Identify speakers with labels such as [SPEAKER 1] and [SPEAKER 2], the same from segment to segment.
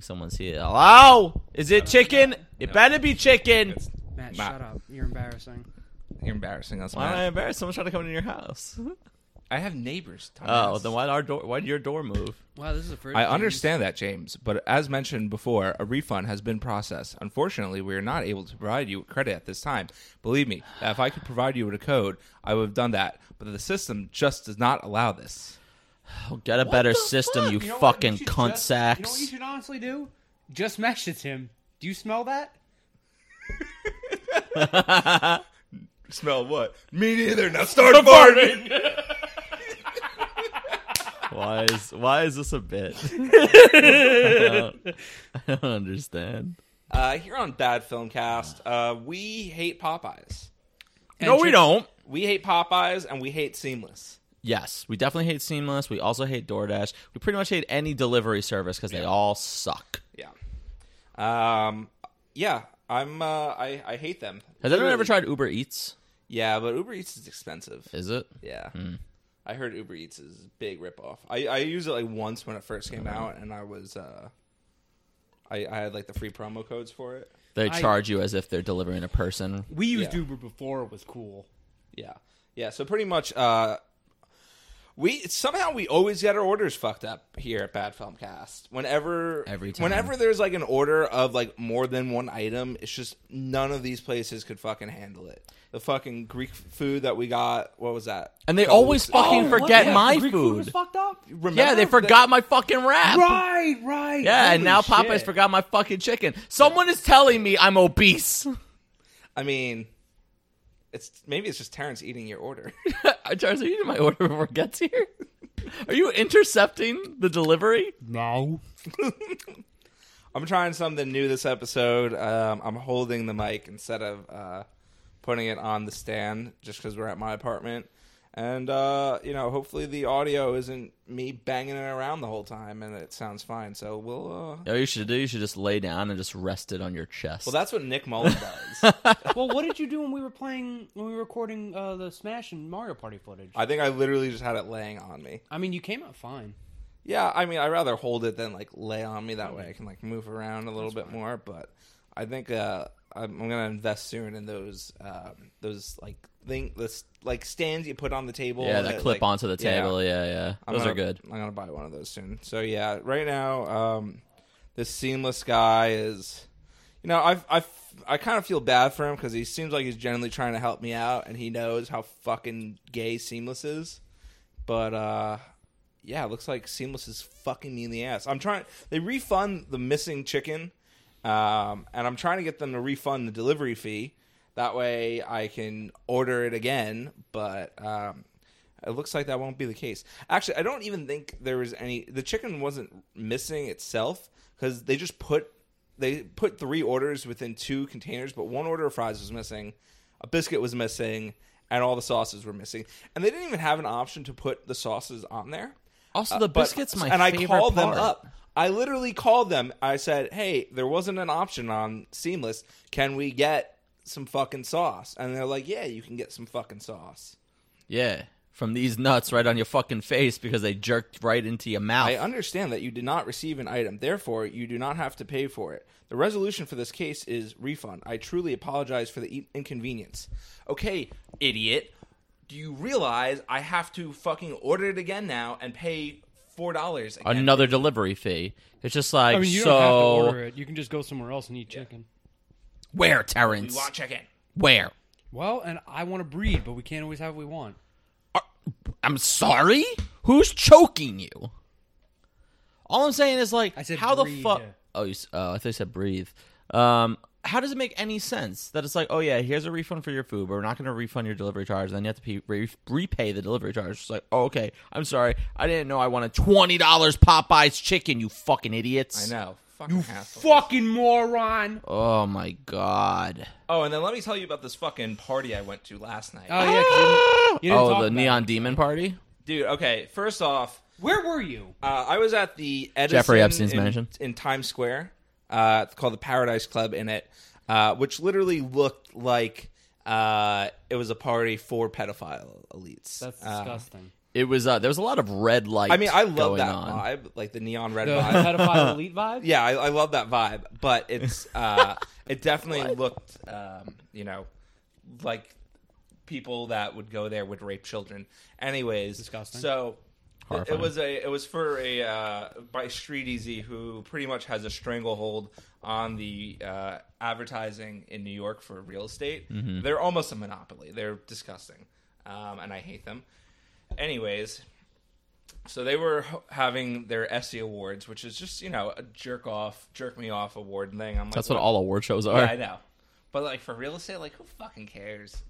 [SPEAKER 1] someone's here. Hello? Is it chicken? It better be chicken.
[SPEAKER 2] It's
[SPEAKER 3] Matt,
[SPEAKER 2] Matt.
[SPEAKER 3] shut up. You're embarrassing.
[SPEAKER 2] You're embarrassing us,
[SPEAKER 1] Why am I
[SPEAKER 2] man.
[SPEAKER 1] embarrassed? Someone's trying to come into your house.
[SPEAKER 2] I have neighbors.
[SPEAKER 1] Oh,
[SPEAKER 2] dumbass.
[SPEAKER 1] then why'd our door? Why'd your door move?
[SPEAKER 3] Wow, this is the first.
[SPEAKER 2] I
[SPEAKER 3] James.
[SPEAKER 2] understand that, James, but as mentioned before, a refund has been processed. Unfortunately, we are not able to provide you with credit at this time. Believe me, that if I could provide you with a code, I would have done that, but the system just does not allow this.
[SPEAKER 1] Oh, get a better system, you, fucking cunt sacks.
[SPEAKER 3] You know what you should honestly do? Just message him. Do you smell that?
[SPEAKER 2] Smell what? Me neither. Now start farting.
[SPEAKER 1] Why is why is this a bit? I, don't, I don't understand.
[SPEAKER 2] Uh, here on Bad Film Cast, uh, we hate Popeyes.
[SPEAKER 3] And Chick-
[SPEAKER 1] don't.
[SPEAKER 2] We hate Popeyes, and we hate Seamless.
[SPEAKER 1] Yes, we definitely hate Seamless. We also hate DoorDash. We pretty much hate any delivery service because they all suck.
[SPEAKER 2] Yeah. Um. Yeah. I'm. Uh. I. I hate them.
[SPEAKER 1] Has anyone ever
[SPEAKER 2] Literally.
[SPEAKER 1] tried Uber Eats?
[SPEAKER 2] Yeah, but Uber Eats is expensive.
[SPEAKER 1] Is it? Hmm.
[SPEAKER 2] Yeah. I heard Uber Eats is a big ripoff. I, I used it like once when it first came out, and I was uh, I I had like the free promo codes for it.
[SPEAKER 1] They
[SPEAKER 3] I-
[SPEAKER 1] charge you as if they're delivering a person.
[SPEAKER 3] We used
[SPEAKER 2] Yeah.
[SPEAKER 3] Uber before it was cool.
[SPEAKER 2] Yeah, yeah. So pretty much, uh, we somehow we always get our orders fucked up here at Bad Film Cast. Whenever
[SPEAKER 1] Every time.
[SPEAKER 2] whenever there's like an order of like more than one item, it's just none of these places could fucking handle it. The fucking Greek food that we got, what was that?
[SPEAKER 1] And they
[SPEAKER 2] Couple
[SPEAKER 1] always
[SPEAKER 2] weeks-
[SPEAKER 3] Oh,
[SPEAKER 1] fucking forget my food.
[SPEAKER 3] fucked up.
[SPEAKER 2] Remember
[SPEAKER 1] yeah, they
[SPEAKER 2] that-
[SPEAKER 1] forgot my fucking wrap.
[SPEAKER 3] Right, right.
[SPEAKER 1] Yeah, and
[SPEAKER 3] Holy
[SPEAKER 1] now Popeyes
[SPEAKER 3] shit.
[SPEAKER 1] forgot my fucking chicken. Someone is telling me I'm obese.
[SPEAKER 2] I mean, it's maybe it's just Terrence eating your order.
[SPEAKER 1] Charles, are you eating my order before it gets here? Are you intercepting the delivery?
[SPEAKER 3] No.
[SPEAKER 2] I'm trying something new this episode. Um, I'm holding the mic instead of uh, putting it on the stand just because we're at my apartment. And, uh, you know, hopefully the audio isn't me banging it around the whole time and it sounds fine. So we'll. Uh...
[SPEAKER 1] You know what you should do? You should just lay down and just rest it on your chest.
[SPEAKER 2] Well, that's what Nick Mullen does.
[SPEAKER 3] well, what did you do when we were playing when we were recording uh, the Smash and Mario Party footage? I,
[SPEAKER 2] I think I literally just had it laying on me.
[SPEAKER 3] mean, you came out fine.
[SPEAKER 2] Yeah, I mean, I'd rather hold it than like lay on me.
[SPEAKER 1] Mm-hmm.
[SPEAKER 2] That way, I can like move around a little bit more. But I think uh, I'm, I'm gonna invest soon in those um, those like thing this like stands you put on the table.
[SPEAKER 1] yeah, that clip
[SPEAKER 2] like-
[SPEAKER 1] onto the
[SPEAKER 2] yeah.
[SPEAKER 1] table. Yeah, yeah.
[SPEAKER 2] I'm
[SPEAKER 1] Those
[SPEAKER 2] gonna-
[SPEAKER 1] are good.
[SPEAKER 2] I'm gonna buy one of those soon. So yeah, right now, um, this seamless guy is, you know, I I I kind of feel bad for him because he seems like he's genuinely trying to help me out, and he knows how fucking gay seamless is. But uh, yeah, it looks like seamless is fucking me in the ass. I'm trying. They refund the missing chicken, um, and I'm trying to get them to refund the delivery fee. That way, I can order it again. But um, it looks like that won't be the case. Actually, I don't even think there was any. The chicken wasn't missing itself because they just put they put three orders within two containers, but one order of fries was missing, a biscuit was missing, and all the sauces were missing. And they didn't even have an option to put the sauces on there.
[SPEAKER 1] Also,
[SPEAKER 2] Uh,
[SPEAKER 1] the
[SPEAKER 2] but-
[SPEAKER 1] biscuits, my
[SPEAKER 2] and I
[SPEAKER 1] favorite
[SPEAKER 2] called
[SPEAKER 1] part.
[SPEAKER 2] them up. I literally called them. I said, "Hey, there wasn't an option on Seamless. Can we get some fucking sauce?" And they're like, "Yeah, you can get some fucking sauce."
[SPEAKER 1] Yeah, from these nuts right on your fucking face because they jerked right into your mouth.
[SPEAKER 2] I understand that you did not receive an item, therefore, you do not have to pay for it. The resolution for this case is refund. I truly apologize for the e- inconvenience. Okay, idiot. Do you realize I have to fucking order it again now and pay $4 again?
[SPEAKER 1] Another delivery fee. It's just like
[SPEAKER 3] I mean, you
[SPEAKER 1] so.
[SPEAKER 3] don't have to order it. You can just go somewhere else and eat chicken.
[SPEAKER 1] Where,
[SPEAKER 2] We
[SPEAKER 1] Terrence?
[SPEAKER 2] want chicken.
[SPEAKER 1] Where?
[SPEAKER 3] Well, and I want to breed, but we can't always have what we want.
[SPEAKER 1] I'm sorry. Who's choking you? All I'm saying is like,
[SPEAKER 3] I said
[SPEAKER 1] how the
[SPEAKER 3] breathe.
[SPEAKER 1] fuck? Oh, you, s- oh, I thought you said breathe. Um, how does it make any sense that it's like, oh yeah, here's a refund for your food, but we're not going to refund your delivery charge, and then you have to pe- re- repay the delivery charge? It's like, oh okay, I'm sorry, I didn't know I wanted twenty dollars Popeyes chicken, you fucking idiots.
[SPEAKER 2] I know. Fucking hassle.
[SPEAKER 3] Fucking moron!
[SPEAKER 1] Oh my god.
[SPEAKER 2] Oh, and then let me tell you about this fucking party I went to last night.
[SPEAKER 3] Oh yeah, 'cause you didn't, you didn't
[SPEAKER 1] Oh,
[SPEAKER 3] talk
[SPEAKER 1] the
[SPEAKER 3] about
[SPEAKER 1] neon
[SPEAKER 3] it.
[SPEAKER 1] demon party.
[SPEAKER 2] Dude, okay, first off,
[SPEAKER 3] Where were you?
[SPEAKER 2] Uh, I was at the Edison
[SPEAKER 1] Jeffrey Epstein's
[SPEAKER 2] in,
[SPEAKER 1] mansion.
[SPEAKER 2] in Times Square. Uh, it's called the Paradise Club in it, uh, which literally looked like uh, it was a party for pedophile elites.
[SPEAKER 3] That's
[SPEAKER 2] Uh,
[SPEAKER 3] Ah. disgusting.
[SPEAKER 1] It was uh, there was a lot of red light.
[SPEAKER 2] I mean, I love
[SPEAKER 1] going
[SPEAKER 2] that
[SPEAKER 1] on.
[SPEAKER 2] vibe, like the neon red
[SPEAKER 3] The
[SPEAKER 2] vibe.
[SPEAKER 3] pedophile elite vibe.
[SPEAKER 2] Yeah, I, I love that vibe, but it's uh, it definitely looked, um, you know, like people that would go there would rape children. Anyways,
[SPEAKER 3] Disgusting.
[SPEAKER 2] So it, it
[SPEAKER 1] Horrifying.
[SPEAKER 2] was a it was for a uh, by Street Easy, who pretty much has a stranglehold on the uh, advertising in New York for real estate. They're almost a monopoly. They're disgusting, um, and I hate them. Anyways, so they were h- having their Essie Awards, which is just you know a jerk off, jerk me off award thing. I'm like,
[SPEAKER 1] That's what all award shows are.
[SPEAKER 2] yeah, I know, but like for real estate, like who fucking cares?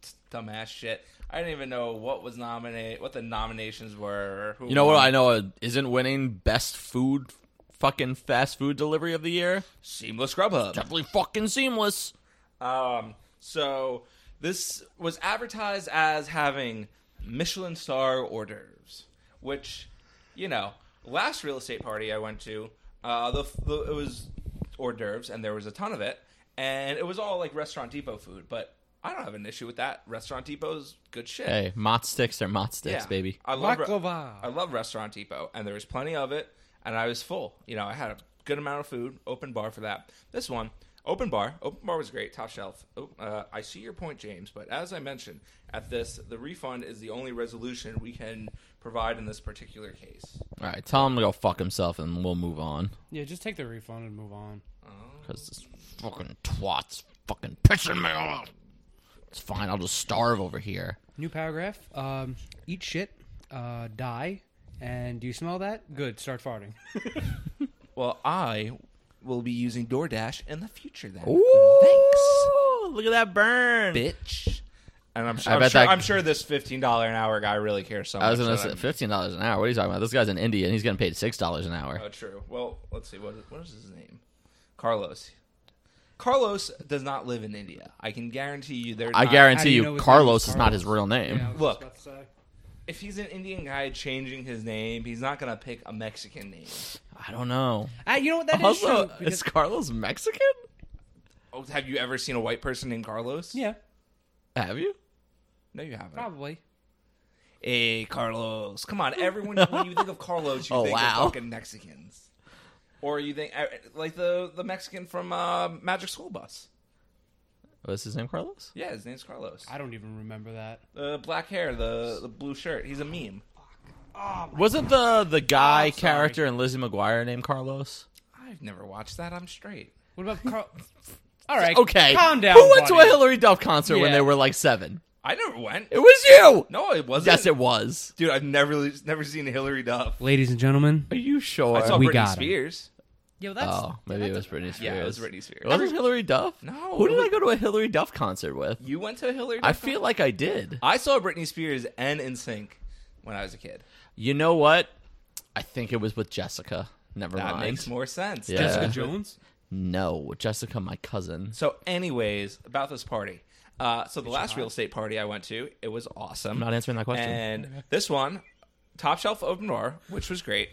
[SPEAKER 2] It's Dumbass shit. I didn't even know what was nominated, what the nominations were. Or who
[SPEAKER 1] You know what
[SPEAKER 2] won.
[SPEAKER 1] I know uh, isn't winning best food fucking fast food delivery of the year?
[SPEAKER 2] Seamless Grubhub.
[SPEAKER 1] Definitely fucking seamless.
[SPEAKER 2] Um, so this was advertised as having Michelin star hors d'oeuvres, which, you know, last real estate party I went to, uh, the, the it was hors d'oeuvres and there was a ton of it, and it was all like Restaurant Depot food, but I don't have an issue with that. Restaurant Depot's good shit.
[SPEAKER 1] Hey, Mott sticks are Mott sticks, baby.
[SPEAKER 2] I love re-
[SPEAKER 3] Baklava.
[SPEAKER 2] I love Restaurant Depot, and there was plenty of it, and I was full. You know, I had a good amount of food. Open bar for that. This one, open bar. Open bar was great. Top shelf. Oh, uh, I see your point, James, but as I mentioned at this, the refund is the only resolution we can provide in this particular case.
[SPEAKER 1] All right, tell him to go fuck himself, and we'll move on.
[SPEAKER 3] Yeah, just take the refund and move on.
[SPEAKER 1] Because this fucking twat's fucking pissing me off. It's fine. I'll just starve over here.
[SPEAKER 3] New paragraph. Um, eat shit, uh, die, and do you smell that? Good. Start farting.
[SPEAKER 2] Well, I will be using DoorDash in the future then.
[SPEAKER 1] Thanks. Look at that burn.
[SPEAKER 2] bitch. And I'm, su-
[SPEAKER 1] I
[SPEAKER 2] I'm
[SPEAKER 1] bet
[SPEAKER 2] sure,
[SPEAKER 1] that-
[SPEAKER 2] I'm sure this fifteen dollar an hour guy really cares so much.
[SPEAKER 1] I was gonna
[SPEAKER 2] that
[SPEAKER 1] say
[SPEAKER 2] I'm-
[SPEAKER 1] fifteen dollars an hour. What are you talking about? This guy's in India and he's getting paid six dollars an hour.
[SPEAKER 2] Oh, true. Well, let's see. What what is his name? Carlos. Carlos does not live in India. I can guarantee you. There.
[SPEAKER 1] I
[SPEAKER 3] How do
[SPEAKER 1] guarantee
[SPEAKER 3] you
[SPEAKER 1] you,
[SPEAKER 3] know his name is
[SPEAKER 1] Carlos is not
[SPEAKER 3] Carlos?
[SPEAKER 1] his real name.
[SPEAKER 3] Yeah, I was just
[SPEAKER 2] Look.
[SPEAKER 3] about to say.
[SPEAKER 2] If he's an Indian guy changing his name, he's not gonna pick a Mexican name.
[SPEAKER 1] I don't know.
[SPEAKER 3] Ah, you know what? That is
[SPEAKER 1] Also,
[SPEAKER 3] true.
[SPEAKER 1] is
[SPEAKER 3] because-
[SPEAKER 1] Carlos Mexican?
[SPEAKER 2] Oh, have you ever seen a white person named Carlos?
[SPEAKER 3] yeah,
[SPEAKER 1] Have you?
[SPEAKER 2] No, you haven't.
[SPEAKER 3] probably.
[SPEAKER 2] Hey, Carlos. Come on, everyone. when you think of Carlos, you
[SPEAKER 1] Oh,
[SPEAKER 2] think
[SPEAKER 1] wow.
[SPEAKER 2] of fucking Mexicans. Or you think uh, like the the Mexican from uh, Magic School Bus?
[SPEAKER 1] Was his name Carlos?
[SPEAKER 2] Yeah, his name's Carlos.
[SPEAKER 3] I don't even remember that.
[SPEAKER 2] The black hair, the the blue shirt. He's a meme.
[SPEAKER 1] Wasn't the the guy
[SPEAKER 2] I'm sorry.
[SPEAKER 1] character in Lizzie McGuire named Carlos?
[SPEAKER 2] I've never watched that. I'm straight.
[SPEAKER 3] What about Carl? All right.
[SPEAKER 1] Okay,
[SPEAKER 3] Calm down.
[SPEAKER 1] Who went to
[SPEAKER 3] buddy.
[SPEAKER 1] a Hillary Duff concert when
[SPEAKER 3] Yeah.
[SPEAKER 1] they were like seven?
[SPEAKER 2] I never went.
[SPEAKER 1] It was you.
[SPEAKER 2] No, it wasn't.
[SPEAKER 1] Yes, it was.
[SPEAKER 2] Dude, I've never never seen Hillary Duff.
[SPEAKER 3] Ladies and gentlemen.
[SPEAKER 1] Are you sure?
[SPEAKER 2] I saw
[SPEAKER 3] We
[SPEAKER 2] Britney
[SPEAKER 3] got him.
[SPEAKER 2] Spears.
[SPEAKER 3] Yo, that's.
[SPEAKER 1] oh, maybe it was Britney Spears.
[SPEAKER 2] Yeah, it was Britney Spears.
[SPEAKER 1] It wasn't Hillary Duff.
[SPEAKER 2] No,
[SPEAKER 1] Who
[SPEAKER 2] it
[SPEAKER 1] did
[SPEAKER 2] was-
[SPEAKER 1] I go to a Hillary Duff concert with?
[SPEAKER 2] You went to a Hillary Duff?
[SPEAKER 1] I feel like I did.
[SPEAKER 2] I saw Britney Spears and In Sync when I was a kid.
[SPEAKER 1] You know what? I think it was with Jessica. Never
[SPEAKER 2] That
[SPEAKER 1] mind.
[SPEAKER 2] makes more sense.
[SPEAKER 1] Yeah.
[SPEAKER 3] Jessica
[SPEAKER 1] Yeah.
[SPEAKER 3] Jones.
[SPEAKER 1] no, Jessica, my cousin.
[SPEAKER 2] So, anyways, about this party. Uh, so the last real estate party I went to, it was awesome.
[SPEAKER 1] I'm not answering that question.
[SPEAKER 2] And this one, top shelf open bar, which was great.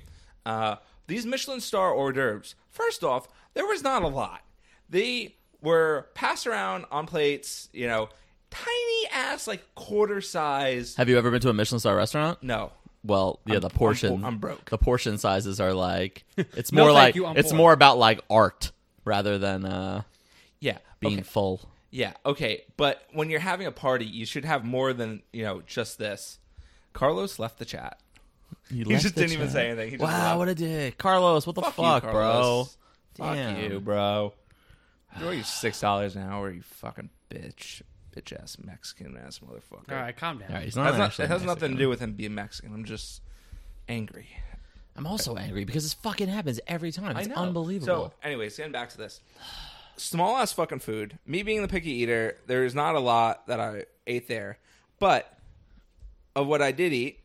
[SPEAKER 2] Uh, these Michelin star hors d'oeuvres. First off, there was not a lot. They were passed around on plates. You know, tiny ass like quarter size.
[SPEAKER 1] Have you ever been to a Michelin star restaurant?
[SPEAKER 2] No,
[SPEAKER 1] Well, yeah, the portion.
[SPEAKER 2] I'm broke.
[SPEAKER 1] The portion sizes are like it's
[SPEAKER 3] No,
[SPEAKER 1] more
[SPEAKER 3] thank
[SPEAKER 1] like
[SPEAKER 3] you, I'm
[SPEAKER 1] it's
[SPEAKER 3] poor.
[SPEAKER 1] more about like art rather than uh
[SPEAKER 2] yeah,
[SPEAKER 1] being
[SPEAKER 2] okay.
[SPEAKER 1] full.
[SPEAKER 2] yeah, okay. But when you're having a party, you should have more than you know just this. Carlos left the chat. He just didn't even say anything. He just
[SPEAKER 1] Wow,
[SPEAKER 2] left.
[SPEAKER 1] what a dick, Carlos! What the fuck,
[SPEAKER 2] you,
[SPEAKER 1] bro?
[SPEAKER 2] Carlos. Fuck
[SPEAKER 1] Damn.
[SPEAKER 2] you, bro. You're your six dollars an hour, you fucking bitch, bitch ass Mexican ass motherfucker.
[SPEAKER 3] All right, calm down.
[SPEAKER 1] All right, he's not
[SPEAKER 2] That's not,
[SPEAKER 1] actually
[SPEAKER 2] it has
[SPEAKER 1] Mexican.
[SPEAKER 2] nothing to do with him being Mexican. I'm just angry.
[SPEAKER 1] I'm also angry because this fucking happens every time. It's
[SPEAKER 2] I know.
[SPEAKER 1] unbelievable.
[SPEAKER 2] So, anyways, getting back to this, small ass fucking food. Me being the picky eater, there is not a lot that I ate there, but of what I did eat,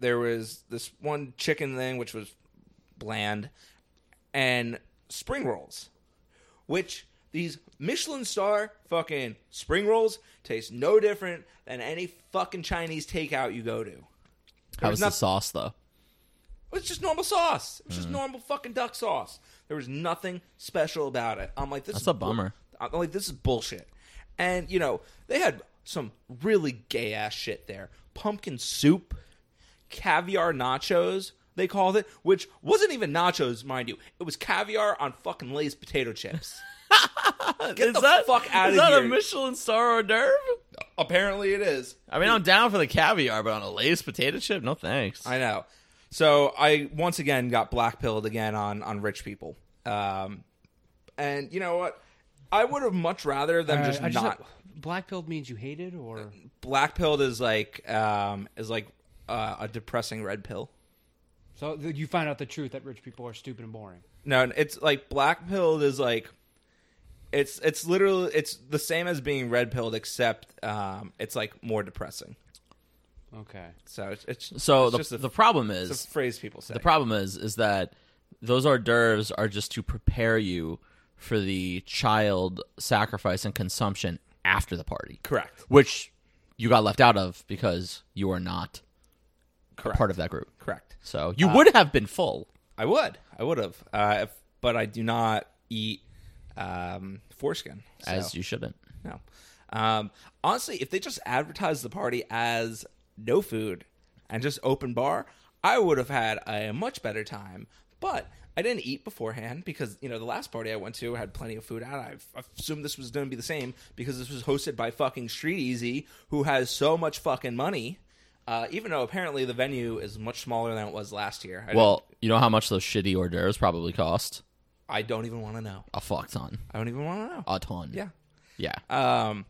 [SPEAKER 2] there was this one chicken thing which was bland, and spring rolls, which these Michelin star fucking spring rolls taste no different than any fucking Chinese takeout you go to.
[SPEAKER 1] How was
[SPEAKER 2] noth-
[SPEAKER 1] the sauce though?
[SPEAKER 2] it was just normal sauce. It was
[SPEAKER 1] Mm-hmm.
[SPEAKER 2] just normal fucking duck sauce. There was nothing special about it. I'm like, this
[SPEAKER 1] That's
[SPEAKER 2] is
[SPEAKER 1] a bummer.
[SPEAKER 2] I'm like, this is bullshit. And you know, they had some really gay ass shit there. Pumpkin soup. caviar nachos. They called it, which wasn't even nachos, mind you. It was caviar on fucking Lay's potato chips.
[SPEAKER 1] Get is
[SPEAKER 2] the
[SPEAKER 1] that,
[SPEAKER 2] fuck outta
[SPEAKER 1] is that a
[SPEAKER 2] here.
[SPEAKER 1] Michelin star hors d'oeuvre?
[SPEAKER 2] Apparently, it is.
[SPEAKER 1] I mean, I'm down for the caviar, but on a Lay's potato chip, no thanks.
[SPEAKER 2] I know. So I once again got black pilled again on on rich people. Um, and you know what? I would have much rather them
[SPEAKER 3] All right,
[SPEAKER 2] just
[SPEAKER 3] I
[SPEAKER 2] not
[SPEAKER 3] black pilled means you hate it, or
[SPEAKER 2] black pilled is like um is like uh, a depressing red pill.
[SPEAKER 3] so th- you find out the truth that rich people are stupid and boring.
[SPEAKER 2] No, it's like black pilled is like it's it's literally it's the same as being red pilled except um it's like more depressing.
[SPEAKER 3] Okay.
[SPEAKER 2] So it's, it's
[SPEAKER 1] So
[SPEAKER 2] it's
[SPEAKER 1] the,
[SPEAKER 2] just a,
[SPEAKER 1] the problem
[SPEAKER 2] it's
[SPEAKER 1] is
[SPEAKER 2] a phrase people say.
[SPEAKER 1] the problem is is that those hors d'oeuvres are just to prepare you for the child sacrifice and consumption after the party,
[SPEAKER 2] correct.
[SPEAKER 1] which you got left out of because you are not
[SPEAKER 2] Correct.
[SPEAKER 1] part of that group.
[SPEAKER 2] correct. Uh,
[SPEAKER 1] So you would have been full.
[SPEAKER 2] I would. I would have. Uh, if, but I do not eat um, foreskin. So,
[SPEAKER 1] as you shouldn't.
[SPEAKER 2] no. Um, honestly, if they just advertised the party as no food and just open bar, I would have had a much better time. But I didn't eat beforehand because you know the last party I went to had plenty of food out. I I assumed this was going to be the same because this was hosted by fucking Street Easy, who has so much fucking money. Uh, even though apparently the venue is much smaller than it was last year. I
[SPEAKER 1] Well, you know how much those shitty hors d'oeuvres probably cost?
[SPEAKER 2] I don't even want to know.
[SPEAKER 1] A fuck ton.
[SPEAKER 2] I don't even want to know.
[SPEAKER 1] A ton.
[SPEAKER 2] yeah.
[SPEAKER 1] Yeah.
[SPEAKER 2] Um,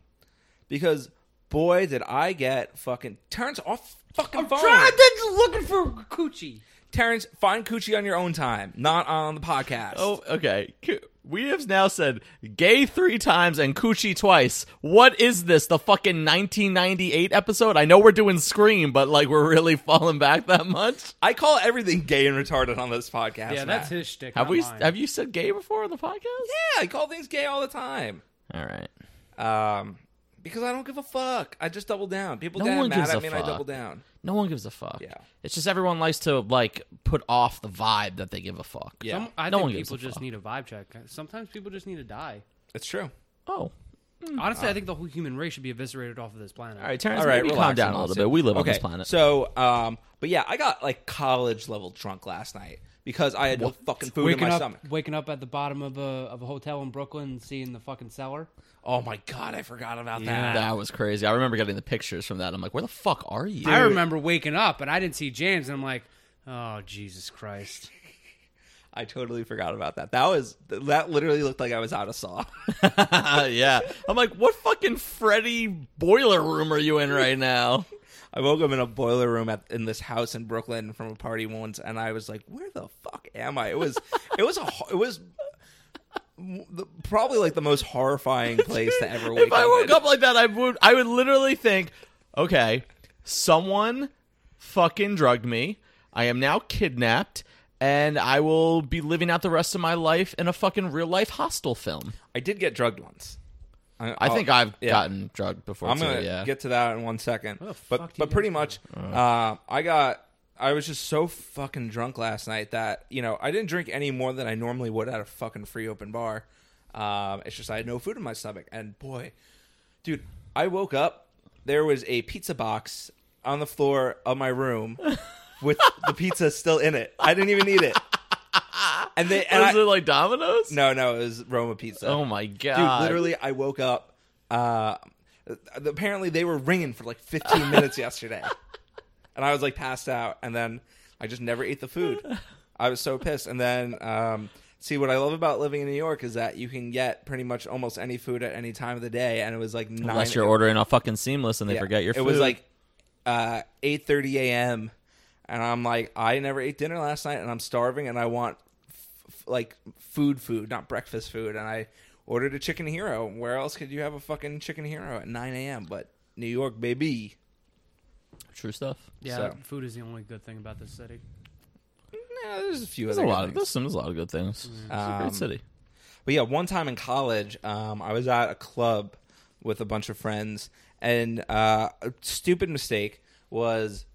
[SPEAKER 2] because boy, did I get fucking Terrence off fucking phone.
[SPEAKER 3] looking for coochie.
[SPEAKER 2] Terrence, find Coochie on your own time, not on the podcast.
[SPEAKER 1] Oh, okay. Coo- We have now said gay three times and coochie twice. What is this? The fucking 1998 episode? I know we're doing Scream, but like we're really falling back that much.
[SPEAKER 2] I call everything gay and retarded on this podcast.
[SPEAKER 3] Yeah,
[SPEAKER 2] Matt.
[SPEAKER 3] that's his shtick.
[SPEAKER 1] Have
[SPEAKER 3] not
[SPEAKER 1] we?
[SPEAKER 3] mine.
[SPEAKER 1] Have you said gay before on the podcast?
[SPEAKER 2] Yeah, I call things gay all the time.
[SPEAKER 1] All right.
[SPEAKER 2] Um, because I don't give a fuck. I just double down. People
[SPEAKER 1] No
[SPEAKER 2] get
[SPEAKER 1] one
[SPEAKER 2] mad
[SPEAKER 1] gives
[SPEAKER 2] at
[SPEAKER 1] a
[SPEAKER 2] me, and I
[SPEAKER 1] fuck.
[SPEAKER 2] double down.
[SPEAKER 1] No one gives a fuck.
[SPEAKER 2] Yeah.
[SPEAKER 1] It's just everyone likes to like put off the vibe that they give a fuck.
[SPEAKER 2] Yeah,
[SPEAKER 3] Some- I
[SPEAKER 1] No
[SPEAKER 3] think
[SPEAKER 1] one gives
[SPEAKER 3] people
[SPEAKER 1] a
[SPEAKER 3] just
[SPEAKER 1] fuck.
[SPEAKER 3] need a vibe check. Sometimes people just need to die.
[SPEAKER 2] it's true.
[SPEAKER 1] Oh.
[SPEAKER 3] Honestly, I think the whole human race should be eviscerated off of this planet.
[SPEAKER 1] All right, Terrence.
[SPEAKER 2] All right,
[SPEAKER 1] maybe calm
[SPEAKER 2] relax,
[SPEAKER 1] down a
[SPEAKER 2] relax.
[SPEAKER 1] little bit. We live on
[SPEAKER 2] okay,
[SPEAKER 1] this planet.
[SPEAKER 2] So, um, but yeah, I got like college level drunk last night because I had no fucking food in
[SPEAKER 3] waking
[SPEAKER 2] my
[SPEAKER 3] up,
[SPEAKER 2] stomach.
[SPEAKER 3] waking up at the bottom of a of a hotel in Brooklyn and seeing the fucking cellar.
[SPEAKER 2] Oh my god, I forgot about that.
[SPEAKER 1] That was crazy. I remember getting the pictures from that. I'm like, where the fuck are you?
[SPEAKER 3] I remember waking up and I didn't see James, and I'm like, oh Jesus Christ!
[SPEAKER 2] I totally forgot about that. That was that literally looked like I was out of saw.
[SPEAKER 1] Uh, yeah. I'm like, what fucking Freddy boiler room are you in right now?
[SPEAKER 2] I woke up in a boiler room at in this house in Brooklyn from a party once, and I was like, "Where the fuck am I?" It was it was a ho- it was the, probably like the most horrifying place to ever wake
[SPEAKER 1] if I
[SPEAKER 2] up
[SPEAKER 1] woke
[SPEAKER 2] in.
[SPEAKER 1] up like that, I would I would literally think, okay, someone fucking drugged me. I am now kidnapped. And I will be living out the rest of my life in a fucking real life hostel film.
[SPEAKER 2] I did get drugged once.
[SPEAKER 1] I think I've
[SPEAKER 2] Oh, yeah.
[SPEAKER 1] gotten drugged before
[SPEAKER 2] I'm
[SPEAKER 1] too.
[SPEAKER 2] gonna
[SPEAKER 1] yeah,
[SPEAKER 2] get to that in one second.
[SPEAKER 3] the
[SPEAKER 2] But
[SPEAKER 3] fuck do
[SPEAKER 2] but
[SPEAKER 3] you Oh.
[SPEAKER 2] pretty much, uh, I got I was just so fucking drunk last night that you know I didn't drink any more than I normally would at a fucking free open bar. Um, it's just I had no food in my stomach, and boy, dude, I woke up. There was a pizza box on the floor of my room with the pizza still in it. I didn't even eat it. And they and
[SPEAKER 1] was
[SPEAKER 2] I,
[SPEAKER 1] it like Domino's?
[SPEAKER 2] no no it was Roma pizza.
[SPEAKER 1] Oh my
[SPEAKER 2] Dude,
[SPEAKER 1] god!
[SPEAKER 2] literally, I woke up. Uh, apparently, they were ringing for like 15 minutes yesterday, and I was like passed out. And then I just never ate the food. I was so pissed. And then, um, see, what I love about living in New York is that you can get pretty much almost any food at any time of the day. And it was like nine.
[SPEAKER 1] Unless you're ordering a fucking seamless and they
[SPEAKER 2] yeah,
[SPEAKER 1] forget your
[SPEAKER 2] It
[SPEAKER 1] food.
[SPEAKER 2] was like uh, 8:30 a.m. And I'm like, I never ate dinner last night, and I'm starving, and I want f- f- like food, food, not breakfast food. And I ordered a chicken hero. Where else could you have a fucking chicken hero at 9 a.m. But New York, baby.
[SPEAKER 1] true stuff.
[SPEAKER 3] Yeah,
[SPEAKER 2] So.
[SPEAKER 3] food is the only good thing about this city.
[SPEAKER 2] Nah, there's a few
[SPEAKER 1] There's
[SPEAKER 2] other
[SPEAKER 1] a
[SPEAKER 2] good
[SPEAKER 1] lot of
[SPEAKER 2] things.
[SPEAKER 1] there's, some, there's a lot of good things. It's a
[SPEAKER 2] Um,
[SPEAKER 1] great city.
[SPEAKER 2] But yeah, one time in college, um, I was at a club with a bunch of friends, and uh, a stupid mistake was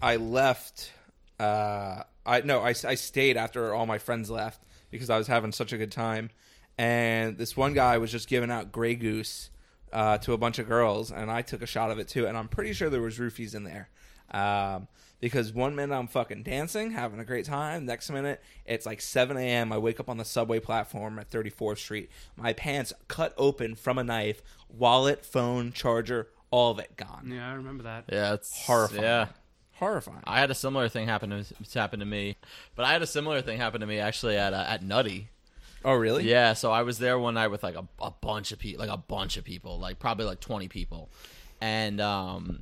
[SPEAKER 2] I left. Uh, I no, I, I stayed after all my friends left because I was having such a good time, and this one guy was just giving out Grey Goose uh, to a bunch of girls, and I took a shot of it too, and I'm pretty sure there was roofies in there. Um, because one minute I'm fucking dancing, having a great time. Next minute, it's like 7 a.m. I wake up on the subway platform at 34th Street. My pants cut open from a knife, wallet, phone, charger, all of it gone.
[SPEAKER 3] Yeah, I remember that.
[SPEAKER 1] Yeah, it's
[SPEAKER 2] Horrifying.
[SPEAKER 1] Yeah.
[SPEAKER 2] Horrifying.
[SPEAKER 1] I had a similar thing happen to it's happened to me, but I had a similar thing happen to me actually at uh, at Nutty.
[SPEAKER 2] Oh, really?
[SPEAKER 1] Yeah, so I was there one night with like a, a bunch of people, like a bunch of people, like probably like 20 people. And um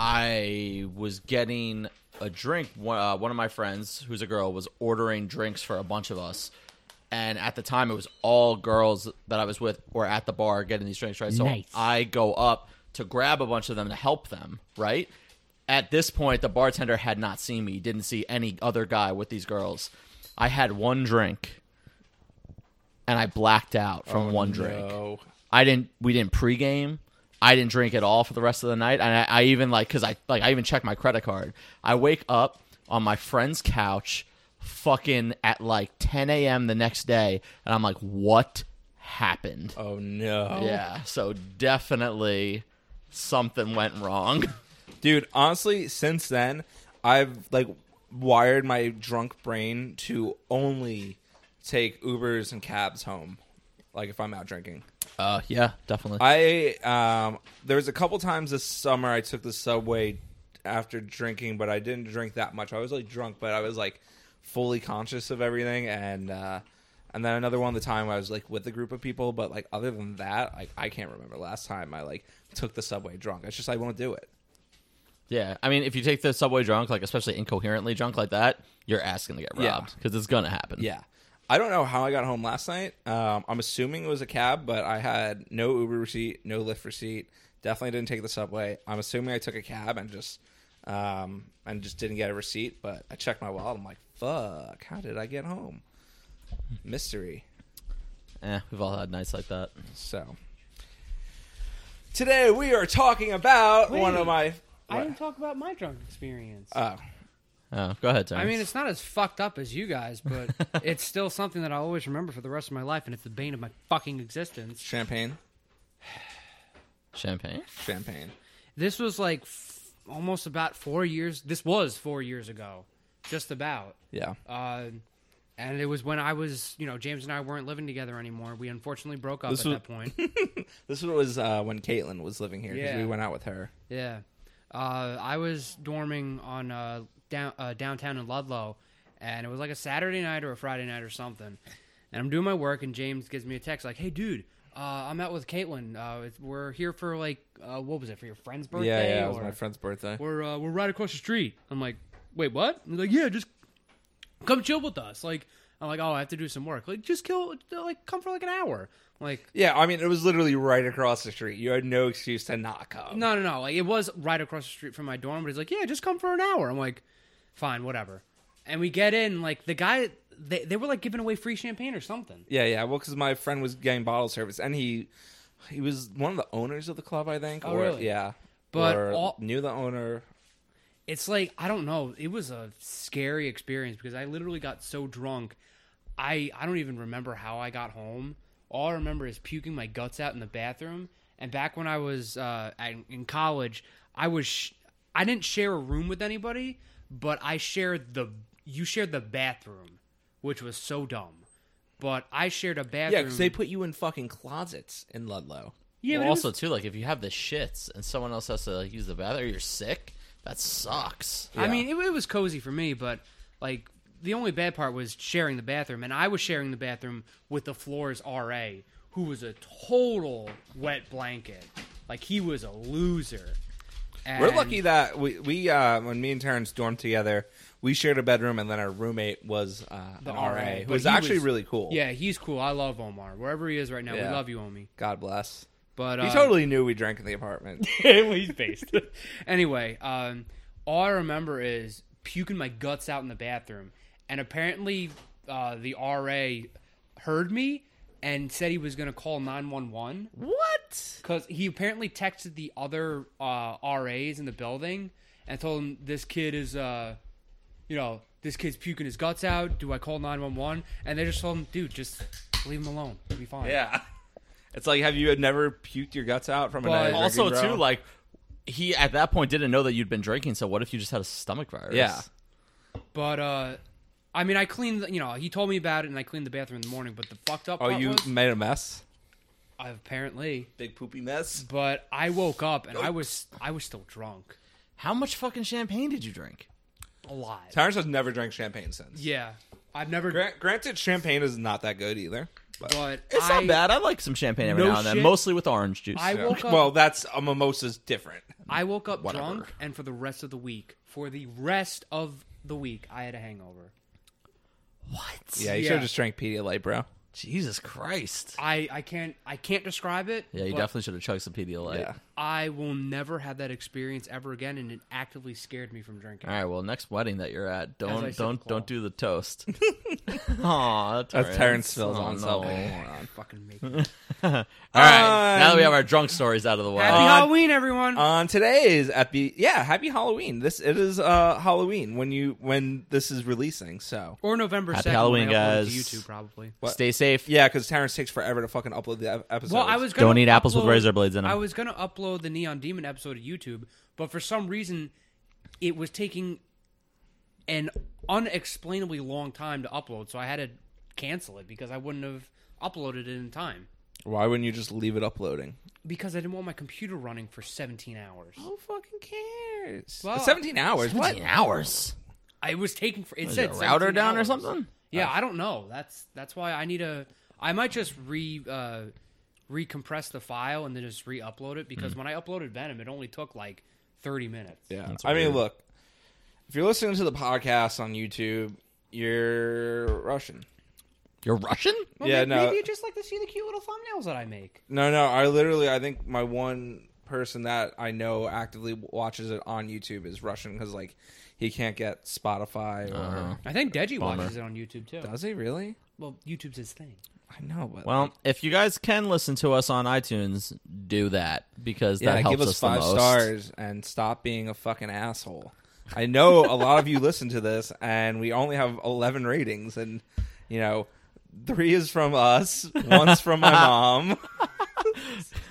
[SPEAKER 1] I was getting a drink one, uh, one of my friends who's a girl was ordering drinks for a bunch of us. And at the time it was all girls that I was with were at the bar getting these drinks, right? So
[SPEAKER 4] Nice.
[SPEAKER 1] I go up to grab a bunch of them to help them, right? At this point, the bartender had not seen me, didn't see any other guy with these girls. I had one drink and I blacked out from
[SPEAKER 2] Oh,
[SPEAKER 1] one drink.
[SPEAKER 2] no.
[SPEAKER 1] I didn't. We didn't pregame. I didn't drink at all for the rest of the night. And I, I even like because I like I even checked my credit card. I wake up on my friend's couch, fucking at like 10 a.m. the next day, and I'm like, what happened?
[SPEAKER 2] Oh, no.
[SPEAKER 1] Yeah. So definitely something went wrong.
[SPEAKER 2] dude honestly since then i've like wired my drunk brain to only take ubers and cabs home like if i'm out drinking
[SPEAKER 1] Uh, yeah, definitely.
[SPEAKER 2] i um there was a couple times this summer i took the subway after drinking but i didn't drink that much i was like drunk but i was like fully conscious of everything and uh and then another one the time i was like with a group of people but like other than that like i can't remember last time i like took the subway drunk it's just i won't do it
[SPEAKER 1] yeah, I mean, if you take the subway drunk, like especially incoherently drunk like that, you're asking to get
[SPEAKER 2] Yeah.
[SPEAKER 1] robbed because it's gonna happen.
[SPEAKER 2] Yeah. I don't know how I got home last night. Um, I'm assuming it was a cab, but I had no Uber receipt, no Lyft receipt. Definitely didn't take the subway. I'm assuming I took a cab and just um, and just didn't get a receipt. But I checked my wallet. I'm like, fuck, how did I get home? Mystery.
[SPEAKER 1] Eh, we've all had nights like that.
[SPEAKER 2] So today we are talking about one of my.
[SPEAKER 3] I
[SPEAKER 2] what?
[SPEAKER 3] didn't talk about my drunk experience.
[SPEAKER 1] Uh,
[SPEAKER 2] Oh,
[SPEAKER 1] Oh, go ahead, Terrence.
[SPEAKER 3] I mean, it's not as fucked up as you guys, but it's still something that I always remember for the rest of my life, and it's the bane of my fucking existence.
[SPEAKER 2] champagne,
[SPEAKER 1] champagne.
[SPEAKER 2] champagne.
[SPEAKER 3] This was like f- almost about four years. This was four years ago, just about.
[SPEAKER 2] Yeah.
[SPEAKER 3] Uh, and it was when I was, you know, James and I weren't living together anymore. We unfortunately broke up
[SPEAKER 2] This
[SPEAKER 3] at
[SPEAKER 2] was-
[SPEAKER 3] that point.
[SPEAKER 2] This was uh, when Caitlin was living here because
[SPEAKER 3] Yeah.
[SPEAKER 2] we went out with her.
[SPEAKER 3] Yeah, uh, I was dorming on uh, down uh, downtown in Ludlow, and it was like a Saturday night or a Friday night or something. And I'm doing my work, and James gives me a text like, "Hey, dude, uh, I'm out with Caitlin. Uh, it's, we're here for like uh, what was it for your friend's birthday?
[SPEAKER 2] yeah, yeah. It was
[SPEAKER 3] or-
[SPEAKER 2] my friend's birthday.
[SPEAKER 3] we're uh, we're right across the street. I'm like, wait, what? And he's like, yeah, just come chill with us. Like, I'm like, oh, I have to do some work. Like, just kill, like, come for like an hour. Like,
[SPEAKER 2] Yeah, I mean, it was literally right across the street. You had no excuse to not come.
[SPEAKER 3] No, no, no. Like it was right across the street from my dorm, but he's like, "Yeah, just come for an hour." I'm like, "Fine, whatever." And we get in. Like the guy, they they were like giving away free champagne or something.
[SPEAKER 2] Yeah, yeah. Well, because my friend was getting bottle service, and he he was one of the owners of the club, I think.
[SPEAKER 3] Oh,
[SPEAKER 2] or,
[SPEAKER 3] really?
[SPEAKER 2] Yeah,
[SPEAKER 3] But
[SPEAKER 2] or
[SPEAKER 3] all-
[SPEAKER 2] knew the owner.
[SPEAKER 3] It's like I don't know. It was a scary experience because I literally got so drunk. I I don't even remember how I got home. All I remember is puking my guts out in the bathroom. And back when I was uh, at- in college, I was sh- I didn't share a room with anybody, but I shared the you shared the bathroom, which was so dumb. But I shared a bathroom.
[SPEAKER 2] Yeah, because they put you in fucking closets in Ludlow.
[SPEAKER 3] Yeah,
[SPEAKER 1] well,
[SPEAKER 3] but it was-
[SPEAKER 1] also too, like if you have the shits and someone else has to like, use the bathroom, or you're sick. That sucks.
[SPEAKER 3] I mean, it, it was cozy for me, but like the only bad part was sharing the bathroom, and I was sharing the bathroom with the floor's RA, who was a total wet blanket. Like he was a loser.
[SPEAKER 2] We're
[SPEAKER 3] And-
[SPEAKER 2] lucky that we we uh, when me and Terrence dormed together, we shared a bedroom, and then our roommate was uh,
[SPEAKER 3] The
[SPEAKER 2] an
[SPEAKER 3] RA,
[SPEAKER 2] RA, who
[SPEAKER 3] but
[SPEAKER 2] was
[SPEAKER 3] he
[SPEAKER 2] actually
[SPEAKER 3] was-
[SPEAKER 2] really cool.
[SPEAKER 3] Yeah, he's cool. I love Omar wherever he is right now.
[SPEAKER 2] Yeah.
[SPEAKER 3] We love you, Omi.
[SPEAKER 2] God bless.
[SPEAKER 3] But
[SPEAKER 2] He
[SPEAKER 3] uh,
[SPEAKER 2] totally knew we drank in the apartment.
[SPEAKER 3] well, he's based. anyway, um, all I remember is puking my guts out in the bathroom, and apparently uh, the RA heard me and said he was going to call nine one one
[SPEAKER 2] what?
[SPEAKER 3] because he apparently texted the other uh, RAs in the building and told him this kid is, uh, you know, this kid's puking his guts out. Do I call nine one one? And they just told him, dude, just leave him alone. It'll be fine.
[SPEAKER 2] Yeah. It's like, have you never puked your guts out from a
[SPEAKER 3] But-
[SPEAKER 2] night of
[SPEAKER 1] also
[SPEAKER 2] drinking, bro?
[SPEAKER 1] too, like he at that point didn't know that you'd been drinking. So what if you just had a stomach virus?
[SPEAKER 2] Yeah.
[SPEAKER 3] But uh, I mean, I cleaned. You know, he told me about it, and I cleaned the bathroom in the morning. But the fucked up.
[SPEAKER 2] Oh,
[SPEAKER 3] part
[SPEAKER 2] you
[SPEAKER 3] was-
[SPEAKER 2] made a mess.
[SPEAKER 3] I- apparently.
[SPEAKER 2] Big poopy mess.
[SPEAKER 3] But I woke up and I was I was still drunk.
[SPEAKER 1] How much fucking champagne did you drink?
[SPEAKER 3] A lot.
[SPEAKER 2] Terrence has never drank champagne since.
[SPEAKER 3] Yeah, I've never.
[SPEAKER 2] Grant, granted, champagne is not that good either. But
[SPEAKER 3] But
[SPEAKER 1] It's
[SPEAKER 3] I,
[SPEAKER 1] not bad. I like some champagne every
[SPEAKER 3] No
[SPEAKER 1] now and then,
[SPEAKER 3] shit.
[SPEAKER 1] mostly with orange juice.
[SPEAKER 3] I
[SPEAKER 2] Yeah.
[SPEAKER 3] woke up.
[SPEAKER 2] well, that's a mimosa's different.
[SPEAKER 3] I woke up
[SPEAKER 1] Whatever.
[SPEAKER 3] drunk, and for the rest of the week, for the rest of the week, I had a hangover.
[SPEAKER 1] what?
[SPEAKER 2] Yeah, you
[SPEAKER 3] Yeah.
[SPEAKER 2] should have just drank Pedialyte, bro.
[SPEAKER 1] Jesus Christ.
[SPEAKER 3] I, I can't I can't describe it.
[SPEAKER 1] Yeah, you
[SPEAKER 3] but
[SPEAKER 1] definitely should have chugged some Pedialyte.
[SPEAKER 2] Yeah.
[SPEAKER 3] I will never have that experience ever again, and it actively scared me from drinking.
[SPEAKER 1] All right. Well, next wedding that you're at,
[SPEAKER 3] I
[SPEAKER 1] don't
[SPEAKER 3] said,
[SPEAKER 1] don't
[SPEAKER 3] Paul.
[SPEAKER 1] don't do the toast. Aw, Oh,
[SPEAKER 2] That's Terrence
[SPEAKER 3] Oh,
[SPEAKER 2] Phil's on
[SPEAKER 1] All
[SPEAKER 2] something.
[SPEAKER 1] right.
[SPEAKER 3] Fucking make me.
[SPEAKER 1] now that we have our drunk stories out of the way,
[SPEAKER 3] Um, Happy
[SPEAKER 2] Uh,
[SPEAKER 3] Halloween, everyone!
[SPEAKER 2] on today's epi yeah happy halloween this it is uh halloween when you when this is releasing so
[SPEAKER 3] or November
[SPEAKER 1] Happy
[SPEAKER 3] 2nd, when
[SPEAKER 1] Halloween,
[SPEAKER 3] I upload
[SPEAKER 1] guys.
[SPEAKER 3] To YouTube probably.
[SPEAKER 2] What?
[SPEAKER 1] stay safe.
[SPEAKER 2] yeah because terrence takes forever to fucking upload the ep- episode
[SPEAKER 3] Well, I was gonna
[SPEAKER 1] Don't eat apples with
[SPEAKER 3] upload-
[SPEAKER 1] razor blades in
[SPEAKER 3] I
[SPEAKER 1] them.
[SPEAKER 3] was gonna upload the Neon Demon episode to YouTube, but for some reason, it was taking an unexplainably long time to upload, so I had to cancel it because I wouldn't have uploaded it in time
[SPEAKER 2] why wouldn't you just leave it uploading
[SPEAKER 3] because I didn't want my computer running for 17 hours.
[SPEAKER 2] who fucking cares
[SPEAKER 3] Well,
[SPEAKER 2] 17 hours what
[SPEAKER 1] 17 hours.
[SPEAKER 3] I it was taking for it
[SPEAKER 1] Is
[SPEAKER 3] said
[SPEAKER 1] it router
[SPEAKER 3] 17
[SPEAKER 1] down or
[SPEAKER 3] hours.
[SPEAKER 1] something?
[SPEAKER 3] Yeah, I don't know. That's that's why I need a. I might just re uh, recompress the file and then just re-upload it because when I uploaded Venom, it only took like 30 minutes.
[SPEAKER 2] yeah
[SPEAKER 1] That's
[SPEAKER 2] i mean
[SPEAKER 1] weird.
[SPEAKER 2] look if you're listening to the podcast on youtube you're russian
[SPEAKER 1] You're Russian?
[SPEAKER 3] Well,
[SPEAKER 2] Yeah,
[SPEAKER 3] may-
[SPEAKER 2] no.
[SPEAKER 3] Maybe you just like to see the cute little thumbnails that I make.
[SPEAKER 2] no no i literally i think my one person that i know actively watches it on youtube is russian because like he can't get spotify or
[SPEAKER 1] Uh-huh.
[SPEAKER 3] I think Deji
[SPEAKER 1] Bummer.
[SPEAKER 3] watches it on YouTube too.
[SPEAKER 2] does he really
[SPEAKER 3] Well, YouTube's his thing.
[SPEAKER 2] I know, but
[SPEAKER 1] Well, if you guys can listen to us on iTunes, do that because
[SPEAKER 2] yeah,
[SPEAKER 1] that helps
[SPEAKER 2] give us,
[SPEAKER 1] the
[SPEAKER 2] five
[SPEAKER 1] most.
[SPEAKER 2] stars and stop being a fucking asshole. I know a lot of you listen to this, and we only have eleven ratings, and you know, three is from us, one's from my mom.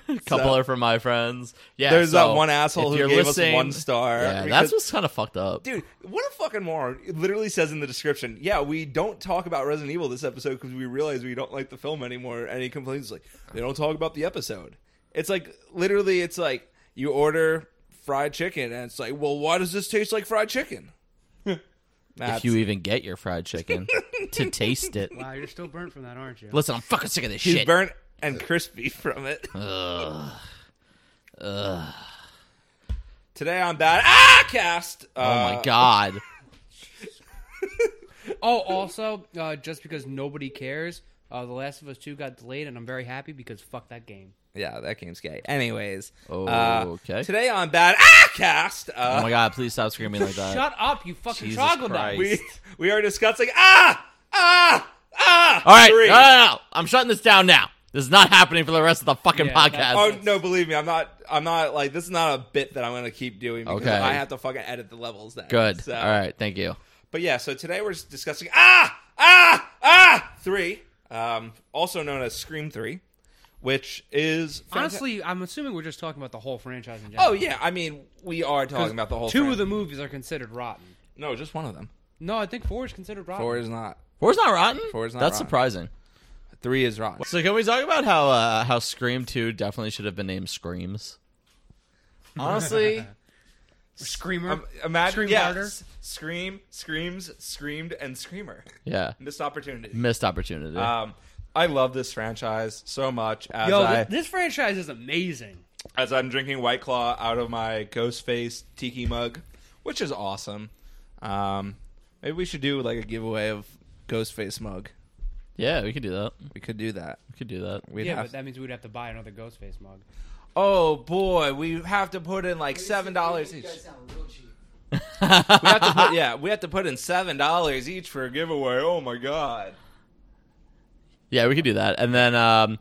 [SPEAKER 1] A couple
[SPEAKER 2] So-
[SPEAKER 1] are from my friends. Yeah,
[SPEAKER 2] There's
[SPEAKER 1] so
[SPEAKER 2] that one asshole
[SPEAKER 1] if
[SPEAKER 2] who
[SPEAKER 1] you're
[SPEAKER 2] gave
[SPEAKER 1] listening-
[SPEAKER 2] us one star.
[SPEAKER 1] Yeah,
[SPEAKER 2] because-
[SPEAKER 1] that's what's kind of fucked up.
[SPEAKER 2] Dude, what a fucking moron! It literally says in the description. Yeah, we don't talk about Resident Evil this episode because we realize we don't like the film anymore. And he complains like they don't talk about the episode. It's like literally, it's like you order fried chicken, and it's like, well, why does this taste like fried chicken?
[SPEAKER 1] if
[SPEAKER 2] That's-
[SPEAKER 1] you even get your fried chicken to taste it.
[SPEAKER 3] Wow, you're still burnt from that, aren't you?
[SPEAKER 1] Listen, I'm fucking sick of this
[SPEAKER 2] he's
[SPEAKER 1] shit.
[SPEAKER 2] burnt and crispy from it. Today on Bad Ah Cast. uh,
[SPEAKER 1] oh my god.
[SPEAKER 3] Oh, also, uh, just because nobody cares, uh, The Last of Us Two got delayed, and I'm very happy because fuck that game.
[SPEAKER 2] Yeah, that game's gay. Anyways, uh,
[SPEAKER 1] Okay.
[SPEAKER 2] Today on Bad Ah Cast. Uh,
[SPEAKER 1] Oh my god, please stop screaming like that.
[SPEAKER 3] Shut up, you fucking
[SPEAKER 1] Jesus
[SPEAKER 3] troglodyte!
[SPEAKER 1] Christ.
[SPEAKER 2] we we are discussing ah ah ah.
[SPEAKER 1] All right,
[SPEAKER 2] three.
[SPEAKER 1] no, no, no. I'm shutting this down now. This is not happening for the rest of the fucking
[SPEAKER 3] Yeah,
[SPEAKER 1] podcast.
[SPEAKER 3] that's-
[SPEAKER 2] Oh no, believe me, I'm not. I'm not like this is not a bit that I'm going to keep doing because
[SPEAKER 1] Okay.
[SPEAKER 2] I have to fucking edit the levels. Then
[SPEAKER 1] Good.
[SPEAKER 2] So-
[SPEAKER 1] All right, thank you.
[SPEAKER 2] But yeah, so today we're just discussing ah ah ah three, um, also known as Scream three, which is fanta-
[SPEAKER 3] Honestly, I'm assuming we're just talking about the whole franchise in general.
[SPEAKER 2] Oh yeah, I mean we are talking about the whole.
[SPEAKER 3] Two
[SPEAKER 2] fran-
[SPEAKER 3] of the movies are considered rotten.
[SPEAKER 2] No, just one of them.
[SPEAKER 3] No, I think four is considered rotten.
[SPEAKER 2] Four is not.
[SPEAKER 1] Four's not rotten.
[SPEAKER 2] Four's not
[SPEAKER 1] That's
[SPEAKER 2] rotten.
[SPEAKER 1] surprising.
[SPEAKER 2] Three is wrong.
[SPEAKER 1] So can we talk about how uh, how Scream Two definitely should have been named Screams?
[SPEAKER 2] Honestly.
[SPEAKER 3] Screamer.
[SPEAKER 2] Um, imagine
[SPEAKER 3] Scream
[SPEAKER 2] yeah,
[SPEAKER 3] harder.
[SPEAKER 2] s- scream, screams, screamed, and screamer.
[SPEAKER 1] Yeah,
[SPEAKER 2] Missed opportunity.
[SPEAKER 1] missed opportunity.
[SPEAKER 2] Um, I love this franchise so much as
[SPEAKER 3] Yo,
[SPEAKER 2] I
[SPEAKER 3] th- this franchise is amazing.
[SPEAKER 2] as I'm drinking White Claw out of my ghost face tiki mug, which is awesome. Um, maybe we should do like a giveaway of ghost face mug.
[SPEAKER 1] yeah, we could do that.
[SPEAKER 2] We could do that.
[SPEAKER 1] We could do that.
[SPEAKER 2] We'd
[SPEAKER 3] yeah,
[SPEAKER 2] have-
[SPEAKER 3] but that means we'd have to buy another Ghostface mug.
[SPEAKER 2] oh boy, we have to put in like seven dollars each.
[SPEAKER 4] You guys sound real cheap.
[SPEAKER 2] we have to put, yeah, we have to put in seven dollars each for a giveaway. Oh my god.
[SPEAKER 1] Yeah, we could do that, and then um,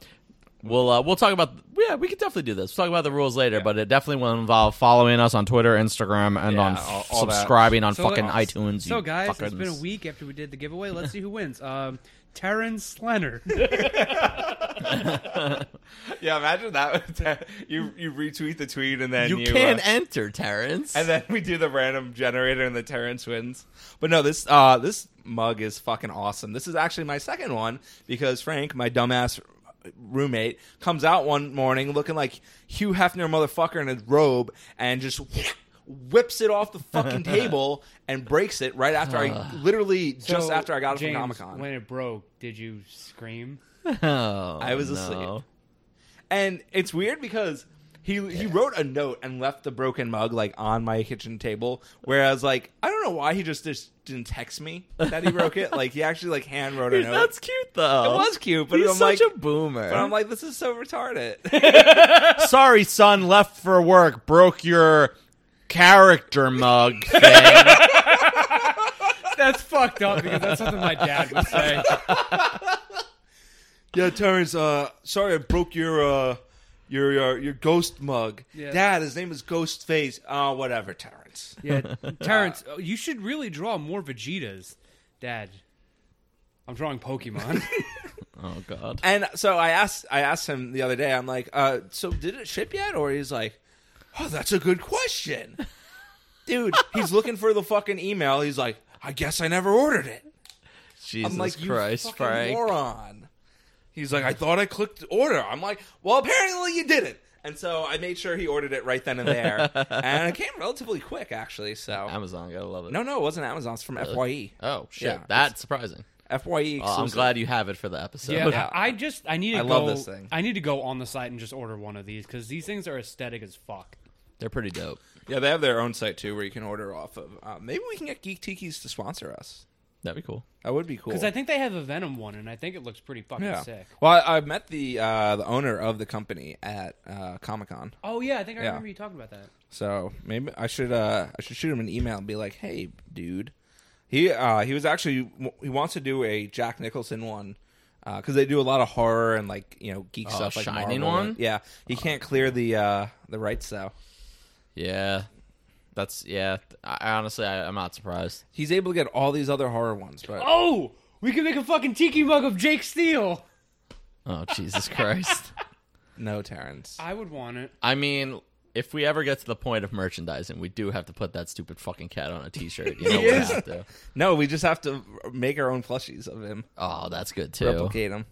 [SPEAKER 1] we'll uh, we'll talk about. Yeah, we could definitely do this. We'll talk about the rules later, but it definitely will involve following us on Twitter, Instagram, and
[SPEAKER 2] Yeah,
[SPEAKER 1] on
[SPEAKER 2] all- all that.
[SPEAKER 1] subscribing on
[SPEAKER 3] So
[SPEAKER 1] fucking
[SPEAKER 3] let's-
[SPEAKER 1] iTunes.
[SPEAKER 3] So,
[SPEAKER 1] you
[SPEAKER 3] guys, it's
[SPEAKER 1] fuckers.
[SPEAKER 3] been a week after we did the giveaway. Let's see who wins. Um, Terrence Leonard.
[SPEAKER 2] Yeah, imagine that. you you retweet the tweet and then
[SPEAKER 1] you
[SPEAKER 2] you,
[SPEAKER 1] can
[SPEAKER 2] uh,
[SPEAKER 1] enter, Terrence.
[SPEAKER 2] and then we do the random generator and the Terrence wins. But no, this uh this mug is fucking awesome. This is actually my second one because Frank, my dumbass roommate, comes out one morning looking like Hugh Hefner motherfucker in his robe and just whips it off the fucking table and breaks it right after I literally just
[SPEAKER 3] So,
[SPEAKER 2] after I got it
[SPEAKER 3] James,
[SPEAKER 2] from Comic Con.
[SPEAKER 3] When it broke, did you scream?
[SPEAKER 1] Oh,
[SPEAKER 2] I was
[SPEAKER 1] no.
[SPEAKER 2] asleep. and it's weird because he he wrote a note and left the broken mug like on my kitchen table. Whereas like I don't know why he just, just didn't text me that he broke it. Like he actually like hand wrote a note.
[SPEAKER 1] That's cute though.
[SPEAKER 2] it was cute, but
[SPEAKER 1] He's
[SPEAKER 2] I'm
[SPEAKER 1] such
[SPEAKER 2] like,
[SPEAKER 1] a boomer.
[SPEAKER 2] but I'm like this is so retarded.
[SPEAKER 4] Sorry, son, left for work, broke your character mug thing.
[SPEAKER 3] That's fucked up because that's something my dad would say.
[SPEAKER 2] yeah, Terrence. Uh, sorry I broke your uh your your, your ghost mug.
[SPEAKER 3] Yeah.
[SPEAKER 2] Dad, his name is Ghostface. Oh, whatever, Terrence.
[SPEAKER 3] Yeah, Terrence, uh, you should really draw more Vegetas, Dad. I'm drawing Pokemon.
[SPEAKER 1] oh god.
[SPEAKER 2] And so I asked I asked him the other day, I'm like, uh, so did it ship yet? Or he's like, Oh, that's a good question. Dude, he's looking for the fucking email. He's like, I guess I never ordered it.
[SPEAKER 1] Jesus
[SPEAKER 2] I'm like, you
[SPEAKER 1] Christ,
[SPEAKER 2] fucking
[SPEAKER 1] Frank.
[SPEAKER 2] moron. He's like, I thought I clicked order. I'm like, well, apparently you didn't. And so I made sure he ordered it right then and there. and it came relatively quick, actually. So
[SPEAKER 1] Amazon, gotta love it.
[SPEAKER 2] no, no, it wasn't Amazon. It's from E. FYE.
[SPEAKER 1] Oh shit,
[SPEAKER 2] Yeah,
[SPEAKER 1] that's surprising.
[SPEAKER 2] FYE.
[SPEAKER 1] Oh, I'm
[SPEAKER 2] E exclusive.
[SPEAKER 1] glad you have it for the episode.
[SPEAKER 3] yeah,
[SPEAKER 2] Yeah.
[SPEAKER 3] I I just I need to
[SPEAKER 2] I
[SPEAKER 3] go.
[SPEAKER 2] love this thing.
[SPEAKER 3] I need to go on the site and just order one of these because these things are aesthetic as fuck.
[SPEAKER 1] They're pretty dope.
[SPEAKER 2] Yeah, they have their own site too where you can order off of. Uh, maybe we can get Geek Tiki's to sponsor us.
[SPEAKER 1] That'd be cool.
[SPEAKER 2] That would be cool.
[SPEAKER 3] Because I think they have a Venom one, and I think it looks pretty fucking
[SPEAKER 2] yeah.
[SPEAKER 3] sick.
[SPEAKER 2] Well, I, I met the uh, the owner of the company at uh, Comic Con,
[SPEAKER 3] Oh yeah, I think I
[SPEAKER 2] Yeah.
[SPEAKER 3] remember you talking about that.
[SPEAKER 2] so maybe I should uh, I should shoot him an email and be like, "Hey, dude." He uh, he was actually he wants to do a Jack Nicholson one because they do a lot of horror and like you know geek
[SPEAKER 1] Oh,
[SPEAKER 2] stuff like
[SPEAKER 1] Shining
[SPEAKER 2] Marvel.
[SPEAKER 1] one?
[SPEAKER 2] Yeah, he can't clear the uh, the rights though.
[SPEAKER 1] Yeah, that's yeah. I, I honestly, I, I'm not surprised.
[SPEAKER 2] He's able to get all these other horror ones, but
[SPEAKER 3] Oh, we can make a fucking tiki mug of Jake Steele.
[SPEAKER 1] Oh Jesus Christ.
[SPEAKER 2] no Terrence.
[SPEAKER 3] I would want it.
[SPEAKER 1] I mean, if we ever get to the point of merchandising, we do have to put that stupid fucking cat on a T-shirt. You know, we
[SPEAKER 2] is.
[SPEAKER 1] have to.
[SPEAKER 2] No, we just have to make our own plushies of him.
[SPEAKER 1] Oh, that's good too.
[SPEAKER 2] replicate him.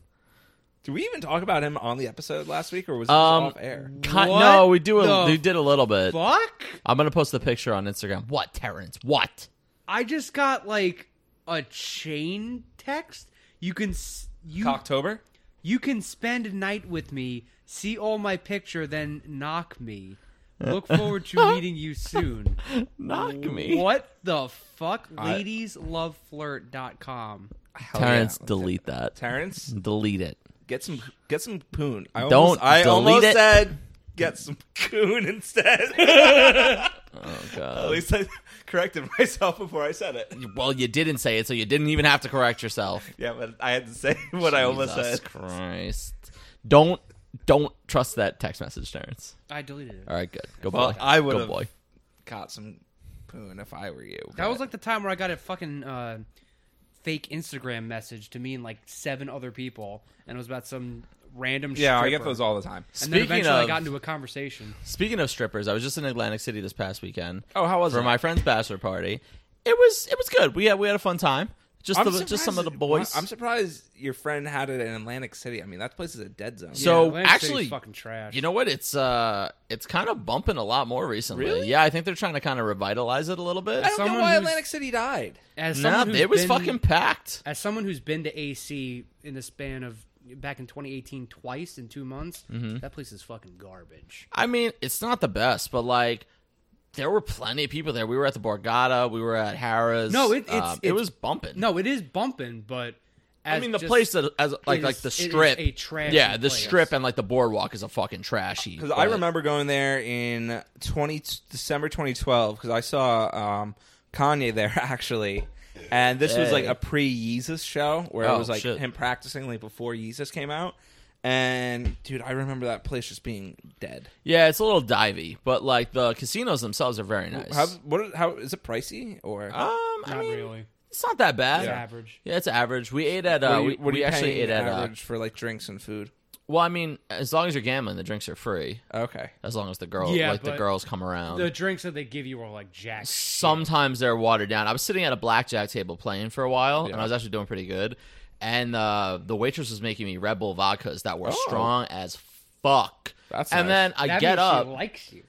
[SPEAKER 2] Did we even talk about him on the episode last week, or was it
[SPEAKER 1] Um,
[SPEAKER 2] off air?
[SPEAKER 1] Ki-
[SPEAKER 3] What
[SPEAKER 1] no, we do. A,
[SPEAKER 3] the
[SPEAKER 1] we did a little bit.
[SPEAKER 3] Fuck!
[SPEAKER 1] I'm gonna post the picture on Instagram. What, Terrence? What?
[SPEAKER 3] I just got like a chain text. You can s- you
[SPEAKER 2] October.
[SPEAKER 3] you can spend a night with me, see all my picture, then knock me. Look forward to meeting you soon.
[SPEAKER 1] Knock me.
[SPEAKER 3] What the fuck? Ladiesloveflirt.com.
[SPEAKER 1] Terrence, delete that.
[SPEAKER 2] Terrence,
[SPEAKER 1] Delete it.
[SPEAKER 2] get some, get some poon. I
[SPEAKER 1] Don't
[SPEAKER 2] almost, I
[SPEAKER 1] delete
[SPEAKER 2] almost
[SPEAKER 1] it.
[SPEAKER 2] said get some coon instead. At
[SPEAKER 1] Oh god.
[SPEAKER 2] least I corrected myself before I said it.
[SPEAKER 1] Well, you didn't say it, so you didn't even have to correct yourself.
[SPEAKER 2] Yeah, but I had to say what I almost
[SPEAKER 1] Jesus
[SPEAKER 2] said.
[SPEAKER 1] Christ. Don't don't trust that text message, Terrence.
[SPEAKER 3] I deleted it.
[SPEAKER 1] All right, good. Go
[SPEAKER 2] Well,
[SPEAKER 1] boy.
[SPEAKER 2] I
[SPEAKER 1] Go
[SPEAKER 2] would've-
[SPEAKER 1] boy.
[SPEAKER 2] Caught some poon if I were you.
[SPEAKER 3] That was like the time where I got a fucking uh, fake Instagram message to me and like seven other people, and it was about some random.
[SPEAKER 2] yeah, I get
[SPEAKER 3] stripper.
[SPEAKER 2] those all the time.
[SPEAKER 3] And then
[SPEAKER 1] Speaking
[SPEAKER 3] eventually, I
[SPEAKER 1] of-
[SPEAKER 3] got into a conversation.
[SPEAKER 1] Speaking of strippers, I was just in Atlantic City this past weekend.
[SPEAKER 2] Oh, how was
[SPEAKER 1] for
[SPEAKER 2] it?
[SPEAKER 1] my friend's bachelor party? It was it was good. We had we had a fun time. Just the, just some of the
[SPEAKER 2] surprised-
[SPEAKER 1] boys.
[SPEAKER 2] I'm surprised your friend had it in Atlantic City. I mean, that place is a dead zone.
[SPEAKER 1] So,
[SPEAKER 3] Atlantic City's
[SPEAKER 1] actually,
[SPEAKER 3] fucking trash.
[SPEAKER 1] you know what? It's uh, it's kind of bumping a lot more recently.
[SPEAKER 2] Really?
[SPEAKER 1] Yeah, I think they're trying to kind of revitalize it a little bit.
[SPEAKER 2] I don't
[SPEAKER 3] someone
[SPEAKER 2] know why
[SPEAKER 3] who's-
[SPEAKER 2] Atlantic City died.
[SPEAKER 3] as
[SPEAKER 1] No,
[SPEAKER 3] someone who's
[SPEAKER 1] it was
[SPEAKER 3] been-
[SPEAKER 1] fucking packed.
[SPEAKER 3] as someone who's been to AC in the span of back in 2018 twice in two months,
[SPEAKER 1] Mm-hmm.
[SPEAKER 3] that place is fucking garbage.
[SPEAKER 1] I mean, it's not the best, but like there were plenty of people there. We were at the Borgata, we were at Harrah's.
[SPEAKER 3] No, it- it's-
[SPEAKER 1] Um, it
[SPEAKER 3] it's-
[SPEAKER 1] was bumping.
[SPEAKER 3] No, it is bumping, but as
[SPEAKER 1] I mean the
[SPEAKER 3] just-
[SPEAKER 1] place that as like like
[SPEAKER 3] is-
[SPEAKER 1] the
[SPEAKER 3] it is
[SPEAKER 1] strip,
[SPEAKER 3] a trashy
[SPEAKER 1] yeah, the
[SPEAKER 3] place.
[SPEAKER 1] strip and like the boardwalk is a fucking trashy.
[SPEAKER 2] Because I
[SPEAKER 1] but-
[SPEAKER 2] remember going there in twenty December twenty twelve. Because I saw um, Kanye there actually, and this was like
[SPEAKER 1] Hey.
[SPEAKER 2] a pre Yeezus show where
[SPEAKER 1] Oh,
[SPEAKER 2] it was like
[SPEAKER 1] shit.
[SPEAKER 2] him practicing like before Yeezus came out. And dude, I remember that place just being dead.
[SPEAKER 1] yeah, it's a little divey, but like the casinos themselves are very nice.
[SPEAKER 2] How, what? How is it pricey or?
[SPEAKER 1] um, I
[SPEAKER 3] Not
[SPEAKER 1] mean,
[SPEAKER 3] really.
[SPEAKER 1] it's not that bad.
[SPEAKER 3] It's
[SPEAKER 1] Yeah.
[SPEAKER 3] average.
[SPEAKER 1] it's average. We ate at uh,
[SPEAKER 2] what are you-
[SPEAKER 1] we,
[SPEAKER 2] what are
[SPEAKER 1] we
[SPEAKER 2] you
[SPEAKER 1] actually
[SPEAKER 2] paying
[SPEAKER 1] ate at uh,
[SPEAKER 2] average for like drinks and food?
[SPEAKER 1] Well, I mean, as long as you're gambling, the drinks are free.
[SPEAKER 2] Okay.
[SPEAKER 1] As long as the girl,
[SPEAKER 3] Yeah,
[SPEAKER 1] like the
[SPEAKER 3] but
[SPEAKER 1] girls come around.
[SPEAKER 3] The drinks that they give you are like jack.
[SPEAKER 1] sometimes they're watered down. I was sitting at a blackjack table playing for a while, and I was actually doing pretty good. And uh, the waitress was making me Red Bull vodkas that were
[SPEAKER 2] Oh.
[SPEAKER 1] strong as fuck.
[SPEAKER 2] That's
[SPEAKER 1] and
[SPEAKER 2] nice.
[SPEAKER 1] then I
[SPEAKER 3] That
[SPEAKER 1] get
[SPEAKER 3] means
[SPEAKER 1] up,
[SPEAKER 3] She likes you.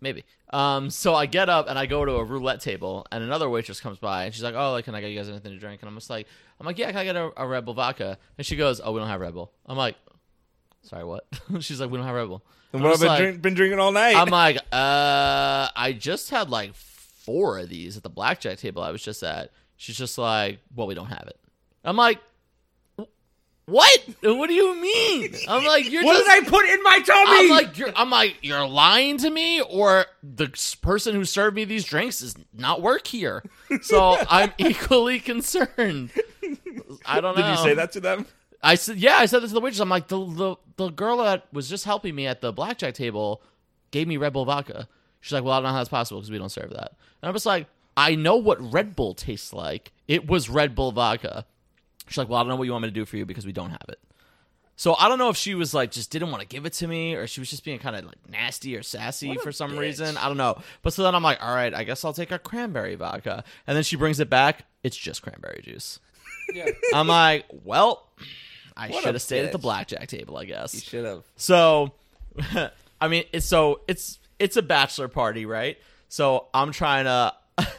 [SPEAKER 1] maybe. Um, so I get up and I go to a roulette table, and another waitress comes by, and she's like, "Oh, like, can I get you guys anything to drink?" And I'm just like, "I'm like, yeah, can I get a, a Red Bull vodka?" And she goes, "Oh, we don't have Red Bull." I'm like, "Sorry, what?" she's like, "We don't have Red Bull."
[SPEAKER 2] And
[SPEAKER 1] I'm
[SPEAKER 2] what I've
[SPEAKER 1] just
[SPEAKER 2] been,
[SPEAKER 1] like-
[SPEAKER 2] drink, been drinking all night.
[SPEAKER 1] I'm like, uh, I just had like four of these at the blackjack table I was just at. She's just like, well, we don't have it. I'm like, what? What do you mean? I'm like, you're just.
[SPEAKER 3] I put in my tummy?
[SPEAKER 1] I'm like, you're, I'm like, you're lying to me, or the s- person who served me these drinks does not work here. So I'm equally concerned. I don't know.
[SPEAKER 2] Did you say that to them?
[SPEAKER 1] I said, yeah, I said this to the waitress. I'm like, the, the the girl that was just helping me at the blackjack table gave me Red Bull vodka. She's like, well, I don't know how that's possible because we don't serve that. And I'm just like, I know what Red Bull tastes like. It was Red Bull vodka. She's like, well, I don't know what you want me to do for you because we don't have it. So I don't know if she was like just didn't want to give it to me, or she was just being kind of like nasty or sassy for some reason. I don't know. But so then I'm like, all right, I guess I'll take a cranberry vodka. And then she brings it back. It's just cranberry juice.
[SPEAKER 2] Yeah.
[SPEAKER 1] I'm like, well, I
[SPEAKER 2] What
[SPEAKER 1] should
[SPEAKER 2] a
[SPEAKER 1] have stayed at the
[SPEAKER 2] bitch.
[SPEAKER 1] blackjack table, I
[SPEAKER 2] You
[SPEAKER 1] guess.
[SPEAKER 2] should have.
[SPEAKER 1] So, I mean, it's so it's it's a bachelor party, right? So I'm trying to.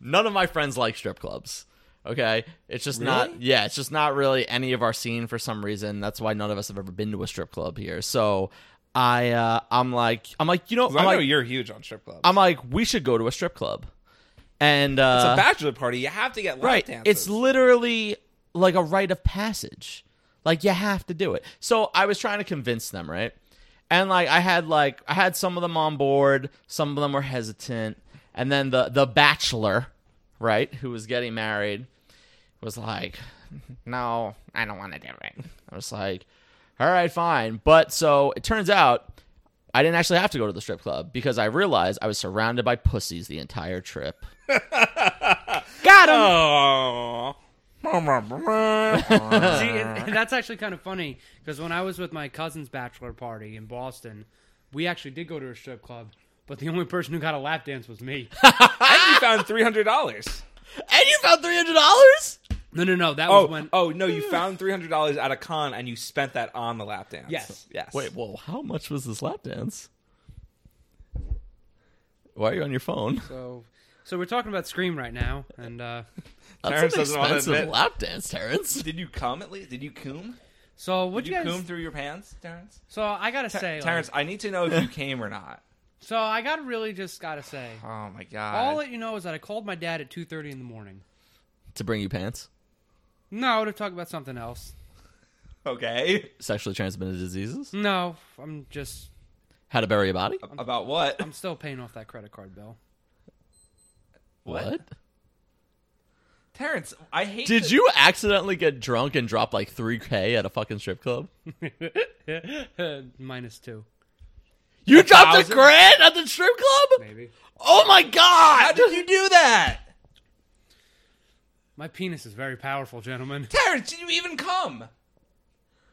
[SPEAKER 1] none of my friends like strip clubs. Okay, it's just not.
[SPEAKER 2] Really?
[SPEAKER 1] Yeah, it's just not really any of our scene for some reason. That's why none of us have ever been to a strip club here. So I, uh, I'm like, I'm like, you know, I'm
[SPEAKER 2] I know
[SPEAKER 1] like,
[SPEAKER 2] you're huge on strip clubs.
[SPEAKER 1] I'm like, we should go to a strip club. And uh,
[SPEAKER 2] it's a bachelor party. You have to get lap
[SPEAKER 1] right
[SPEAKER 2] dances.
[SPEAKER 1] it's literally like a rite of passage like you have to do it so i was trying to convince them right and like i had like i had some of them on board some of them were hesitant and then the the bachelor right who was getting married was like no i don't want to do it i was like all right fine but so it turns out i didn't actually have to go to the strip club because i realized i was surrounded by pussies the entire trip
[SPEAKER 2] got him. Oh.
[SPEAKER 1] Uh.
[SPEAKER 2] That's
[SPEAKER 3] See, and- and that's actually kind of funny because when I was with my cousin's bachelor party in Boston, we actually did go to a strip club, but the only person who got a lap dance was me.
[SPEAKER 2] and you found three hundred dollars.
[SPEAKER 1] and you found three hundred dollars.
[SPEAKER 3] No, no, no. That
[SPEAKER 2] Oh,
[SPEAKER 3] was when.
[SPEAKER 2] oh no! You found three hundred dollars at a con and you spent that on the lap dance.
[SPEAKER 3] Yes.
[SPEAKER 2] yes.
[SPEAKER 1] Wait, whoa! How much was this lap dance? Why are you on your phone?
[SPEAKER 3] So, so we're talking about Scream right now, and uh,
[SPEAKER 1] That's
[SPEAKER 2] Terrence
[SPEAKER 1] an
[SPEAKER 2] doesn't wanna
[SPEAKER 1] expensive
[SPEAKER 2] admit.
[SPEAKER 1] lap dance, Terrence.
[SPEAKER 2] did you cum at least? Did you cum?
[SPEAKER 3] so what
[SPEAKER 2] Did
[SPEAKER 3] you
[SPEAKER 2] you,
[SPEAKER 3] guys?
[SPEAKER 2] cum through your pants, Terrence?
[SPEAKER 3] so I gotta say, like-
[SPEAKER 2] Terrence, I need to know if you came or not.
[SPEAKER 3] so I gotta really just gotta say,
[SPEAKER 2] Oh my god!
[SPEAKER 3] all that you know is that I called my dad at two thirty in the morning.
[SPEAKER 1] To bring you pants,
[SPEAKER 3] No, to talk about something else.
[SPEAKER 2] okay.
[SPEAKER 1] sexually transmitted diseases,
[SPEAKER 3] No, I'm just
[SPEAKER 1] how to bury a body.
[SPEAKER 2] About what?
[SPEAKER 3] I'm still paying off that credit card bill.
[SPEAKER 1] What?
[SPEAKER 2] Terrence, I hate.
[SPEAKER 1] Did
[SPEAKER 2] that-
[SPEAKER 1] you accidentally get drunk and drop like three k at a fucking strip club?
[SPEAKER 3] Minus two,
[SPEAKER 1] You dropped
[SPEAKER 2] thousand?
[SPEAKER 1] a grand at the strip club?
[SPEAKER 3] maybe.
[SPEAKER 1] Oh my
[SPEAKER 2] How
[SPEAKER 1] god!
[SPEAKER 2] did you do that,
[SPEAKER 3] My penis is very powerful, gentlemen.
[SPEAKER 2] Terrence? Did you even cum?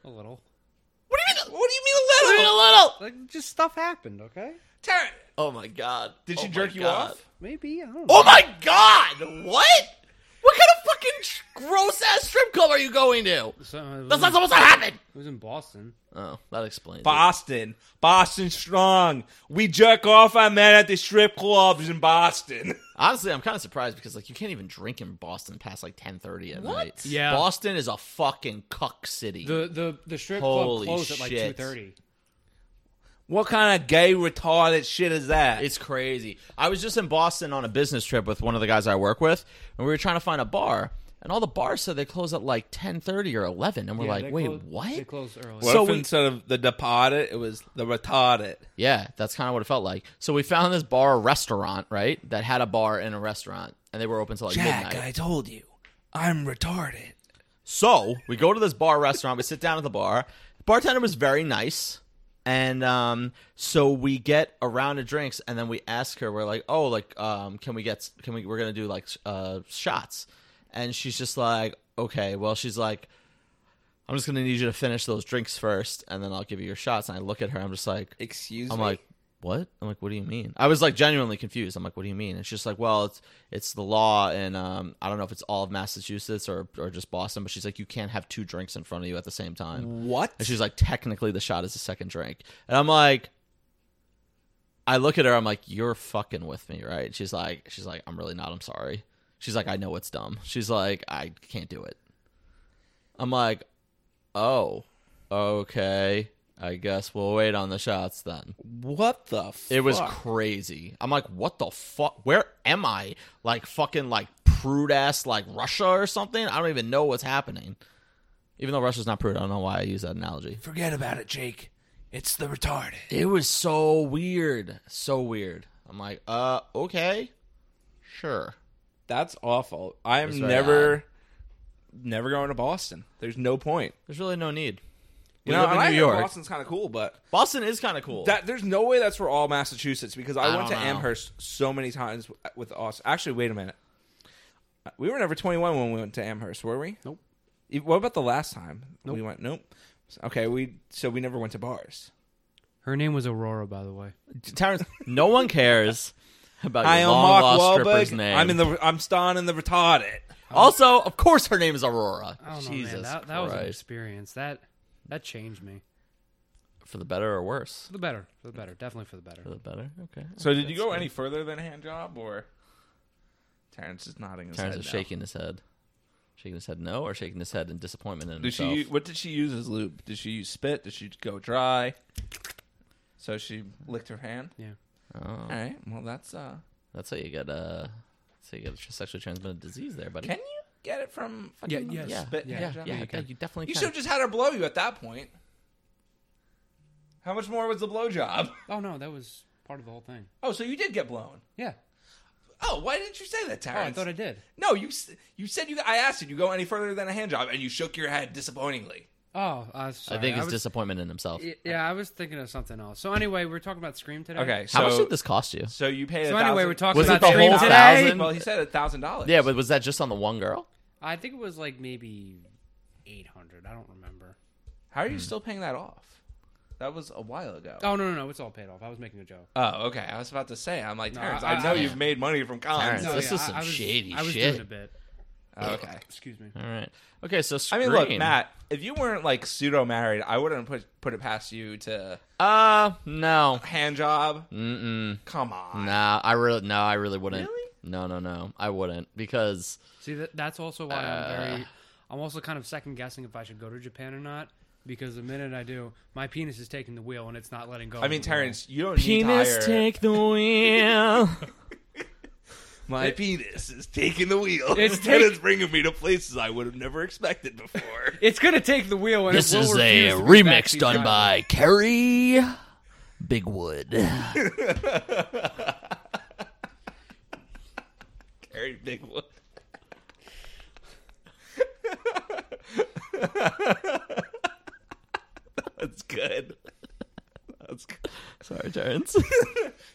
[SPEAKER 3] A little.
[SPEAKER 2] What do you mean? What do you mean a
[SPEAKER 1] Leave it
[SPEAKER 2] little?
[SPEAKER 1] alone!
[SPEAKER 3] Like just stuff happened, okay?
[SPEAKER 2] Terrence,
[SPEAKER 1] Oh my god!
[SPEAKER 2] did
[SPEAKER 1] Oh
[SPEAKER 2] she
[SPEAKER 1] my
[SPEAKER 2] jerk you
[SPEAKER 1] God.
[SPEAKER 2] off?
[SPEAKER 3] Maybe I don't know.
[SPEAKER 1] Oh my god! What? What kind of fucking gross ass strip club are you going to?
[SPEAKER 3] So, uh, it was
[SPEAKER 1] That's
[SPEAKER 3] in-
[SPEAKER 1] not supposed to happen.
[SPEAKER 3] It was in Boston.
[SPEAKER 1] Oh, that explains. it.
[SPEAKER 2] Boston, Boston strong. We jerk off our men at the strip clubs in Boston.
[SPEAKER 1] Honestly, I'm kind of surprised because like you can't even drink in Boston past like 10:30 at night.
[SPEAKER 3] Yeah.
[SPEAKER 1] Boston is a fucking cuck city.
[SPEAKER 3] The the the strip
[SPEAKER 1] Holy
[SPEAKER 3] club closed at like two
[SPEAKER 1] shit.
[SPEAKER 3] thirty.
[SPEAKER 2] What kind of gay retarded shit is that?
[SPEAKER 1] It's crazy. I was just in Boston on a business trip with one of the guys I work with, and we were trying to find a bar, and all the bars said they close at like 10:30 or 11, and we're like, wait,
[SPEAKER 3] They
[SPEAKER 1] what?
[SPEAKER 3] closed early.
[SPEAKER 2] what
[SPEAKER 1] so
[SPEAKER 2] if
[SPEAKER 1] we-
[SPEAKER 2] instead of the departed, it was the retarded?
[SPEAKER 1] Yeah, that's kind of what it felt like. So we found this bar restaurant, right, that had a bar and a restaurant, and they were open till like midnight.
[SPEAKER 2] told you, I'm retarded.
[SPEAKER 1] So we go to this bar restaurant. We sit down at the bar. The bartender was very nice, and um, so we get a round of drinks, and then we ask her. We're like, "Oh, like, um, can we get? Can we? We're gonna do like uh, shots," and she's just like, "Okay." Well, she's like, I'm just gonna need you to finish those drinks first, and then I'll give you your shots. And I look at her. I'm just like,
[SPEAKER 2] Excuse
[SPEAKER 1] I'm
[SPEAKER 2] me.
[SPEAKER 1] like, what? I'm like, what do you mean? I was like genuinely confused. I'm like, what do you mean? And she's just like, well, it's it's the law, and um, I don't know if it's all of Massachusetts or or just Boston, but she's like, you can't have two drinks in front of you at the same time.
[SPEAKER 2] what?
[SPEAKER 1] And she's like, technically, the shot is a second drink. And I'm like, I look at her. I'm like, you're fucking with me, right? She's like, she's like, I'm really not. I'm sorry. She's like, I know it's dumb. She's like, I can't do it. I'm like, oh, okay. I guess we'll wait on the shots then.
[SPEAKER 2] what the? Fuck?
[SPEAKER 1] It was crazy. I'm like, what the fuck? Where am I? Like fucking like prude ass like Russia or something? I don't even know what's happening. Even though Russia's not prude, I don't know why I use that analogy.
[SPEAKER 2] Forget about it, Jake. It's the retarded.
[SPEAKER 1] It was so weird. So weird. I'm like, uh, okay. Sure.
[SPEAKER 2] That's awful. I am
[SPEAKER 1] was very
[SPEAKER 2] never, never going to Boston. There's no point.
[SPEAKER 1] There's really no need.
[SPEAKER 2] You
[SPEAKER 1] We
[SPEAKER 2] know,
[SPEAKER 1] live
[SPEAKER 2] and I
[SPEAKER 1] in New
[SPEAKER 2] think
[SPEAKER 1] York. Boston.
[SPEAKER 2] Boston's kind of cool, but
[SPEAKER 1] is kind of cool.
[SPEAKER 2] that there's no way that's where all Massachusetts because I,
[SPEAKER 1] I
[SPEAKER 2] went to
[SPEAKER 1] don't know.
[SPEAKER 2] Amherst so many times with Austin. Actually, wait a minute. Uh, We were never 21 when we went to Amherst, were we?
[SPEAKER 3] Nope.
[SPEAKER 2] E- What about the last time we went? Nope. Okay, we so we never went to bars.
[SPEAKER 3] Her name was Aurora, by the way.
[SPEAKER 1] Terrence, no one cares about your
[SPEAKER 2] I am
[SPEAKER 1] long
[SPEAKER 2] Mark
[SPEAKER 1] lost stripper's
[SPEAKER 2] Wahlberg.
[SPEAKER 1] name.
[SPEAKER 2] I'm in the I'm Stan in the retarded.
[SPEAKER 1] also, of course, her name is Aurora.
[SPEAKER 3] I don't
[SPEAKER 1] Jesus
[SPEAKER 3] know, man. That, that was an
[SPEAKER 1] Christ.
[SPEAKER 3] experience. That that changed me
[SPEAKER 1] For the better or worse?
[SPEAKER 3] for the better. For the better, definitely for the better.
[SPEAKER 1] For the better. Okay.
[SPEAKER 2] So did you go any further than hand job or? Terrence is nodding. His
[SPEAKER 1] Terrence
[SPEAKER 2] head
[SPEAKER 1] is
[SPEAKER 2] now.
[SPEAKER 1] shaking his head, shaking his head no, or shaking his head in disappointment in
[SPEAKER 2] Did she?
[SPEAKER 1] himself.
[SPEAKER 2] u- What did she use as lube? Did she use spit? Did she go dry? So she licked her hand.
[SPEAKER 1] oh,
[SPEAKER 2] All right. Well, that's uh.
[SPEAKER 1] that's how you get uh, that's how you get a tr- sexually transmitted disease there, buddy.
[SPEAKER 2] Can you get it from?
[SPEAKER 3] Yeah,
[SPEAKER 2] Fucking
[SPEAKER 3] yes.
[SPEAKER 1] yeah,
[SPEAKER 2] Spit
[SPEAKER 1] yeah,
[SPEAKER 2] hand
[SPEAKER 1] yeah,
[SPEAKER 2] job?
[SPEAKER 1] yeah,
[SPEAKER 2] You
[SPEAKER 1] you,
[SPEAKER 2] can.
[SPEAKER 1] definitely
[SPEAKER 2] You should
[SPEAKER 1] can.
[SPEAKER 2] have just had her blow you at that point. How much more was the blowjob?
[SPEAKER 3] Oh no, that was part of the whole thing.
[SPEAKER 2] Oh, so you did get blown.
[SPEAKER 3] Yeah.
[SPEAKER 2] Oh, why didn't you say that,
[SPEAKER 3] Oh, I
[SPEAKER 2] Terrence?
[SPEAKER 3] thought I did.
[SPEAKER 2] No, you s- you said you. I asked did you go any further than a hand job, and you shook your head disappointingly.
[SPEAKER 3] Oh, uh,
[SPEAKER 1] I
[SPEAKER 3] sorry.
[SPEAKER 1] think it's
[SPEAKER 3] was-
[SPEAKER 1] disappointment in himself.
[SPEAKER 3] y- Yeah, I was thinking of something else. So anyway, we're talking about Scream today.
[SPEAKER 1] How much did this cost you?
[SPEAKER 2] So you paid.
[SPEAKER 3] So
[SPEAKER 2] a
[SPEAKER 3] anyway,
[SPEAKER 2] thousand-
[SPEAKER 3] we're talking
[SPEAKER 1] Was it
[SPEAKER 3] about
[SPEAKER 1] the
[SPEAKER 3] Scream
[SPEAKER 1] whole
[SPEAKER 3] today.
[SPEAKER 1] thousand?
[SPEAKER 2] Well, he said a thousand dollars.
[SPEAKER 1] Yeah, but was that just on the one girl?
[SPEAKER 3] I think it was like maybe eight hundred. I don't remember.
[SPEAKER 2] how are you still paying that off? That was a while ago.
[SPEAKER 3] Oh no, no, no! It's all paid off. I was making a joke.
[SPEAKER 2] Oh, okay. I was about to say. I'm like
[SPEAKER 3] No,
[SPEAKER 2] Terrence. I,
[SPEAKER 3] I-
[SPEAKER 2] know
[SPEAKER 3] I-
[SPEAKER 2] you've made money from cons.
[SPEAKER 1] Terrence, No, this is some
[SPEAKER 3] was-
[SPEAKER 1] shady
[SPEAKER 3] I was
[SPEAKER 1] shit.
[SPEAKER 3] doing a bit.
[SPEAKER 2] Oh, okay.
[SPEAKER 3] Excuse me.
[SPEAKER 1] All right. Okay, so
[SPEAKER 2] I
[SPEAKER 1] Scream.
[SPEAKER 2] mean, look, Matt. If you weren't like pseudo married, I wouldn't put put it past you to
[SPEAKER 1] Uh, no.
[SPEAKER 2] hand job.
[SPEAKER 1] Mm-mm.
[SPEAKER 2] Come on.
[SPEAKER 1] Nah, I really, Mm. no, I really wouldn't.
[SPEAKER 2] Really?
[SPEAKER 1] No, no, no, I wouldn't because
[SPEAKER 3] See, that, that's also why I'm
[SPEAKER 1] Uh.
[SPEAKER 3] very. I'm also kind of second guessing if I should go to Japan or not because the minute I do, my penis is taking the wheel and it's not letting go.
[SPEAKER 2] I
[SPEAKER 3] of
[SPEAKER 2] mean,
[SPEAKER 3] the wheel.
[SPEAKER 2] Terrence, you don't need
[SPEAKER 1] penis
[SPEAKER 2] to hire.
[SPEAKER 1] take the wheel.
[SPEAKER 2] My penis is taking the wheel.
[SPEAKER 3] It's
[SPEAKER 2] and
[SPEAKER 3] take-
[SPEAKER 2] it's bringing me to places I would have never expected before.
[SPEAKER 3] It's gonna take the wheel. And
[SPEAKER 1] This
[SPEAKER 3] it will
[SPEAKER 1] is a
[SPEAKER 3] refuse to be
[SPEAKER 1] remix
[SPEAKER 3] backseat
[SPEAKER 1] done
[SPEAKER 3] driver.
[SPEAKER 1] by Kerry Bigwood.
[SPEAKER 2] Very big one. That's good. That's good.
[SPEAKER 1] Sorry, Terrence.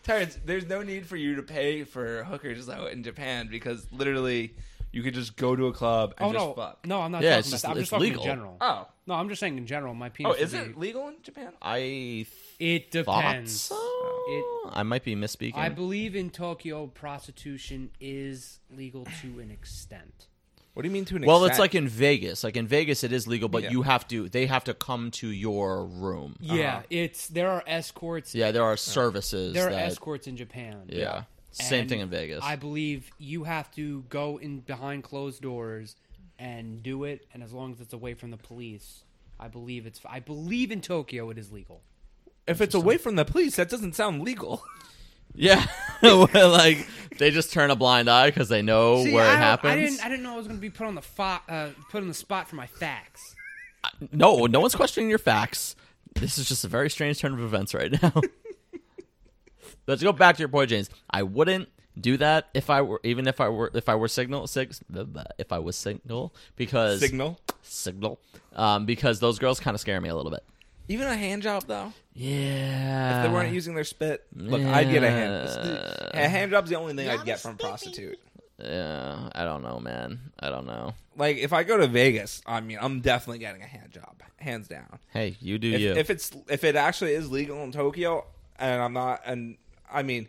[SPEAKER 2] Terrence, there's no need for you to pay for hookers though in Japan because literally you could just go to a club and
[SPEAKER 3] Oh
[SPEAKER 2] just
[SPEAKER 3] no,
[SPEAKER 2] fuck.
[SPEAKER 3] no, I'm not.
[SPEAKER 1] Yeah,
[SPEAKER 3] talking
[SPEAKER 1] it's
[SPEAKER 3] about
[SPEAKER 1] just-
[SPEAKER 3] that. I'm
[SPEAKER 1] it's
[SPEAKER 3] just talking
[SPEAKER 1] legal. Ah.
[SPEAKER 3] in general.
[SPEAKER 2] Oh,
[SPEAKER 3] No, I'm just saying in general. My penis.
[SPEAKER 2] oh, is
[SPEAKER 3] would
[SPEAKER 2] it
[SPEAKER 3] be-
[SPEAKER 2] legal in Japan?
[SPEAKER 1] I
[SPEAKER 3] It
[SPEAKER 1] thought
[SPEAKER 3] depends.
[SPEAKER 1] so.
[SPEAKER 3] It-
[SPEAKER 1] I might be misspeaking.
[SPEAKER 3] I believe in Tokyo, prostitution is legal to an extent.
[SPEAKER 2] What do you mean to an
[SPEAKER 1] well, it's like in Vegas. Like in Vegas, it is legal, but
[SPEAKER 2] Yeah.
[SPEAKER 1] you have to. They have to come to your room.
[SPEAKER 3] Yeah, Uh-huh. it's there are escorts.
[SPEAKER 1] Yeah, there are services.
[SPEAKER 3] there are
[SPEAKER 1] that,
[SPEAKER 3] escorts in Japan.
[SPEAKER 1] Yeah. Same
[SPEAKER 3] And
[SPEAKER 1] thing in Vegas.
[SPEAKER 3] I believe you have to go in behind closed doors and do it, and as long as it's away from the police, I believe it's. I believe in Tokyo it is legal.
[SPEAKER 2] if it's away from the police, that doesn't sound legal.
[SPEAKER 1] yeah. Where, like they just turn a blind eye because they know
[SPEAKER 3] See,
[SPEAKER 1] where
[SPEAKER 3] I
[SPEAKER 1] it
[SPEAKER 3] don't-
[SPEAKER 1] happens.
[SPEAKER 3] I didn't. I didn't know I was going to be put on the fo- uh, put on the spot for my facts.
[SPEAKER 1] no, no one's questioning your facts. This is just a very strange turn of events right now. Let's go back to your point, James. I wouldn't do that if I were, even if I were, if I were signal six, if I was signal because
[SPEAKER 2] Signal.
[SPEAKER 1] signal, um, because those girls kind of scare me a little bit.
[SPEAKER 2] Even a hand job though.
[SPEAKER 1] Yeah,
[SPEAKER 2] They weren't using their spit. Look, I'd get a hand.
[SPEAKER 1] Yeah.
[SPEAKER 2] A hand job's the only thing I'd get from prostitute.
[SPEAKER 1] Yeah, I don't know, man. I don't know.
[SPEAKER 2] Like if I go to Vegas, I mean, I'm definitely getting a hand job, hands down.
[SPEAKER 1] Hey, you do
[SPEAKER 2] If,
[SPEAKER 1] you.
[SPEAKER 2] if it's if it actually is legal in Tokyo, and I'm not, and I mean,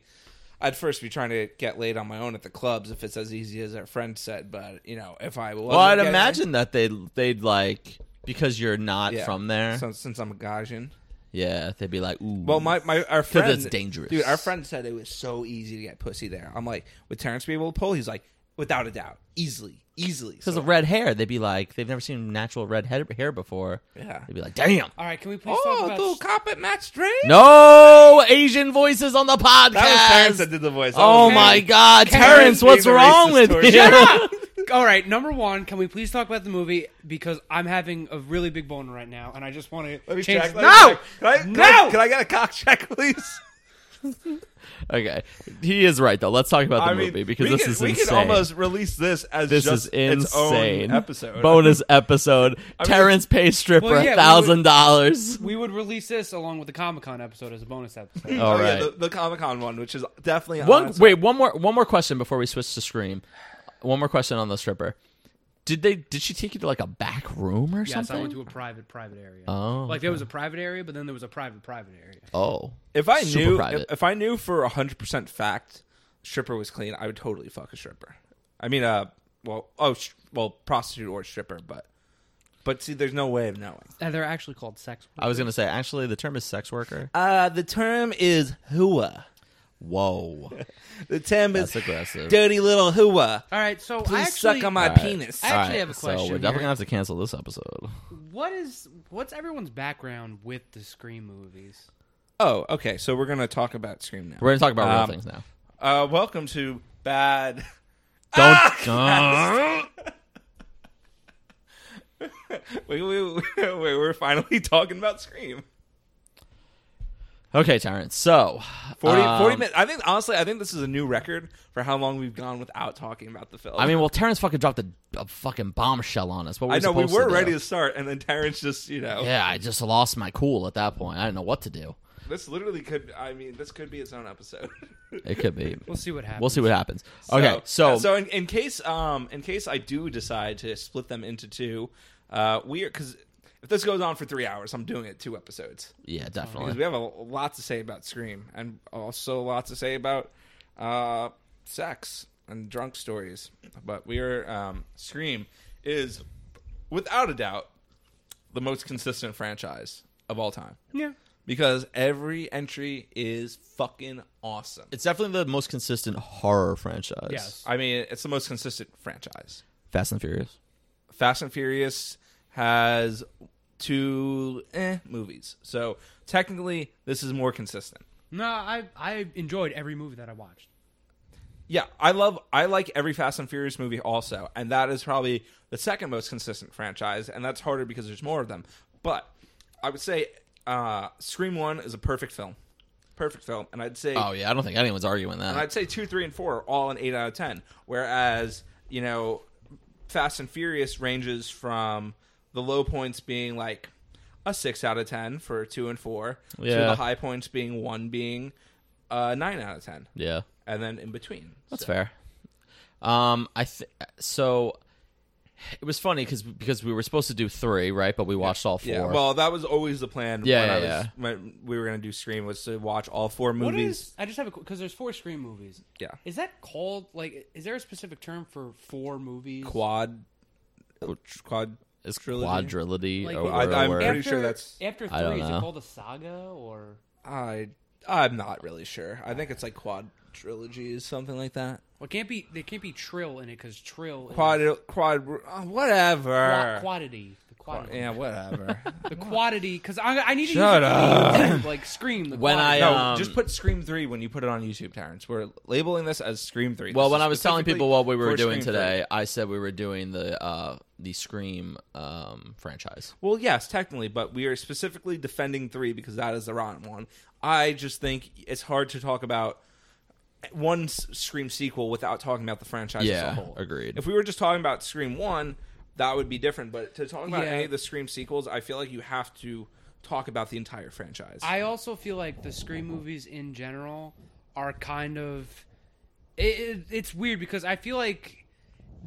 [SPEAKER 2] I'd first be trying to get laid on my own at the clubs if it's as easy as our friend said. But you know, if I was,
[SPEAKER 1] well, I'd imagine that they they'd like because you're not from there.
[SPEAKER 2] Since, since I'm a Gaijin.
[SPEAKER 1] yeah, they'd be like, ooh.
[SPEAKER 2] Well, my my our friend
[SPEAKER 1] it's dangerous.
[SPEAKER 2] dude. Our friend said it was so easy to get pussy there. I'm like, would Terrence be able to pull? He's like, without a doubt, easily, easily.
[SPEAKER 1] because
[SPEAKER 2] So,
[SPEAKER 1] of red hair, they'd be like, they've never seen natural red head- hair before.
[SPEAKER 2] Yeah.
[SPEAKER 1] they'd be like, damn.
[SPEAKER 3] All right, can we please talk
[SPEAKER 2] oh,
[SPEAKER 3] about?
[SPEAKER 2] little carpet match drink.
[SPEAKER 1] No Asian voices on the podcast.
[SPEAKER 2] That was Terrence that did the voice.
[SPEAKER 1] Oh
[SPEAKER 2] That was
[SPEAKER 1] my
[SPEAKER 2] Terrence.
[SPEAKER 1] God, Terrence,
[SPEAKER 2] Terrence
[SPEAKER 1] what's
[SPEAKER 2] gave a
[SPEAKER 1] wrong
[SPEAKER 2] racist
[SPEAKER 1] with
[SPEAKER 2] tour.
[SPEAKER 1] you?
[SPEAKER 2] Shut
[SPEAKER 3] All right, number one, can we please talk about the movie because I'm having a really big boner right now, and I just want to
[SPEAKER 2] Let me
[SPEAKER 3] change.
[SPEAKER 2] check.
[SPEAKER 3] the-
[SPEAKER 2] Let me
[SPEAKER 1] No!
[SPEAKER 2] check. Can I, can I,
[SPEAKER 3] No!
[SPEAKER 2] can I get a cock check, please?
[SPEAKER 1] Okay, he is right though. Let's talk about the
[SPEAKER 2] I
[SPEAKER 1] movie
[SPEAKER 2] mean,
[SPEAKER 1] because
[SPEAKER 2] we
[SPEAKER 1] this
[SPEAKER 2] can,
[SPEAKER 1] is
[SPEAKER 2] we
[SPEAKER 1] insane.
[SPEAKER 2] can almost release this as
[SPEAKER 1] this
[SPEAKER 2] just
[SPEAKER 1] is insane.
[SPEAKER 2] its own episode.
[SPEAKER 1] bonus episode.
[SPEAKER 2] mean-
[SPEAKER 1] Terrence pays stripper
[SPEAKER 3] Well, yeah, we would-
[SPEAKER 1] thousand dollars.
[SPEAKER 3] We would release this along with the Comic Con episode as a bonus episode.
[SPEAKER 1] All
[SPEAKER 2] Oh, yeah,
[SPEAKER 1] right.
[SPEAKER 2] the, the Comic Con one, which is definitely on
[SPEAKER 1] One
[SPEAKER 2] its
[SPEAKER 1] wait, one more one more question before we switch to Scream. One more question on the stripper. Did they did she take you to like a back room or
[SPEAKER 3] yes, I
[SPEAKER 1] something?
[SPEAKER 3] went to a private private area.
[SPEAKER 1] Oh,
[SPEAKER 3] like there was a private area, but then there was a private private area.
[SPEAKER 1] oh.
[SPEAKER 2] If I
[SPEAKER 1] Super
[SPEAKER 2] knew,
[SPEAKER 1] private.
[SPEAKER 2] if, if I knew for hundred percent fact, stripper was clean, I would totally fuck a stripper. I mean, uh, well, oh, sh- well, prostitute or stripper, but, but see, there's no way of knowing.
[SPEAKER 3] And they're actually called sex.
[SPEAKER 1] I was gonna say actually the term is sex worker.
[SPEAKER 2] Uh, the term is hua.
[SPEAKER 1] Whoa.
[SPEAKER 2] The term
[SPEAKER 1] That's
[SPEAKER 2] is
[SPEAKER 1] aggressive.
[SPEAKER 2] dirty little hua.
[SPEAKER 3] All right, so I
[SPEAKER 2] Please
[SPEAKER 3] actually,
[SPEAKER 2] suck on my
[SPEAKER 1] All right.
[SPEAKER 2] penis.
[SPEAKER 3] I actually have a
[SPEAKER 1] So
[SPEAKER 3] question
[SPEAKER 1] we're
[SPEAKER 3] here.
[SPEAKER 1] definitely gonna have to cancel this episode.
[SPEAKER 3] what is what's everyone's background with the Scream movies?
[SPEAKER 2] Oh, okay. So we're gonna talk about Scream now.
[SPEAKER 1] We're gonna talk about
[SPEAKER 2] Um,
[SPEAKER 1] real things now.
[SPEAKER 2] Uh, welcome to bad.
[SPEAKER 1] Don't
[SPEAKER 2] Wait, wait, wait, wait, we're finally talking about Scream.
[SPEAKER 1] Okay, Terrence. So
[SPEAKER 2] 40, 40
[SPEAKER 1] um,
[SPEAKER 2] minutes. I think honestly, I think this is a new record for how long we've gone without talking about the film.
[SPEAKER 1] I mean, well, Terrence fucking dropped a, a fucking bombshell on us. What were
[SPEAKER 2] I know we
[SPEAKER 1] supposed to
[SPEAKER 2] were
[SPEAKER 1] do?
[SPEAKER 2] ready to start, and then Terrence just, you know,
[SPEAKER 1] Yeah, I just lost my cool at that point. I didn't know what to do.
[SPEAKER 2] this literally could. I mean, this could be its own episode.
[SPEAKER 1] It could be.
[SPEAKER 3] We'll see what happens.
[SPEAKER 1] We'll see what happens. Okay, so,
[SPEAKER 2] so in, in case, um, in case I do decide to split them into two, uh, we are because if this goes on for three hours, I'm doing it two episodes.
[SPEAKER 1] yeah,
[SPEAKER 2] because
[SPEAKER 1] definitely.
[SPEAKER 2] we have a lot to say about Scream and also a lot to say about uh, sex and drunk stories. But we are um, Scream is without a doubt the most consistent franchise of all time
[SPEAKER 3] Yeah.
[SPEAKER 2] because every entry is fucking awesome.
[SPEAKER 1] It's definitely the most consistent horror franchise.
[SPEAKER 3] Yes.
[SPEAKER 2] I mean, it's the most consistent franchise.
[SPEAKER 1] Fast and Furious.
[SPEAKER 2] Fast and Furious has two eh, movies, so technically this is more consistent.
[SPEAKER 3] No, I I enjoyed every movie that I watched.
[SPEAKER 2] Yeah, I love I like every Fast and Furious movie also, and that is probably the second most consistent franchise, and that's harder because there's more of them. But I would say uh, Scream One is a perfect film, perfect film, and I'd say
[SPEAKER 1] Oh yeah, I don't think anyone's arguing
[SPEAKER 2] and
[SPEAKER 1] that.
[SPEAKER 2] I'd say two, three, and four are all an eight out of ten. Whereas you know, Fast and Furious ranges from the low points being like a six out of ten for two and four, to
[SPEAKER 1] Yeah.
[SPEAKER 2] the high points being one being a nine out of ten,
[SPEAKER 1] Yeah,
[SPEAKER 2] and then in between.
[SPEAKER 1] that's
[SPEAKER 2] So-
[SPEAKER 1] fair. Um, I th- so it was funny because because we were supposed to do three, right? But we watched all four.
[SPEAKER 2] Yeah, well, that was always the plan.
[SPEAKER 1] Yeah,
[SPEAKER 2] when I
[SPEAKER 1] yeah,
[SPEAKER 2] was,
[SPEAKER 1] yeah.
[SPEAKER 2] When we were gonna do Scream was to watch all four movies.
[SPEAKER 3] What is? I just have a because there's four Scream movies.
[SPEAKER 2] Yeah.
[SPEAKER 3] Is that called like? Is there a specific term for four movies?
[SPEAKER 2] quad? Quad
[SPEAKER 1] it's
[SPEAKER 2] trilogy?
[SPEAKER 1] quadrility
[SPEAKER 3] Like-
[SPEAKER 1] or
[SPEAKER 3] I-
[SPEAKER 1] whatever.
[SPEAKER 2] I'm
[SPEAKER 1] word.
[SPEAKER 2] pretty sure that's-
[SPEAKER 3] after
[SPEAKER 1] I don't
[SPEAKER 3] three. Is
[SPEAKER 1] know.
[SPEAKER 3] it called a saga or
[SPEAKER 2] I I'm not really sure. I think it's like quad trilogies, something like that.
[SPEAKER 3] well? It can't be. There can't be trill in it because trill is-
[SPEAKER 2] Quad quad uh, whatever.
[SPEAKER 3] Qua- quantity. The quantity.
[SPEAKER 2] yeah, whatever.
[SPEAKER 3] The quantity. Because I, I need to
[SPEAKER 2] Shut
[SPEAKER 3] use
[SPEAKER 2] up.
[SPEAKER 3] it for the- like scream. The
[SPEAKER 1] When
[SPEAKER 3] quantity.
[SPEAKER 2] no,
[SPEAKER 1] Um,
[SPEAKER 2] just put Scream Three when you put it on YouTube, Terrence. We're labeling this as Scream Three.
[SPEAKER 1] Well,
[SPEAKER 2] This
[SPEAKER 1] when
[SPEAKER 2] is
[SPEAKER 1] I was telling
[SPEAKER 2] specifically
[SPEAKER 1] people what we were
[SPEAKER 2] for
[SPEAKER 1] doing
[SPEAKER 2] Scream
[SPEAKER 1] today, I said we were doing the uh, the Scream um, franchise.
[SPEAKER 2] Well, yes, technically, but we are specifically defending three because that is the rotten one. I just think it's hard to talk about one s- Scream sequel without talking about the franchise
[SPEAKER 1] Yeah,
[SPEAKER 2] as a whole.
[SPEAKER 1] agreed.
[SPEAKER 2] If we were just talking about Scream one, that would be different. But to talk about
[SPEAKER 3] Yeah.
[SPEAKER 2] any of the Scream sequels, I feel like you have to talk about the entire franchise.
[SPEAKER 3] I also feel like the Scream movies in general are kind of it, it, it's weird because I feel like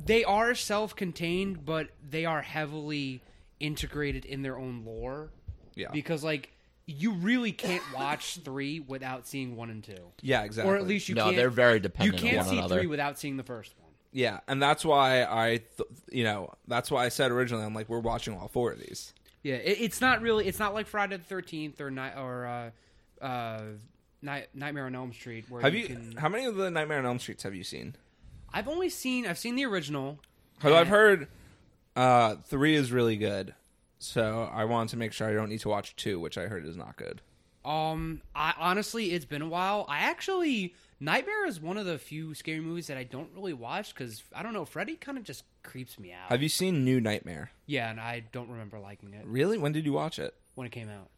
[SPEAKER 3] they are self-contained, but they are heavily integrated in their own lore.
[SPEAKER 2] Yeah.
[SPEAKER 3] Because like you really can't watch three without seeing one and two,
[SPEAKER 2] yeah, exactly.
[SPEAKER 3] or at least you
[SPEAKER 1] no,
[SPEAKER 3] can't,
[SPEAKER 1] they're very
[SPEAKER 3] you
[SPEAKER 1] dependent
[SPEAKER 3] can't
[SPEAKER 1] on one
[SPEAKER 3] see
[SPEAKER 1] another.
[SPEAKER 3] three without seeing the first one.
[SPEAKER 2] yeah, and that's why I, th- you know, that's why I said originally, I'm like, we're watching all four of these.
[SPEAKER 3] Yeah, it, it's not really. It's not like Friday the Thirteenth or night or uh, uh, night, Nightmare on Elm Street. Where
[SPEAKER 2] Have you?
[SPEAKER 3] can-
[SPEAKER 2] How many of the Nightmare on Elm Streets have you seen?
[SPEAKER 3] I've only seen. I've seen the original.
[SPEAKER 2] Because I've heard uh, three is really good, so I wanted to make sure I don't need to watch two, which I heard is not good.
[SPEAKER 3] Um, I honestly, it's been a while. I actually Nightmare is one of the few scary movies that I don't really watch because I don't know. Freddy kind of just creeps me out.
[SPEAKER 2] Have you seen New Nightmare?
[SPEAKER 3] yeah, and I don't remember liking it
[SPEAKER 2] Really? When did you watch it?
[SPEAKER 3] when it came out.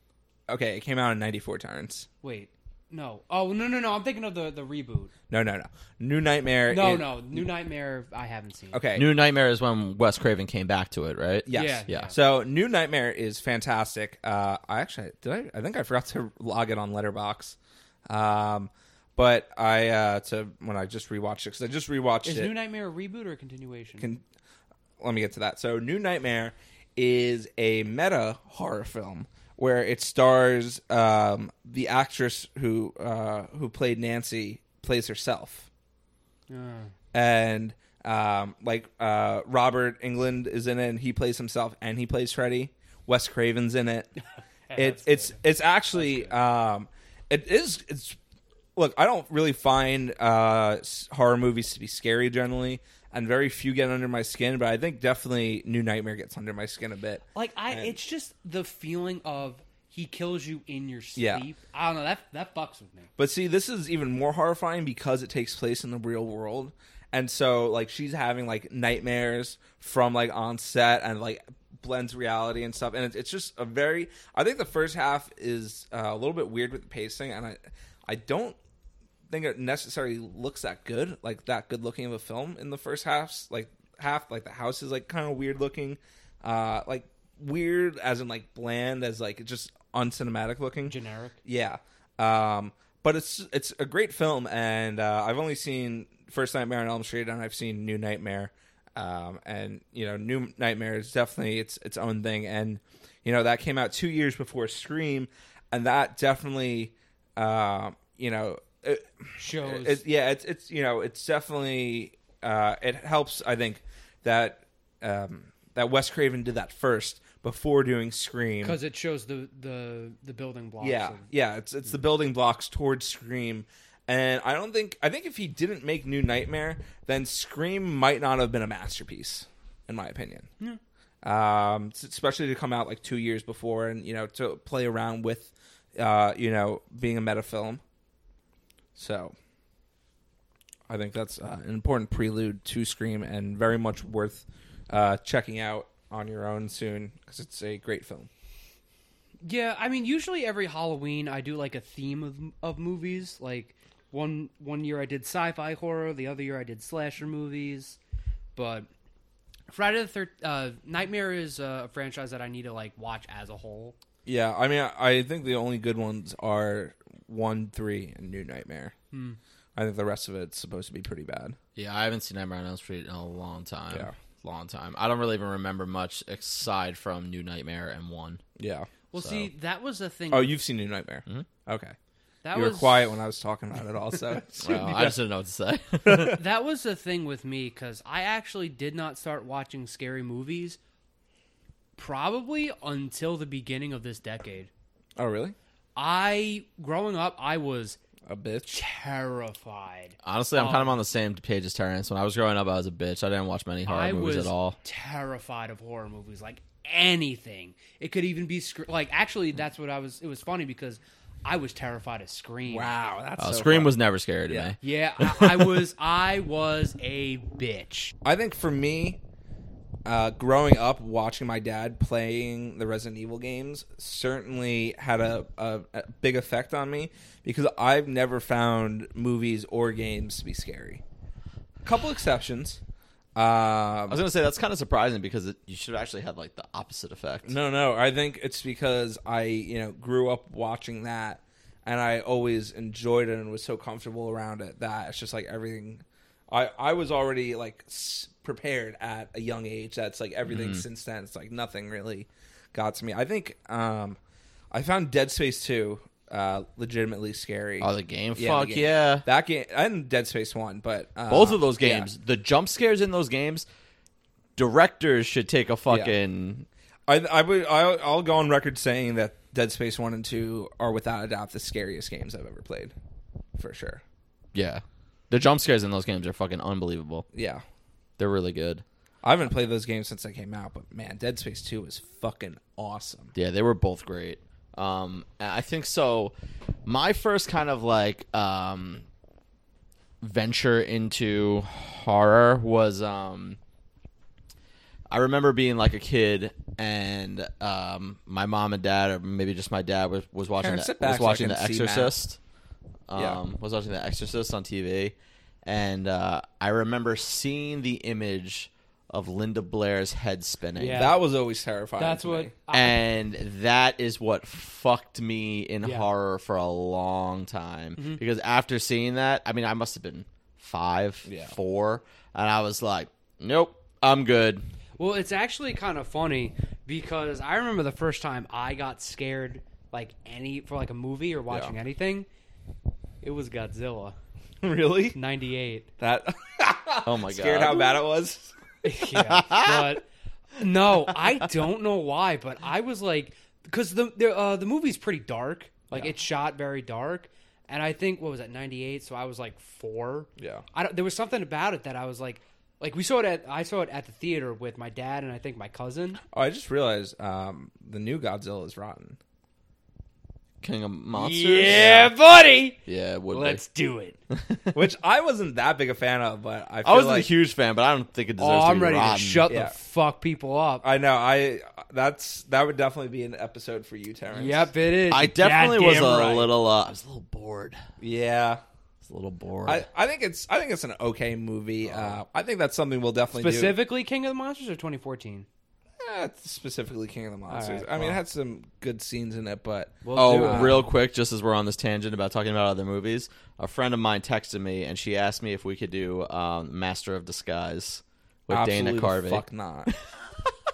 [SPEAKER 2] Okay, it came out in '94, Terrence.
[SPEAKER 3] Wait, no. Oh no no no! I'm thinking of the the reboot.
[SPEAKER 2] No, no, no. New Nightmare.
[SPEAKER 3] No
[SPEAKER 2] is-
[SPEAKER 3] no, New Nightmare I haven't seen.
[SPEAKER 2] Okay.
[SPEAKER 1] New Nightmare is when Wes Craven came back to it, right?
[SPEAKER 2] yes.
[SPEAKER 3] Yeah,
[SPEAKER 1] yeah.
[SPEAKER 2] So New Nightmare is fantastic. Uh, I actually did. I, I think I forgot to log it on Letterbox. Um, but I uh, to when I just rewatched it because I just rewatched
[SPEAKER 3] Is
[SPEAKER 2] it.
[SPEAKER 3] New Nightmare a reboot or a continuation?
[SPEAKER 2] Can- let me get to that. So, New Nightmare is a meta horror film where it stars um, the actress who uh, who played Nancy plays herself,
[SPEAKER 3] Uh,
[SPEAKER 2] and um, like uh, Robert England is in it, and he plays himself, and he plays Freddy. Wes Craven's in it. it
[SPEAKER 3] That's
[SPEAKER 2] it's it's actually um, it is it's look, I don't really find uh, s- horror movies to be scary generally, and very few get under my skin. But I think definitely New Nightmare gets under my skin a bit.
[SPEAKER 3] Like I,
[SPEAKER 2] And-
[SPEAKER 3] it's just the feeling of he kills you in your sleep.
[SPEAKER 2] Yeah.
[SPEAKER 3] I don't know. That that fucks with me.
[SPEAKER 2] But see, this is even more horrifying because it takes place in the real world, and so like she's having like nightmares from like on set and like blends reality and stuff, and it's, it's just a very. I think the first half is uh, a little bit weird with the pacing, and I, I don't think it necessarily looks that good, like that good looking of a film in the first half. Like half, like the house is like kind of weird looking, uh, like weird as in like bland as like just uncinematic looking.
[SPEAKER 3] Generic.
[SPEAKER 2] Yeah. Um, but it's it's a great film, and uh, I've only seen First Nightmare on Elm Street, and I've seen New Nightmare, um, and you know New Nightmare is definitely its its own thing, and you know that came out two years before Scream, and that definitely uh, you know it,
[SPEAKER 3] Shows.
[SPEAKER 2] it, yeah it's it's you know it's definitely uh, it helps I think that um, that Wes Craven did that first before doing Scream
[SPEAKER 3] because it shows the the the building blocks.
[SPEAKER 2] yeah,
[SPEAKER 3] of- Mm.
[SPEAKER 2] yeah. It's it's the building blocks towards Scream, and I don't think I think if he didn't make New Nightmare, then Scream might not have been a masterpiece, in my opinion. Um, s- especially to come out like two years before, and you know to play around with, uh, you know, being a meta film. So, I think that's uh, an important prelude to Scream, and very much worth uh, checking out on your own soon because it's a great film.
[SPEAKER 3] yeah. I mean, usually every Halloween I do like a theme of of movies. Like one one year I did sci-fi horror, the other year I did slasher movies. But Friday the Third uh, Nightmare is a franchise that I need to like watch as a whole.
[SPEAKER 2] Yeah, I mean, I I think the only good ones are one, three, and New Nightmare.
[SPEAKER 3] Hmm.
[SPEAKER 2] I think the rest of it's supposed to be pretty bad.
[SPEAKER 1] Yeah, I haven't seen Nightmare on Elm Street in a long time.
[SPEAKER 2] Yeah.
[SPEAKER 1] Long time. I don't really even remember much aside from New Nightmare and one.
[SPEAKER 2] Yeah.
[SPEAKER 3] Well, see, that was the thing.
[SPEAKER 2] Oh, you've seen New Nightmare?
[SPEAKER 1] Mm-hmm.
[SPEAKER 2] Okay.
[SPEAKER 3] Hmm. that
[SPEAKER 2] you
[SPEAKER 3] was
[SPEAKER 2] were quiet when I was talking about it. Also,
[SPEAKER 1] Well, Uh, I just didn't know what to say.
[SPEAKER 3] that was the thing with me because I actually did not start watching scary movies probably until the beginning of this decade.
[SPEAKER 2] oh, really?
[SPEAKER 3] I, growing up, I was
[SPEAKER 2] A bitch.
[SPEAKER 3] terrified.
[SPEAKER 1] Honestly, I'm kind
[SPEAKER 2] Oh.
[SPEAKER 1] of on the same page as Terrence. When I was growing up, I was a bitch. I didn't watch many horror
[SPEAKER 3] I
[SPEAKER 1] movies
[SPEAKER 3] was
[SPEAKER 1] at all.
[SPEAKER 3] terrified of horror movies, like anything. It could even be sc- like actually that's what I was. It was funny because I was terrified of Scream.
[SPEAKER 2] Wow, that's
[SPEAKER 1] Uh,
[SPEAKER 2] so
[SPEAKER 1] Scream
[SPEAKER 2] fun.
[SPEAKER 1] was never scary to
[SPEAKER 2] Yeah.
[SPEAKER 1] me.
[SPEAKER 3] Yeah, I, I was. I was a bitch.
[SPEAKER 2] I think for me, uh, growing up watching my dad playing the Resident Evil games certainly had a, a, a big effect on me because I've never found movies or games to be scary. A couple exceptions. Um,
[SPEAKER 1] I was gonna say that's kind of surprising because it, you should have actually had like the opposite effect.
[SPEAKER 2] No, no. I think it's because I, you know, grew up watching that and I always enjoyed it and was so comfortable around it that it's just like everything. I I was already like s- prepared at a young age. That's like everything
[SPEAKER 1] Mm-hmm.
[SPEAKER 2] since then. It's like nothing really got to me. I think um, I found Dead Space two uh, legitimately scary.
[SPEAKER 1] Oh, the game.
[SPEAKER 2] Yeah, the
[SPEAKER 1] Fuck
[SPEAKER 2] game.
[SPEAKER 1] yeah.
[SPEAKER 2] That game and Dead Space one, but uh,
[SPEAKER 1] Both of those
[SPEAKER 2] yeah.
[SPEAKER 1] games, the jump scares in those games, directors should take a fucking.
[SPEAKER 2] I I would I, I'll go on record saying that Dead Space one and two are without a doubt the scariest games I've ever played, for sure.
[SPEAKER 1] Yeah. The jump scares in those games are fucking unbelievable.
[SPEAKER 2] Yeah,
[SPEAKER 1] They're really good.
[SPEAKER 2] I haven't played those games since they came out, but man, Dead Space two was fucking awesome.
[SPEAKER 1] Yeah, they were both great. Um, and I think so. My first kind of like um, venture into horror was um, I remember being like a kid, and um, my mom and dad, or maybe just my dad, was, was watching
[SPEAKER 2] Karen,
[SPEAKER 1] the,
[SPEAKER 2] sit back
[SPEAKER 1] was
[SPEAKER 2] so I
[SPEAKER 1] watching
[SPEAKER 2] can
[SPEAKER 1] The
[SPEAKER 2] see Matt.
[SPEAKER 1] Exorcist. Um,
[SPEAKER 2] Yeah.
[SPEAKER 1] was watching The Exorcist on TV, and uh, I remember seeing the image of Linda Blair's head spinning
[SPEAKER 3] Yeah.
[SPEAKER 2] That was always terrifying.
[SPEAKER 3] That's
[SPEAKER 2] to
[SPEAKER 3] what.
[SPEAKER 2] me.
[SPEAKER 3] I,
[SPEAKER 1] and that is what fucked me in
[SPEAKER 3] Yeah. Mm-hmm.
[SPEAKER 1] horror for a long time because after seeing that i mean i must have been five
[SPEAKER 2] Yeah.
[SPEAKER 1] four and i was like nope i'm good
[SPEAKER 3] well, it's actually kind of funny because I remember the first time I got scared like any for like a movie or watching anything. It was Godzilla
[SPEAKER 2] really
[SPEAKER 3] '98.
[SPEAKER 2] that.
[SPEAKER 1] oh my
[SPEAKER 2] scared
[SPEAKER 1] god
[SPEAKER 2] how bad it was.
[SPEAKER 3] yeah, but no, I don't know why, but I was like, because the the, uh, the movie's pretty dark. Like it's shot very dark, and I think what was that ninety eight? So I was like four.
[SPEAKER 2] Yeah.
[SPEAKER 3] I don't, there was something about it that I was like, like we saw it at I saw it at the theater with my dad and I think my cousin.
[SPEAKER 2] Oh, I just realized um, the new Godzilla is rotten.
[SPEAKER 1] king of monsters
[SPEAKER 3] Yeah, buddy,
[SPEAKER 1] yeah it would be.
[SPEAKER 3] let's do it.
[SPEAKER 2] which I wasn't that big a fan of, but I
[SPEAKER 1] i
[SPEAKER 2] feel
[SPEAKER 1] wasn't
[SPEAKER 2] like
[SPEAKER 1] a huge fan but i don't think it deserves
[SPEAKER 3] Oh,
[SPEAKER 1] to be
[SPEAKER 3] I'm ready
[SPEAKER 1] rotten.
[SPEAKER 3] to shut
[SPEAKER 2] Yeah.
[SPEAKER 3] the fuck people up.
[SPEAKER 2] I know I that's that would definitely be an episode for you, Terrence.
[SPEAKER 3] yep, it is.
[SPEAKER 1] i definitely was a
[SPEAKER 3] Goddamn right.
[SPEAKER 1] little uh, i was a little bored i
[SPEAKER 2] Yeah.
[SPEAKER 1] was a little bored
[SPEAKER 2] I, I think it's I think it's an okay movie.
[SPEAKER 1] Oh.
[SPEAKER 2] Uh, I think that's something we'll definitely
[SPEAKER 3] specifically King of the Monsters or 2014.
[SPEAKER 2] do. Eh, specifically King of the Monsters.
[SPEAKER 3] right,
[SPEAKER 2] I mean, it had some good scenes in it, but
[SPEAKER 3] We'll do
[SPEAKER 1] Oh,
[SPEAKER 3] it.
[SPEAKER 1] real quick, just as we're on this tangent about talking about other movies, a friend of mine texted me and she asked me if we could do um, Master of Disguise with
[SPEAKER 2] absolutely
[SPEAKER 1] Dana Carvey.
[SPEAKER 2] fuck not.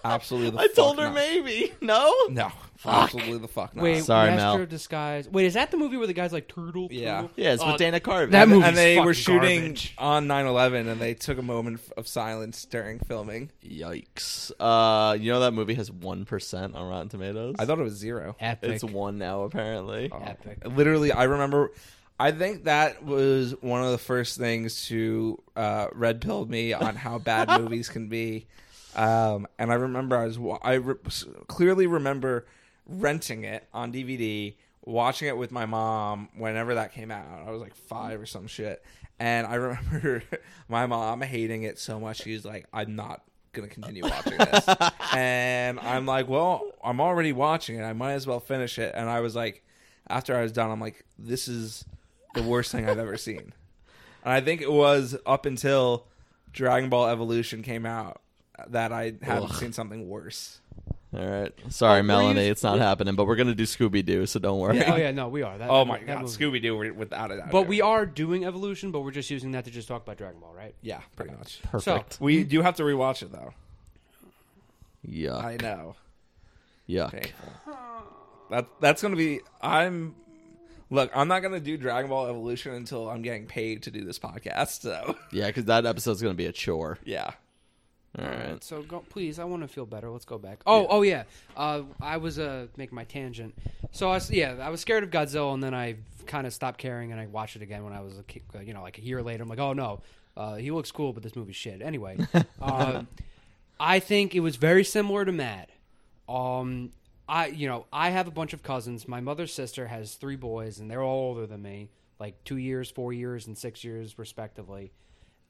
[SPEAKER 2] absolutely, the
[SPEAKER 1] I told
[SPEAKER 2] fuck
[SPEAKER 1] her
[SPEAKER 2] not.
[SPEAKER 1] maybe no.
[SPEAKER 2] No, absolutely the fuck not.
[SPEAKER 3] Wait,
[SPEAKER 1] Sorry,
[SPEAKER 3] Master
[SPEAKER 1] Mel.
[SPEAKER 3] of Disguise. Wait, is that the movie where the guy's like turtle?
[SPEAKER 2] Yeah.
[SPEAKER 3] turtle?
[SPEAKER 1] Yeah, it's
[SPEAKER 3] Oh,
[SPEAKER 1] with Dana Carvey.
[SPEAKER 3] that
[SPEAKER 2] and,
[SPEAKER 3] movie's
[SPEAKER 2] and they were
[SPEAKER 3] fucking
[SPEAKER 2] shooting
[SPEAKER 3] garbage.
[SPEAKER 2] on 9-11 and they took a moment of silence during filming.
[SPEAKER 1] Yikes! Uh, you know that movie has one percent on Rotten Tomatoes.
[SPEAKER 2] I thought it was Oh. zero.
[SPEAKER 3] Epic.
[SPEAKER 1] it's one now apparently.
[SPEAKER 3] Epic.
[SPEAKER 2] Literally, I remember. I think that was one of the first things to uh, red pill me on how bad movies can be. Um, and I remember I was wa- I re- clearly remember renting it on DVD, watching it with my mom whenever that came out. I was like five or some shit, and I remember my mom hating it so much. She was like, "I'm not." gonna continue watching this and i'm like well i'm already watching it i might as well finish it and i was like after I was done, I'm like, this is the worst thing I've ever seen. And I think it was up until Dragon Ball Evolution came out that I haven't seen something worse.
[SPEAKER 1] All right, sorry, Melanie, it's not happening, but we're gonna do Scooby Doo, so don't worry.
[SPEAKER 3] Oh yeah, no, we are. That,
[SPEAKER 2] Oh my
[SPEAKER 3] that
[SPEAKER 2] god,
[SPEAKER 3] movie.
[SPEAKER 2] Scooby Doo without a doubt.
[SPEAKER 3] But we are doing evolution, but we're just using that to just talk about Dragon Ball, right?
[SPEAKER 2] yeah, pretty much. Mm-hmm.
[SPEAKER 1] Perfect.
[SPEAKER 3] So,
[SPEAKER 2] We do have to rewatch it though.
[SPEAKER 1] yuck,
[SPEAKER 2] I know.
[SPEAKER 1] yuck.
[SPEAKER 2] Painful. That that's gonna be. I'm. Look, I'm not gonna do Dragon Ball Evolution until I'm getting paid to do this podcast. So
[SPEAKER 1] Yeah, because that episode's gonna be a chore.
[SPEAKER 2] yeah,
[SPEAKER 1] All right.
[SPEAKER 3] so go, please, I want to feel better. Let's go back. Oh, oh yeah. Uh, I was uh making my tangent. So I was, yeah, I was scared of Godzilla, and then I kind of stopped caring, and I watched it again when I was a kid, you know like a year later. I'm like, oh no, uh, he looks cool, but this movie's shit. Anyway, uh, I think it was very similar to Matt. Um, I you know I have a bunch of cousins. My mother's sister has three boys, and they're all older than me, like two years, four years, and six years respectively.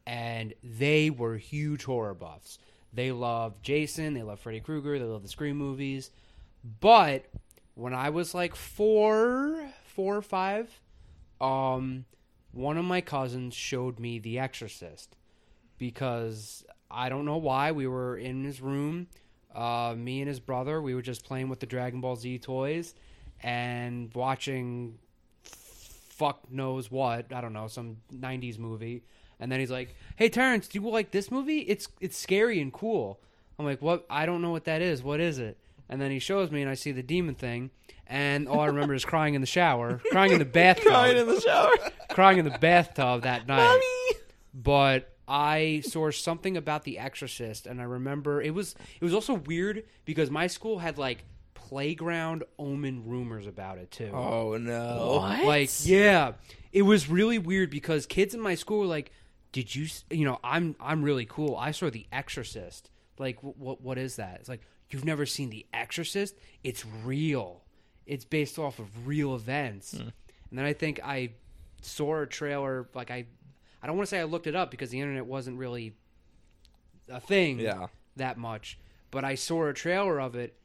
[SPEAKER 3] And they were huge horror buffs. They love Jason. They love Freddy Krueger. They love the Scream movies. But when I was like four, four or five, um, one of my cousins showed me The Exorcist because I don't know why we were in his room. Uh, me and his brother, we were just playing with the Dragon Ball Z toys and watching fuck knows what. I don't know some '90s movie, and then he's like, "Hey Terrence, do you like this movie? It's it's scary and cool." I'm like, "What? I don't know what that is. What is it?" And then he shows me, and I see the demon thing, and all I remember is crying in the shower, crying in the bathtub,
[SPEAKER 1] Crying in the shower.
[SPEAKER 3] crying in the bathtub that night. But I saw something about The Exorcist, and I remember it was it was also weird because my school had like playground omen rumors about it too.
[SPEAKER 2] Oh no!
[SPEAKER 1] What?
[SPEAKER 3] Like, yeah, it was really weird because kids in my school were like, "Did you? s- You know, I'm I'm really cool. I saw The Exorcist. Like, what what, what is that? It's like you've never seen The Exorcist. It's real. It's based off of real events. And then I think I saw a trailer. Like, I I don't want to say I looked it up because the internet wasn't really a thing
[SPEAKER 2] Yeah.
[SPEAKER 3] that much. But I saw a trailer of it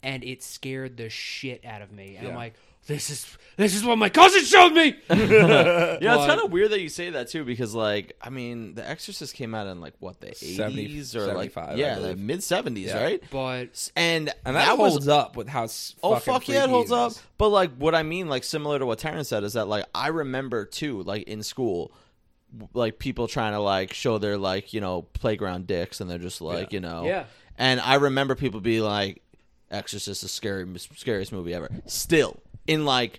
[SPEAKER 3] and it scared the shit out of me. And I'm
[SPEAKER 2] Yeah.
[SPEAKER 3] like, this is this is what my cousin showed me.
[SPEAKER 1] Yeah, it's
[SPEAKER 3] Like-
[SPEAKER 1] kind of weird that you say that too, because like, I mean, The Exorcist came out in like what the
[SPEAKER 2] 70
[SPEAKER 1] eighties or like
[SPEAKER 2] 75, I
[SPEAKER 1] yeah, the
[SPEAKER 2] believe.
[SPEAKER 1] mid seventies,
[SPEAKER 2] Yeah.
[SPEAKER 1] right?
[SPEAKER 3] but
[SPEAKER 1] S- And,
[SPEAKER 2] And that,
[SPEAKER 1] was
[SPEAKER 2] holds up with how s-
[SPEAKER 1] Oh
[SPEAKER 2] fucking
[SPEAKER 1] fuck yeah, it
[SPEAKER 2] freaky
[SPEAKER 1] holds up.
[SPEAKER 2] is.
[SPEAKER 1] But like what I mean, like similar to what Terrence said, is that like I remember too, like in school, w- like people trying to like show their like you know playground dicks, and they're just like you know
[SPEAKER 3] Yeah.
[SPEAKER 1] And I remember people be like, "Exorcist is scary, scariest movie ever." Still in like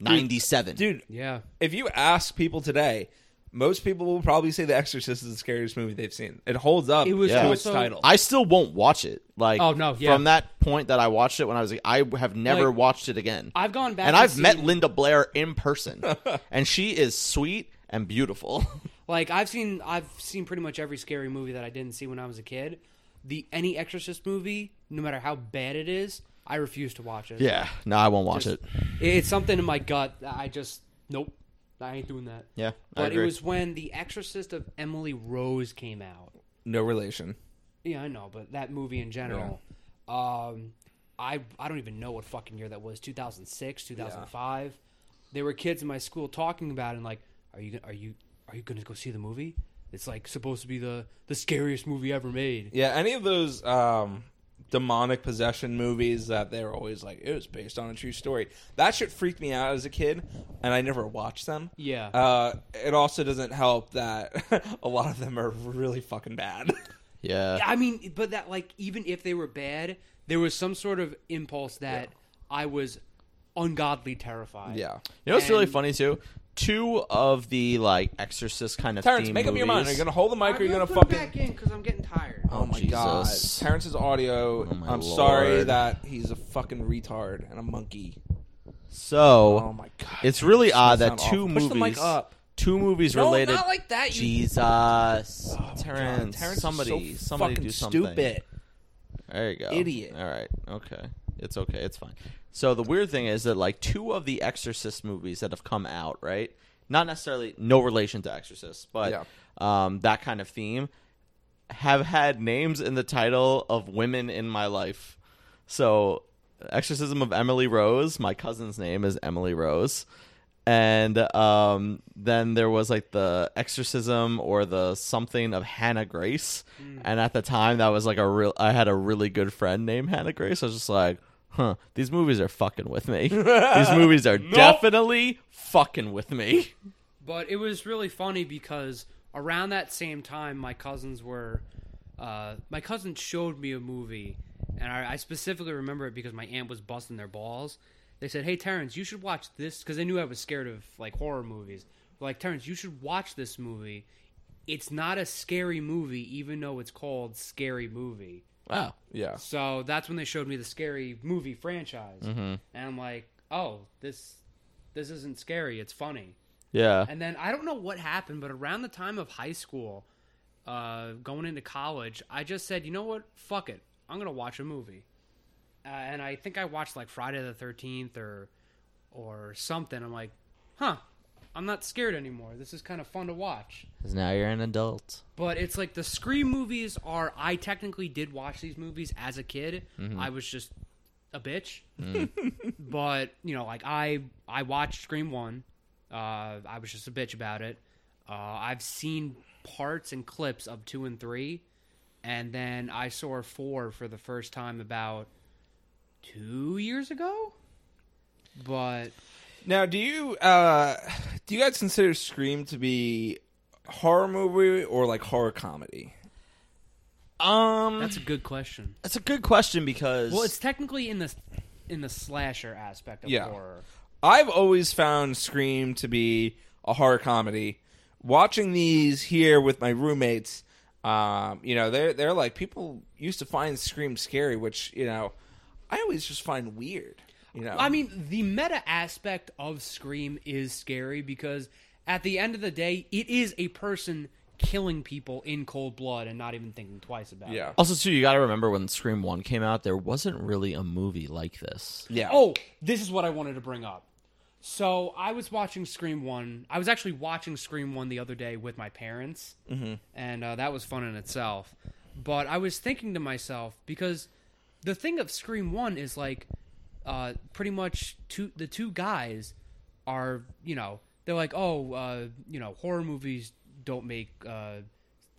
[SPEAKER 1] ninety seven,
[SPEAKER 2] dude.
[SPEAKER 3] yeah,
[SPEAKER 2] If you ask people today, most people will probably say The Exorcist is the scariest movie they've seen. It holds up.
[SPEAKER 3] It was
[SPEAKER 2] to
[SPEAKER 1] Yeah.
[SPEAKER 2] its
[SPEAKER 3] also-
[SPEAKER 2] title.
[SPEAKER 1] I still won't watch it. Like,
[SPEAKER 3] Oh, no, yeah.
[SPEAKER 1] From that point that I watched it when I was, I have never
[SPEAKER 3] Like,
[SPEAKER 1] watched it again.
[SPEAKER 3] I've gone back
[SPEAKER 1] and
[SPEAKER 3] and
[SPEAKER 1] I've met
[SPEAKER 3] seen-
[SPEAKER 1] Linda Blair in person, and she is sweet and beautiful.
[SPEAKER 3] like I've seen I've seen pretty much every scary movie that I didn't see when I was a kid. The any Exorcist movie, no matter how bad it is, I refuse to watch it.
[SPEAKER 1] yeah, no, I won't watch it.
[SPEAKER 3] It's something in my gut. that I just nope. I ain't doing that.
[SPEAKER 1] Yeah, I
[SPEAKER 3] But it
[SPEAKER 1] agree.
[SPEAKER 3] was when The Exorcist of Emily Rose came out.
[SPEAKER 2] no relation.
[SPEAKER 3] Yeah, I know, but that movie in general, um, I I don't even know what fucking year that was. Two thousand six, two thousand five. There were kids in my school talking about it and like, are you are you are you going to go see the movie? It's like supposed to be the the scariest movie ever made.
[SPEAKER 2] Yeah, any of those um, demonic possession movies that they're always like, it was based on a true story. That shit freaked me out as a kid, and I never watched them.
[SPEAKER 3] Yeah.
[SPEAKER 2] Uh, it also doesn't help that a lot of them are really fucking bad.
[SPEAKER 1] Yeah,
[SPEAKER 3] I mean, but that like even if they were bad, there was some sort of impulse that I was ungodly terrified.
[SPEAKER 2] yeah.
[SPEAKER 1] you know what's really
[SPEAKER 3] And-
[SPEAKER 1] funny too? Two of the like Exorcist kind of
[SPEAKER 2] Terrence,
[SPEAKER 1] theme
[SPEAKER 2] make up your mind. Are
[SPEAKER 1] movies-
[SPEAKER 2] you going to hold the mic or are you going to
[SPEAKER 3] put it
[SPEAKER 2] fucking.
[SPEAKER 3] back in because I'm getting tired.
[SPEAKER 2] Oh my god.
[SPEAKER 1] Jesus.
[SPEAKER 2] Terrence's audio.
[SPEAKER 1] Oh my
[SPEAKER 2] I'm sorry
[SPEAKER 1] lord.
[SPEAKER 2] that he's a fucking retard and a monkey.
[SPEAKER 1] So,
[SPEAKER 2] Oh my god.
[SPEAKER 1] it's really odd
[SPEAKER 2] That
[SPEAKER 1] that
[SPEAKER 2] sound
[SPEAKER 1] two
[SPEAKER 2] awful. Push
[SPEAKER 1] movies,
[SPEAKER 2] the mic up.
[SPEAKER 1] two movies
[SPEAKER 2] No,
[SPEAKER 1] related.
[SPEAKER 2] not like that, you- Oh,
[SPEAKER 1] Jesus,
[SPEAKER 2] God,
[SPEAKER 1] Terrence,
[SPEAKER 2] Terrence is
[SPEAKER 1] Oh, somebody,
[SPEAKER 2] so
[SPEAKER 1] somebody
[SPEAKER 2] fucking
[SPEAKER 1] do something.
[SPEAKER 2] stupid.
[SPEAKER 1] There you go.
[SPEAKER 2] Idiot.
[SPEAKER 1] All right. Okay. It's okay. It's fine. So the weird thing is that like two of the Exorcist movies that have come out, right? Not necessarily no relation to Exorcist, but
[SPEAKER 2] Yeah.
[SPEAKER 1] um, that kind of theme have had names in the title of women in my life. So Exorcism of Emily Rose, my cousin's name is Emily Rose. And um, then there was like the exorcism or the something of Hannah Grace.
[SPEAKER 3] Hmm.
[SPEAKER 1] And at the time, that was like a real, I had a really good friend named Hannah Grace. I was just like, huh, these movies are fucking with me. these movies are definitely fucking with me.
[SPEAKER 3] But it was really funny because around that same time, my cousins were. Uh, my cousin showed me a movie, and I, I specifically remember it because my aunt was busting their balls. They said, "Hey, Terrence, you should watch this," because they knew I was scared of like horror movies. Like, Terrence, you should watch this movie. It's not a scary movie, even though it's called Scary Movie.
[SPEAKER 1] Wow.
[SPEAKER 2] Yeah.
[SPEAKER 3] So that's when they showed me the scary movie franchise, and I'm like, "Oh, this this isn't scary. It's funny."
[SPEAKER 1] Yeah.
[SPEAKER 3] And then I don't know what happened, but around the time of high school, uh, going into college, I just said, you know what? Fuck it. I'm gonna watch a movie. Uh, and I think I watched like Friday the Thirteenth or or something. I'm like, huh. I'm not scared anymore. This is kind of fun to watch.
[SPEAKER 1] Because now you're an adult.
[SPEAKER 3] But it's like the Scream movies are. I technically did watch these movies as a kid. I was just a bitch. but you know, like I I watched Scream one. Uh, I was just a bitch about it. Uh, I've seen parts and clips of two and three, and then I saw four for the first time about two years ago. But
[SPEAKER 2] Now, do you uh, do you guys consider Scream to be horror movie or like horror comedy?
[SPEAKER 1] Um,
[SPEAKER 3] That's a good question.
[SPEAKER 1] that's a good question because
[SPEAKER 3] Well, it's technically in the in the slasher aspect of
[SPEAKER 2] Yeah.
[SPEAKER 3] horror.
[SPEAKER 2] I've always found Scream to be a horror comedy. Watching these here with my roommates, um, you know, they're they're like people used to find Scream scary, which you know, I always just find weird. You know,
[SPEAKER 3] I mean, the meta aspect of Scream is scary because at the end of the day, it is a person killing people in cold blood and not even thinking twice about
[SPEAKER 2] yeah,
[SPEAKER 3] it.
[SPEAKER 1] also too. You got to remember when Scream One came out, there wasn't really a movie like this.
[SPEAKER 2] yeah.
[SPEAKER 3] Oh, this is what I wanted to bring up. So I was watching Scream One. I was actually watching Scream One the other day with my parents, mm-hmm. and uh, that was fun in itself. But I was thinking to myself because the thing of Scream One is like, uh, pretty much two the two guys are you know they're like oh uh, you know horror movies don't make uh,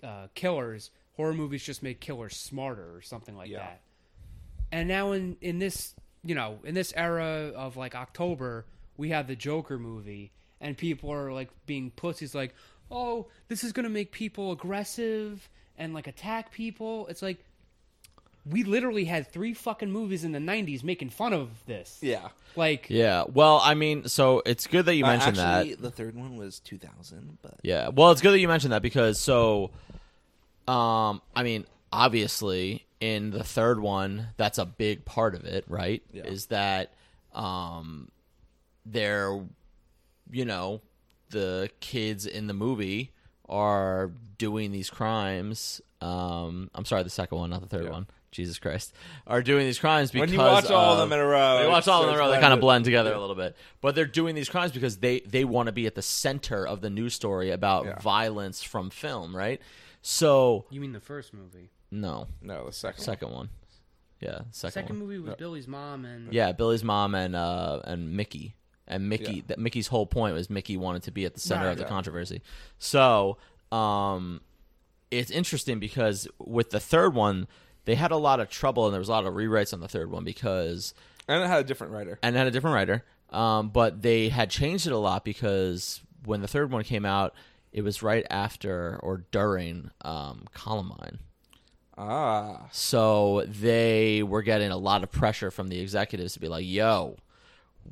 [SPEAKER 3] uh, killers horror movies just make killers smarter or something like
[SPEAKER 2] Yeah.
[SPEAKER 3] that and now in in this you know in this era of like October, we have the Joker movie, and people are like being pussies, like, oh, this is gonna make people aggressive and like attack people. It's like we literally had three fucking movies in the '90s making fun of this.
[SPEAKER 2] yeah.
[SPEAKER 3] like
[SPEAKER 1] Yeah. Well, I mean, so it's good that you
[SPEAKER 2] Uh,
[SPEAKER 1] mentioned that.
[SPEAKER 2] actually, the third one was 2000, but
[SPEAKER 1] Yeah. Well, it's good that you mentioned that because so um I mean, obviously in the third one, that's a big part of it, right?
[SPEAKER 2] Yeah.
[SPEAKER 1] Is that um they're you know, the kids in the movie are doing these crimes. Um I'm sorry, the second one, not the third one. Jesus Christ. Are doing these crimes because
[SPEAKER 2] when you watch all of
[SPEAKER 1] of-
[SPEAKER 2] them in a row,
[SPEAKER 1] they watch all in
[SPEAKER 2] it's-
[SPEAKER 1] a row. They
[SPEAKER 2] it's
[SPEAKER 1] kind of
[SPEAKER 2] blended.
[SPEAKER 1] blend together a little bit, but they're doing these crimes because they they want to be at the center of the news story about
[SPEAKER 2] Yeah.
[SPEAKER 1] violence from film, right? So
[SPEAKER 3] you mean the first movie?
[SPEAKER 1] no,
[SPEAKER 2] No, the second. one.
[SPEAKER 1] second one, yeah, second,
[SPEAKER 3] Second
[SPEAKER 1] one.
[SPEAKER 3] movie was Billy's mom and
[SPEAKER 1] yeah, Billy's mom and uh and Mickey and Mickey.
[SPEAKER 2] Yeah.
[SPEAKER 1] That Mickey's whole point was Mickey wanted to be at the center
[SPEAKER 3] Right.
[SPEAKER 1] of the
[SPEAKER 2] Yeah.
[SPEAKER 1] controversy. So um, it's interesting because with the third one, they had a lot of trouble and there was a lot of rewrites on the third one because
[SPEAKER 2] And it had a different writer.
[SPEAKER 1] and it had a different writer. Um, but they had changed it a lot because when the third one came out, it was right after or during um, Columbine.
[SPEAKER 2] Ah,
[SPEAKER 1] So they were getting a lot of pressure from the executives to be like, yo,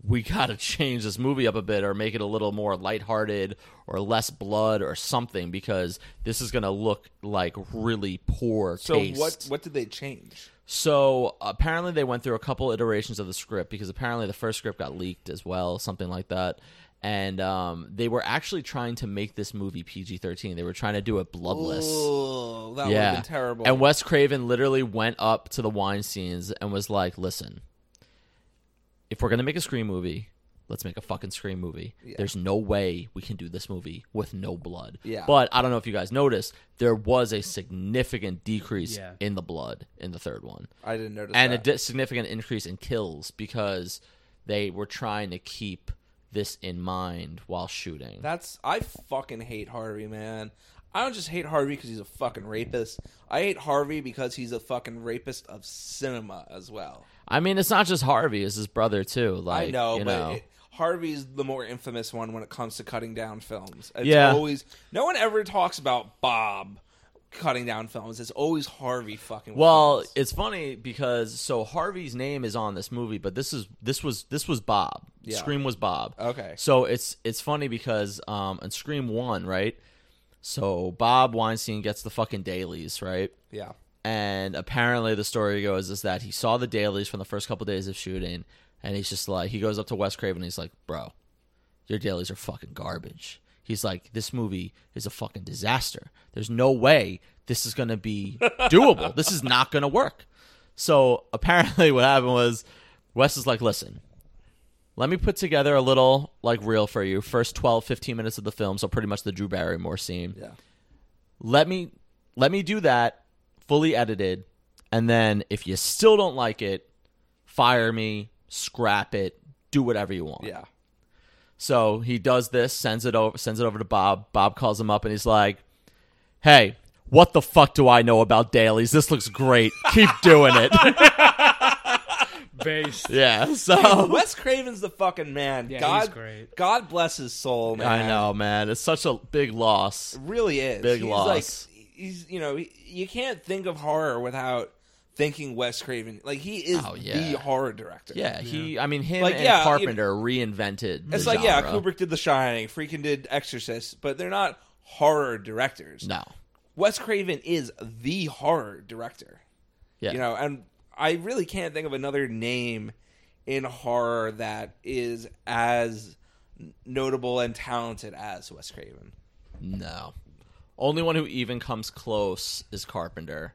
[SPEAKER 1] we got to change this movie up a bit or make it a little more lighthearted or less blood or something because this is going to look like really poor
[SPEAKER 2] so
[SPEAKER 1] taste.
[SPEAKER 2] what? What did they change?
[SPEAKER 1] So apparently they went through a couple iterations of the script because apparently the first script got leaked as well, something like that. And um, they were actually trying to make this movie PG thirteen. They were trying to do it bloodless.
[SPEAKER 2] Oh, that would
[SPEAKER 1] yeah,
[SPEAKER 2] have been terrible.
[SPEAKER 1] And Wes Craven literally went up to the wine scenes and was like, "Listen, if we're gonna make a scream movie." Let's make a fucking scream movie. There's no way we can do this movie with no blood.
[SPEAKER 2] Yeah.
[SPEAKER 1] But I don't know if you guys noticed, there was a significant decrease
[SPEAKER 3] Yeah.
[SPEAKER 1] in the blood in the third one
[SPEAKER 2] I didn't notice.
[SPEAKER 1] and a
[SPEAKER 2] that.
[SPEAKER 1] di- significant increase in kills because they were trying to keep this in mind while shooting.
[SPEAKER 2] That's I fucking hate Harvey, man. I don't just hate Harvey because he's a fucking rapist. I hate Harvey because he's a fucking rapist of cinema as well.
[SPEAKER 1] I mean, it's not just Harvey; it's his brother too. Like,
[SPEAKER 2] I know,
[SPEAKER 1] you
[SPEAKER 2] but
[SPEAKER 1] know.
[SPEAKER 2] It, Harvey's the more infamous one when it comes to cutting down films. It's
[SPEAKER 1] Yeah.
[SPEAKER 2] always no one ever talks about Bob cutting down films. It's always Harvey fucking. with
[SPEAKER 1] well,
[SPEAKER 2] films.
[SPEAKER 1] it's funny because so Harvey's name is on this movie, but this is this was this was Bob.
[SPEAKER 2] Yeah.
[SPEAKER 1] Scream was Bob.
[SPEAKER 2] Okay.
[SPEAKER 1] So it's it's funny because um, in Scream One, right? So Bob Weinstein gets the fucking dailies, right?
[SPEAKER 2] yeah,
[SPEAKER 1] and apparently the story goes is that he saw the dailies from the first couple days of shooting and he's just like he goes up to wes craven and he's like bro your dailies are fucking garbage he's like this movie is a fucking disaster there's no way this is gonna be doable this is not gonna work so apparently what happened was wes is like listen let me put together a little like reel for you first 12 15 minutes of the film so pretty much the drew barrymore scene
[SPEAKER 2] yeah.
[SPEAKER 1] let me let me do that fully edited and then if you still don't like it fire me scrap it do whatever you want
[SPEAKER 2] Yeah.
[SPEAKER 1] so he does this sends it over sends it over to bob bob calls him up and he's like hey what the fuck do i know about dailies this looks great keep doing it
[SPEAKER 3] based.
[SPEAKER 1] Yeah. So
[SPEAKER 2] Wes Craven's the fucking man.
[SPEAKER 3] Yeah,
[SPEAKER 2] God,
[SPEAKER 3] he's great.
[SPEAKER 2] God bless his soul, man.
[SPEAKER 1] I know, man. It's such a big loss.
[SPEAKER 2] It really is.
[SPEAKER 1] Big
[SPEAKER 2] he's
[SPEAKER 1] loss.
[SPEAKER 2] Like, he's you know he- you can't think of horror without thinking Wes Craven. Like he is
[SPEAKER 1] Oh, yeah.
[SPEAKER 2] the horror director.
[SPEAKER 1] Yeah, he. I mean, him
[SPEAKER 2] Like,
[SPEAKER 1] and
[SPEAKER 2] yeah, you-
[SPEAKER 1] Carpenter reinvented. the
[SPEAKER 2] It's like yeah,
[SPEAKER 1] genre.
[SPEAKER 2] Kubrick did The Shining, freaking did Exorcist, but they're not horror directors.
[SPEAKER 1] No.
[SPEAKER 2] Wes Craven is the horror director.
[SPEAKER 1] Yeah.
[SPEAKER 2] You know, and I really can't think of another name in horror that is as notable and talented as Wes Craven.
[SPEAKER 1] No. Only one who even comes close is Carpenter.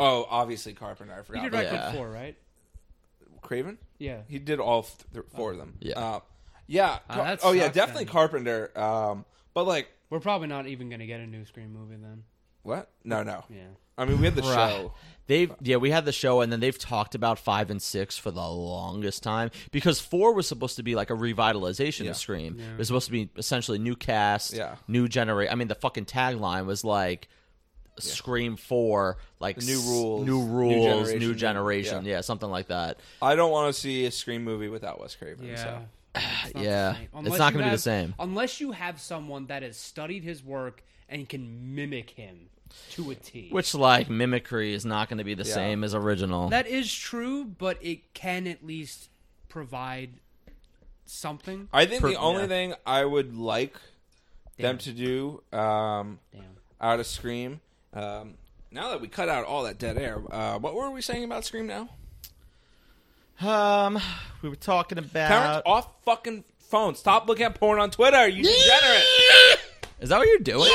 [SPEAKER 2] Oh, obviously Carpenter. I
[SPEAKER 3] He
[SPEAKER 2] forgot.
[SPEAKER 3] did
[SPEAKER 2] about
[SPEAKER 3] Red Hood
[SPEAKER 1] Yeah.
[SPEAKER 3] Four, right?
[SPEAKER 2] that. Craven?
[SPEAKER 3] Yeah.
[SPEAKER 2] He did all th- th- four of them.
[SPEAKER 1] Yeah.
[SPEAKER 2] Uh, yeah.
[SPEAKER 3] Ah,
[SPEAKER 2] Car-
[SPEAKER 3] that
[SPEAKER 2] oh, yeah,
[SPEAKER 3] sucks
[SPEAKER 2] definitely
[SPEAKER 3] then.
[SPEAKER 2] Carpenter. Um, but like,
[SPEAKER 3] We're probably not even gonna get a new Scream movie then.
[SPEAKER 2] what? No, no.
[SPEAKER 3] Yeah.
[SPEAKER 2] I mean, we had the
[SPEAKER 1] Right.
[SPEAKER 2] show.
[SPEAKER 1] They've yeah, we had the show and then they've talked about five and six for the longest time because four was supposed to be like a revitalization
[SPEAKER 2] Yeah.
[SPEAKER 1] of Scream.
[SPEAKER 3] Yeah.
[SPEAKER 1] It was supposed to be essentially new cast,
[SPEAKER 2] Yeah.
[SPEAKER 1] new generation. I mean, the fucking tagline was like Scream Four, like
[SPEAKER 2] New
[SPEAKER 1] s-
[SPEAKER 2] rules,
[SPEAKER 1] new
[SPEAKER 2] new
[SPEAKER 1] rules, new generation,
[SPEAKER 2] generation, new-
[SPEAKER 1] Yeah. something like that.
[SPEAKER 2] I don't want to see a Scream movie without Wes Craven.
[SPEAKER 3] Yeah.
[SPEAKER 2] So.
[SPEAKER 3] It's not the
[SPEAKER 1] Yeah.
[SPEAKER 3] same.
[SPEAKER 1] It's
[SPEAKER 3] Unless
[SPEAKER 1] not
[SPEAKER 3] you
[SPEAKER 1] gonna be the
[SPEAKER 3] have-
[SPEAKER 1] same.
[SPEAKER 3] Unless you have someone that has studied his work and can mimic him to a T.
[SPEAKER 1] Which like mimicry is not going to be the
[SPEAKER 2] Yeah.
[SPEAKER 1] same as original.
[SPEAKER 3] that is true, but it can at least provide something.
[SPEAKER 2] I think
[SPEAKER 1] Per-
[SPEAKER 2] the only
[SPEAKER 1] yeah.
[SPEAKER 2] thing I would like them
[SPEAKER 3] Damn.
[SPEAKER 2] to do um,
[SPEAKER 3] Damn.
[SPEAKER 2] out of Scream, um, now that we cut out all that dead air, uh, what were we saying about Scream now?
[SPEAKER 1] um, we were talking
[SPEAKER 2] Parents
[SPEAKER 1] about.
[SPEAKER 2] off fucking phone. Stop looking at porn on Twitter, you degenerate.
[SPEAKER 1] Is that what you're doing?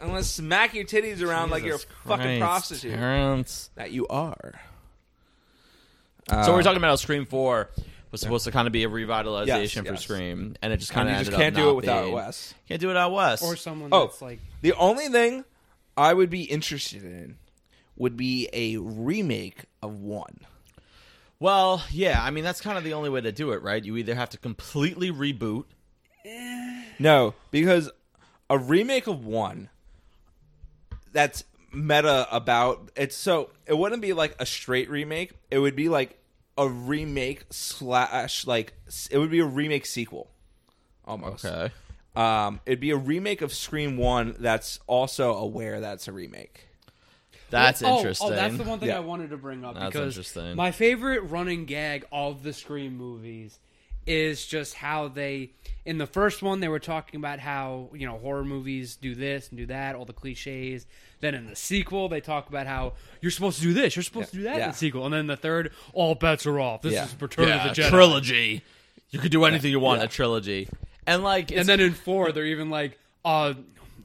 [SPEAKER 2] I'm gonna smack your titties around like you're a
[SPEAKER 1] Jesus
[SPEAKER 2] fucking
[SPEAKER 1] Christ,
[SPEAKER 2] prostitute.
[SPEAKER 1] Terrence.
[SPEAKER 2] That you are.
[SPEAKER 1] So we're talking about how Scream Four was supposed to kind of be a revitalization
[SPEAKER 2] Yes,
[SPEAKER 1] for
[SPEAKER 2] yes.
[SPEAKER 1] Scream, and it just
[SPEAKER 2] And
[SPEAKER 1] kind of
[SPEAKER 2] you just
[SPEAKER 1] ended up
[SPEAKER 2] can't do
[SPEAKER 1] not
[SPEAKER 2] it without
[SPEAKER 1] being.
[SPEAKER 2] Wes.
[SPEAKER 1] Can't do it without Wes.
[SPEAKER 3] Or someone
[SPEAKER 2] Oh.
[SPEAKER 3] that's like
[SPEAKER 2] The only thing I would be interested in would be a remake of one.
[SPEAKER 1] well, yeah, I mean that's kind of the only way to do it, right? You either have to completely reboot.
[SPEAKER 2] No, because a remake of one that's meta about it's so it wouldn't be like a straight remake. It would be like a remake slash like s- it would be a remake sequel. Almost. Um it'd be a remake of Scream 1 that's also aware that's a remake.
[SPEAKER 1] that's
[SPEAKER 3] Oh,
[SPEAKER 1] interesting.
[SPEAKER 3] Oh, that's the one thing
[SPEAKER 2] Yeah.
[SPEAKER 3] I wanted to bring up
[SPEAKER 1] That's
[SPEAKER 3] because
[SPEAKER 1] interesting.
[SPEAKER 3] my favorite running gag of the Scream movies is just how they in the first one they were talking about how, you know, horror movies do this and do that, all the clichés. Then in the sequel they talk about how you're supposed to do this, you're supposed to do that in
[SPEAKER 2] Yeah.
[SPEAKER 3] the sequel. And then the third, all bets are off. This
[SPEAKER 2] Yeah.
[SPEAKER 3] is Return of the Jedi.
[SPEAKER 1] trilogy. You could do anything you want in a trilogy, and like, it's-
[SPEAKER 3] and then in 4 they're even like uh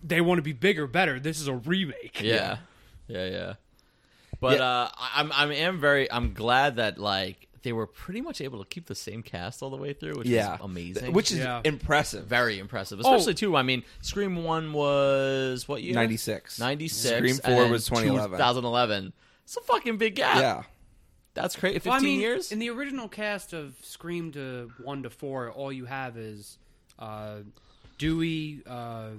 [SPEAKER 3] they want to be bigger, better. This is a remake.
[SPEAKER 1] Yeah, yeah, yeah. But
[SPEAKER 2] Yeah.
[SPEAKER 1] uh, I- I'm I'm am very I'm glad that like they were pretty much able to keep the same cast all the way through, which
[SPEAKER 2] Yeah.
[SPEAKER 1] is amazing.
[SPEAKER 2] Which Oh. is
[SPEAKER 3] Yeah.
[SPEAKER 2] impressive.
[SPEAKER 1] very impressive, especially too. I mean, Scream One was what year?
[SPEAKER 2] 96.
[SPEAKER 1] 96.
[SPEAKER 2] Scream 4
[SPEAKER 1] and
[SPEAKER 2] was 2011.
[SPEAKER 1] 2011. It's a fucking big gap.
[SPEAKER 2] Yeah.
[SPEAKER 1] that's crazy. Fifteen
[SPEAKER 3] Well, I mean,
[SPEAKER 1] years.
[SPEAKER 3] in the original cast of Scream to one to four, all you have is uh, Dewey. Uh,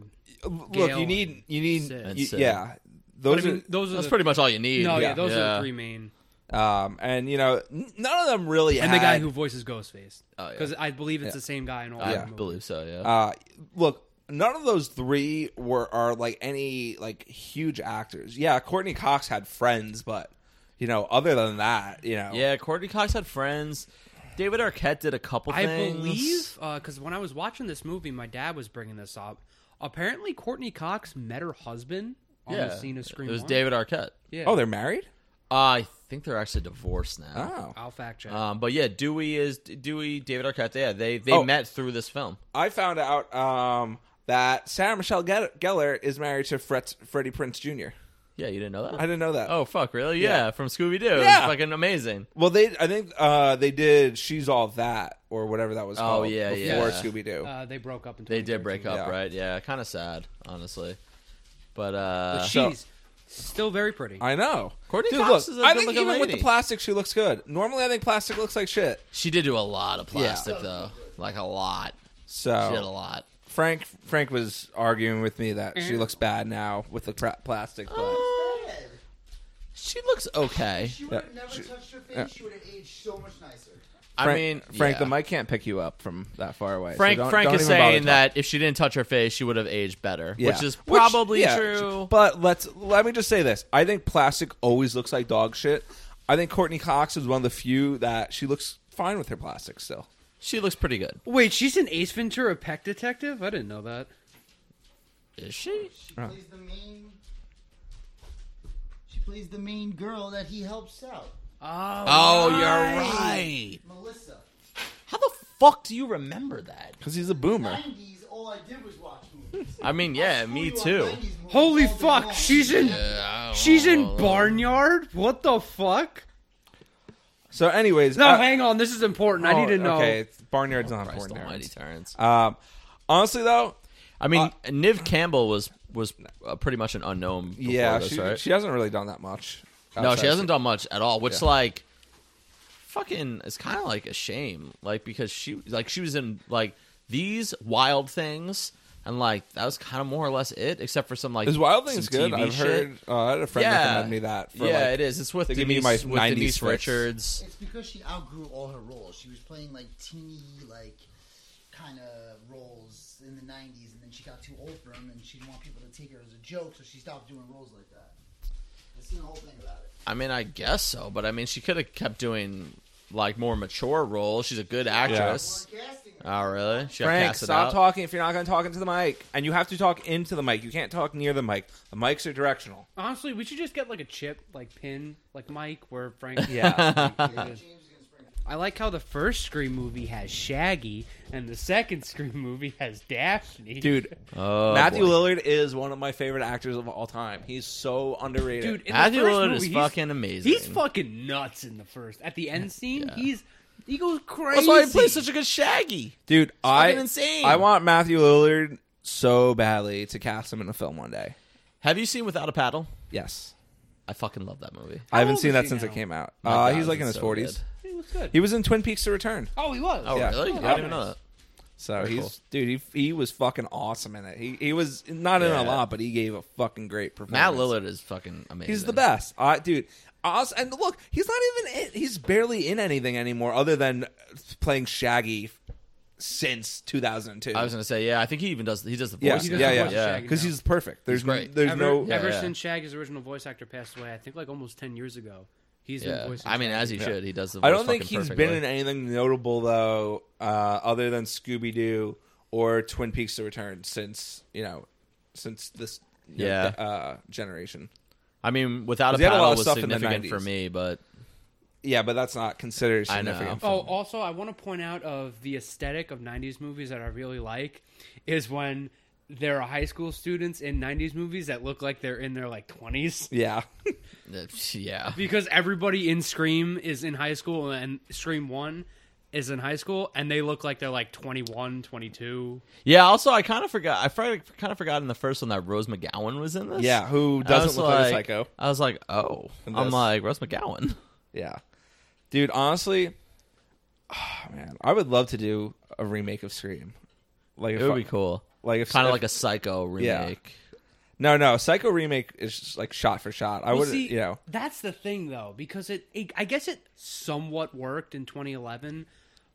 [SPEAKER 2] Look,
[SPEAKER 3] Gale
[SPEAKER 2] you need you need
[SPEAKER 3] Sid.
[SPEAKER 1] And
[SPEAKER 2] you-
[SPEAKER 1] Sid.
[SPEAKER 2] yeah.
[SPEAKER 3] but I
[SPEAKER 2] Those
[SPEAKER 3] mean,
[SPEAKER 2] are
[SPEAKER 3] those are
[SPEAKER 1] that's
[SPEAKER 3] the,
[SPEAKER 1] pretty much all you need.
[SPEAKER 3] No, yeah,
[SPEAKER 2] yeah.
[SPEAKER 3] those are
[SPEAKER 1] Yeah.
[SPEAKER 3] the three main,
[SPEAKER 2] um and you know n- none of them really
[SPEAKER 3] and the guy
[SPEAKER 2] had-
[SPEAKER 3] who voices Ghostface.
[SPEAKER 1] Oh, yeah.
[SPEAKER 3] Because I believe it's the same guy in all.
[SPEAKER 1] I
[SPEAKER 3] of them.
[SPEAKER 1] believe so. Yeah.
[SPEAKER 2] Uh, look, none of those three were are like any like huge actors. Yeah, Courtney Cox had friends, but you know, other than that, you know,
[SPEAKER 1] yeah. Courtney Cox had friends. David Arquette did a couple
[SPEAKER 3] I
[SPEAKER 1] things.
[SPEAKER 3] believe because when I was watching this movie, my dad was bringing this up. Apparently, Courtney Cox met her husband on
[SPEAKER 1] Yeah.
[SPEAKER 3] the scene of Scream.
[SPEAKER 1] It was
[SPEAKER 3] 1.
[SPEAKER 1] David Arquette.
[SPEAKER 3] Yeah.
[SPEAKER 2] Oh, they're married.
[SPEAKER 1] Uh, I think they're actually divorced now.
[SPEAKER 2] Oh,
[SPEAKER 3] I'll fact check.
[SPEAKER 1] Um, but yeah, Dewey is Dewey. David Arquette. Yeah, they they
[SPEAKER 2] Oh.
[SPEAKER 1] met through this film.
[SPEAKER 2] I found out um that Sarah Michelle Ge- Gellar is married to Fret- Freddie Prince Jr.
[SPEAKER 1] Yeah, you didn't know that.
[SPEAKER 2] I didn't know that.
[SPEAKER 1] Oh fuck, really? Yeah,
[SPEAKER 2] Yeah.
[SPEAKER 1] from Scooby Doo.
[SPEAKER 2] Yeah.
[SPEAKER 1] fucking amazing.
[SPEAKER 2] well, they I think uh they did. She's all that or whatever that was. called
[SPEAKER 1] Oh, yeah,
[SPEAKER 2] before
[SPEAKER 1] yeah.
[SPEAKER 2] Scooby Doo.
[SPEAKER 3] uh, they broke up. In
[SPEAKER 1] They did break
[SPEAKER 3] 2013.
[SPEAKER 1] up,
[SPEAKER 2] Yeah.
[SPEAKER 1] right? Yeah, kind of sad, honestly. But uh
[SPEAKER 2] So-
[SPEAKER 3] She's still very pretty.
[SPEAKER 2] I know.
[SPEAKER 1] Courtney
[SPEAKER 2] Dude,
[SPEAKER 1] Cox
[SPEAKER 2] look,
[SPEAKER 1] is a
[SPEAKER 2] I think
[SPEAKER 1] good-looking
[SPEAKER 2] even with the
[SPEAKER 1] lady.
[SPEAKER 2] plastic, she looks good. Normally, I think plastic looks like shit.
[SPEAKER 1] she did do a lot of
[SPEAKER 2] Yeah. Oh.
[SPEAKER 1] plastic though, like a lot.
[SPEAKER 2] So
[SPEAKER 1] She did a lot.
[SPEAKER 2] Frank Frank
[SPEAKER 1] Mm-hmm.
[SPEAKER 2] was arguing with me that she looks bad now with the pra- plastic, but
[SPEAKER 1] She looks okay.
[SPEAKER 5] She would have never touched her face.
[SPEAKER 2] yeah.
[SPEAKER 5] She would have aged so much nicer.
[SPEAKER 1] I
[SPEAKER 2] Frank-
[SPEAKER 1] mean,
[SPEAKER 2] Frank,
[SPEAKER 1] yeah.
[SPEAKER 2] the mic can't pick you up from that far away. so
[SPEAKER 1] Frank
[SPEAKER 2] don't-
[SPEAKER 1] Frank
[SPEAKER 2] don't
[SPEAKER 1] is
[SPEAKER 2] even bother
[SPEAKER 1] saying
[SPEAKER 2] talking.
[SPEAKER 1] that if she didn't touch her face, she would have aged better,
[SPEAKER 2] Yeah.
[SPEAKER 1] which is probably
[SPEAKER 2] yeah.
[SPEAKER 1] true.
[SPEAKER 2] But let's let me just say this: I think plastic always looks like dog shit. I think Courtney Cox is one of the few that she looks fine with her plastic still.
[SPEAKER 1] she looks pretty good.
[SPEAKER 3] Wait, she's an Ace Ventura Peck detective? I didn't know that.
[SPEAKER 1] Is she?
[SPEAKER 5] She
[SPEAKER 2] Right.
[SPEAKER 5] plays the main. She plays the main girl that he helps out,
[SPEAKER 3] Oh,
[SPEAKER 1] Oh, you're right.
[SPEAKER 5] Melissa.
[SPEAKER 1] How the fuck do you remember that?
[SPEAKER 2] Because he's a boomer.
[SPEAKER 5] Nineties. All I did was watch movies.
[SPEAKER 1] I mean, yeah, me
[SPEAKER 5] Screw you
[SPEAKER 1] too.
[SPEAKER 5] on 90s movies
[SPEAKER 3] Holy
[SPEAKER 5] all day
[SPEAKER 3] fuck,
[SPEAKER 5] long.
[SPEAKER 3] she's in she's in Barnyard? What the fuck?
[SPEAKER 2] So, anyways,
[SPEAKER 3] No,
[SPEAKER 2] uh,
[SPEAKER 3] hang on, this is important.
[SPEAKER 2] oh,
[SPEAKER 3] I need to know.
[SPEAKER 2] Okay, it's- Barnyard's not
[SPEAKER 1] Christ
[SPEAKER 2] important.
[SPEAKER 1] almighty,
[SPEAKER 2] Terrence.
[SPEAKER 1] Terrence.
[SPEAKER 2] Um, honestly, though,
[SPEAKER 1] I mean, Niv Campbell was was uh, pretty much an unknown. Before
[SPEAKER 2] yeah,
[SPEAKER 1] this,
[SPEAKER 2] she,
[SPEAKER 1] right?
[SPEAKER 2] she hasn't really done that much.
[SPEAKER 1] no, she
[SPEAKER 2] outside
[SPEAKER 1] hasn't done much at all. Which
[SPEAKER 2] Yeah.
[SPEAKER 1] like, fucking, is kind of like a shame. Like because she like she was in like these wild things, and like that was kind of more or less it, except for some like
[SPEAKER 2] Is Wild
[SPEAKER 1] some
[SPEAKER 2] Things good?
[SPEAKER 1] TV
[SPEAKER 2] I've
[SPEAKER 1] shit.
[SPEAKER 2] heard. Uh, I had a friend
[SPEAKER 1] yeah,
[SPEAKER 2] recommend me that. For
[SPEAKER 1] yeah,
[SPEAKER 2] like,
[SPEAKER 1] it is. It's with
[SPEAKER 2] to give me
[SPEAKER 1] Denise,
[SPEAKER 2] my
[SPEAKER 1] with
[SPEAKER 2] 90s
[SPEAKER 1] Denise
[SPEAKER 2] fix.
[SPEAKER 1] Richards.
[SPEAKER 5] It's because she outgrew all her roles. She was playing like teeny, like kind of roles in the '90s, and then she got too old for them, and she didn't want people to take her as a joke, so she stopped doing roles like that. That's the whole thing about it.
[SPEAKER 1] I mean, I guess so, but I mean, she could have kept doing like more mature roles. She's a good actress.
[SPEAKER 5] We're casting her.
[SPEAKER 1] Oh, really? She got
[SPEAKER 2] Frank,
[SPEAKER 1] casted
[SPEAKER 2] stop
[SPEAKER 1] out?
[SPEAKER 2] talking if you're not going to talk into the mic, and you have to talk into the mic. You can't talk near the mic. The mics are directional.
[SPEAKER 3] Honestly, we should just get like a chip, like pin, like Mike, where Frank.
[SPEAKER 2] Yeah.
[SPEAKER 5] James is gonna spring.
[SPEAKER 3] I like how the first Scream movie has Shaggy, and the second Scream movie has Daphne.
[SPEAKER 2] Dude,
[SPEAKER 1] Oh,
[SPEAKER 2] Matthew
[SPEAKER 1] boy.
[SPEAKER 2] Lillard is one of my favorite actors of all time. He's so underrated.
[SPEAKER 3] dude, in
[SPEAKER 1] Matthew
[SPEAKER 3] the first
[SPEAKER 1] Lillard
[SPEAKER 3] movie,
[SPEAKER 1] is
[SPEAKER 3] he's-
[SPEAKER 1] fucking amazing.
[SPEAKER 3] He's fucking nuts in the first. At the end scene,
[SPEAKER 1] Yeah.
[SPEAKER 3] he's he goes crazy.
[SPEAKER 1] That's why Oh, he plays such a good Shaggy.
[SPEAKER 2] dude, I
[SPEAKER 1] fucking insane.
[SPEAKER 2] I want Matthew Lillard so badly to cast him in a film one day.
[SPEAKER 1] Have you seen Without a Paddle?
[SPEAKER 2] Yes,
[SPEAKER 1] I fucking love that movie.
[SPEAKER 2] I haven't
[SPEAKER 3] old
[SPEAKER 2] seen
[SPEAKER 3] is
[SPEAKER 2] that
[SPEAKER 3] he
[SPEAKER 2] since it
[SPEAKER 3] now?
[SPEAKER 2] came out.
[SPEAKER 1] My
[SPEAKER 2] Uh,
[SPEAKER 1] God,
[SPEAKER 2] he's like in
[SPEAKER 1] it's
[SPEAKER 2] his
[SPEAKER 1] so
[SPEAKER 2] 40s.
[SPEAKER 1] good.
[SPEAKER 3] He was good.
[SPEAKER 2] He was in Twin Peaks: The Return,
[SPEAKER 3] oh, he was.
[SPEAKER 1] Oh,
[SPEAKER 2] Yeah.
[SPEAKER 1] really? I
[SPEAKER 3] Oh,
[SPEAKER 1] didn't even know
[SPEAKER 3] nice.
[SPEAKER 1] that.
[SPEAKER 2] so
[SPEAKER 1] Very
[SPEAKER 2] he's
[SPEAKER 1] cool.
[SPEAKER 2] dude. He he was fucking awesome in it. He he was not in
[SPEAKER 1] Yeah.
[SPEAKER 2] a lot, but he gave a fucking great performance.
[SPEAKER 1] Matt Lillard is fucking amazing.
[SPEAKER 2] He's the best, uh, dude. Us and look, he's not even. In, he's barely in anything anymore, other than playing Shaggy since 2002.
[SPEAKER 1] I was gonna say, yeah. I think he even does. He does the
[SPEAKER 2] Yeah,
[SPEAKER 1] voice.
[SPEAKER 3] He
[SPEAKER 1] now.
[SPEAKER 3] does
[SPEAKER 2] yeah,
[SPEAKER 3] the
[SPEAKER 2] yeah,
[SPEAKER 3] voice of Shaggy
[SPEAKER 2] Because
[SPEAKER 3] now.
[SPEAKER 2] he's perfect. There's
[SPEAKER 1] He's great.
[SPEAKER 2] there's
[SPEAKER 3] ever,
[SPEAKER 2] no.
[SPEAKER 1] Yeah.
[SPEAKER 3] ever since Shaggy's original voice actor passed away, I think like almost ten years ago. He's
[SPEAKER 1] Yeah.
[SPEAKER 3] been voicing.
[SPEAKER 1] I mean,
[SPEAKER 3] Shaggy.
[SPEAKER 1] as he should, he does the. Voice
[SPEAKER 2] I don't think
[SPEAKER 1] fucking
[SPEAKER 2] he's
[SPEAKER 1] perfectly.
[SPEAKER 2] been in anything notable though, uh, other than Scooby Doo or Twin Peaks: The Return since you know, since this you know,
[SPEAKER 1] Yeah.
[SPEAKER 2] de- uh, generation.
[SPEAKER 1] I mean, without a
[SPEAKER 2] He had a lot
[SPEAKER 1] paddle
[SPEAKER 2] of
[SPEAKER 1] was
[SPEAKER 2] stuff in the
[SPEAKER 1] significant for
[SPEAKER 2] 90s.
[SPEAKER 1] me, but
[SPEAKER 2] Yeah, but that's not considered
[SPEAKER 1] I know.
[SPEAKER 2] significant.
[SPEAKER 3] Oh, also, I want to point out of the aesthetic of '90s movies that I really like is when there are high school students in '90s movies that look like they're in their like 20s
[SPEAKER 2] Yeah,
[SPEAKER 1] uh, yeah.
[SPEAKER 3] because everybody in Scream is in high school and Scream One is in high school and they look like they're like 21, 22.
[SPEAKER 1] Yeah. Also, I kind of forgot. I kind of forgot in the first one that Rose McGowan was in this.
[SPEAKER 2] yeah. Who
[SPEAKER 1] And I was
[SPEAKER 2] doesn't look like a psycho?
[SPEAKER 1] I was like, oh,
[SPEAKER 2] In
[SPEAKER 1] I'm
[SPEAKER 2] this.
[SPEAKER 1] like Rose McGowan.
[SPEAKER 2] Yeah, dude. Honestly, oh, man, I would love to do a remake of Scream. Like if
[SPEAKER 1] It would
[SPEAKER 2] I-
[SPEAKER 1] be cool.
[SPEAKER 2] Like if
[SPEAKER 1] Kind of
[SPEAKER 2] if-
[SPEAKER 1] like a Psycho remake.
[SPEAKER 2] no, no. Psycho remake is just like shot for shot. I
[SPEAKER 3] Well,
[SPEAKER 2] would,
[SPEAKER 3] see,
[SPEAKER 2] you know,
[SPEAKER 3] That's the thing, though, because it, it. I guess it somewhat worked in 2011,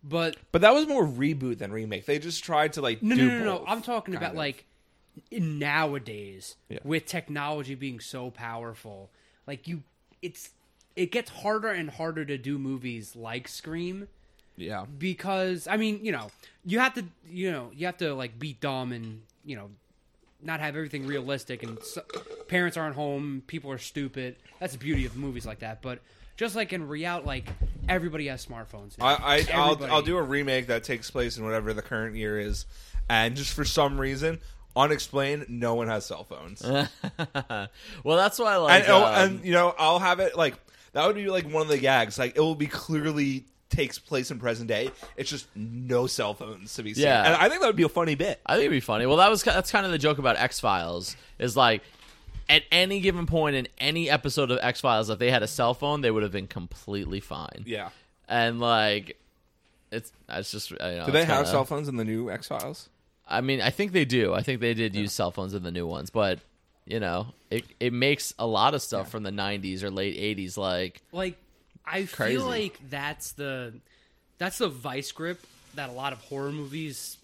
[SPEAKER 3] but
[SPEAKER 2] but that was more reboot than remake. They just tried to like
[SPEAKER 3] no,
[SPEAKER 2] do
[SPEAKER 3] no, no, no.
[SPEAKER 2] both,
[SPEAKER 3] I'm talking
[SPEAKER 2] kind
[SPEAKER 3] about
[SPEAKER 2] of.
[SPEAKER 3] like nowadays
[SPEAKER 2] Yeah.
[SPEAKER 3] with technology being so powerful. Like you, it's it gets harder and harder to do movies like Scream
[SPEAKER 2] yeah,
[SPEAKER 3] because I mean, you know, you have to, you know, you have to like be dumb and you know, not have everything realistic. And so, parents aren't home, people are stupid. That's the beauty of movies like that. But just like in reality, like everybody has smartphones. Now.
[SPEAKER 2] I, I I'll,
[SPEAKER 3] Everybody.
[SPEAKER 2] I'll do a remake that takes place in whatever the current year is, and just for some reason, unexplained, no one has cell phones.
[SPEAKER 1] well, that's why. Like,
[SPEAKER 2] and, oh,
[SPEAKER 1] um,
[SPEAKER 2] and you know, I'll have it like that would be like one of the gags. Like it will be clearly takes place in present day. It's just no cell phones to be seen.
[SPEAKER 1] Yeah.
[SPEAKER 2] and I think that would be a funny bit.
[SPEAKER 1] I think it'd be funny. Well, that was that's kind of the joke about X Files is like at any given point in any episode of X Files, if they had a cell phone, they would have been completely fine.
[SPEAKER 2] Yeah.
[SPEAKER 1] and like it's it's just I know,
[SPEAKER 2] Do they
[SPEAKER 1] it's
[SPEAKER 2] have
[SPEAKER 1] kinda-
[SPEAKER 2] cell phones in the new X Files?
[SPEAKER 1] I mean, I think they do. I think they did use cell phones in the new ones, but You know, it it makes a lot of stuff from the '90s or late '80s like
[SPEAKER 3] like I
[SPEAKER 1] Crazy.
[SPEAKER 3] feel like that's the that's the vice grip that a lot of horror movies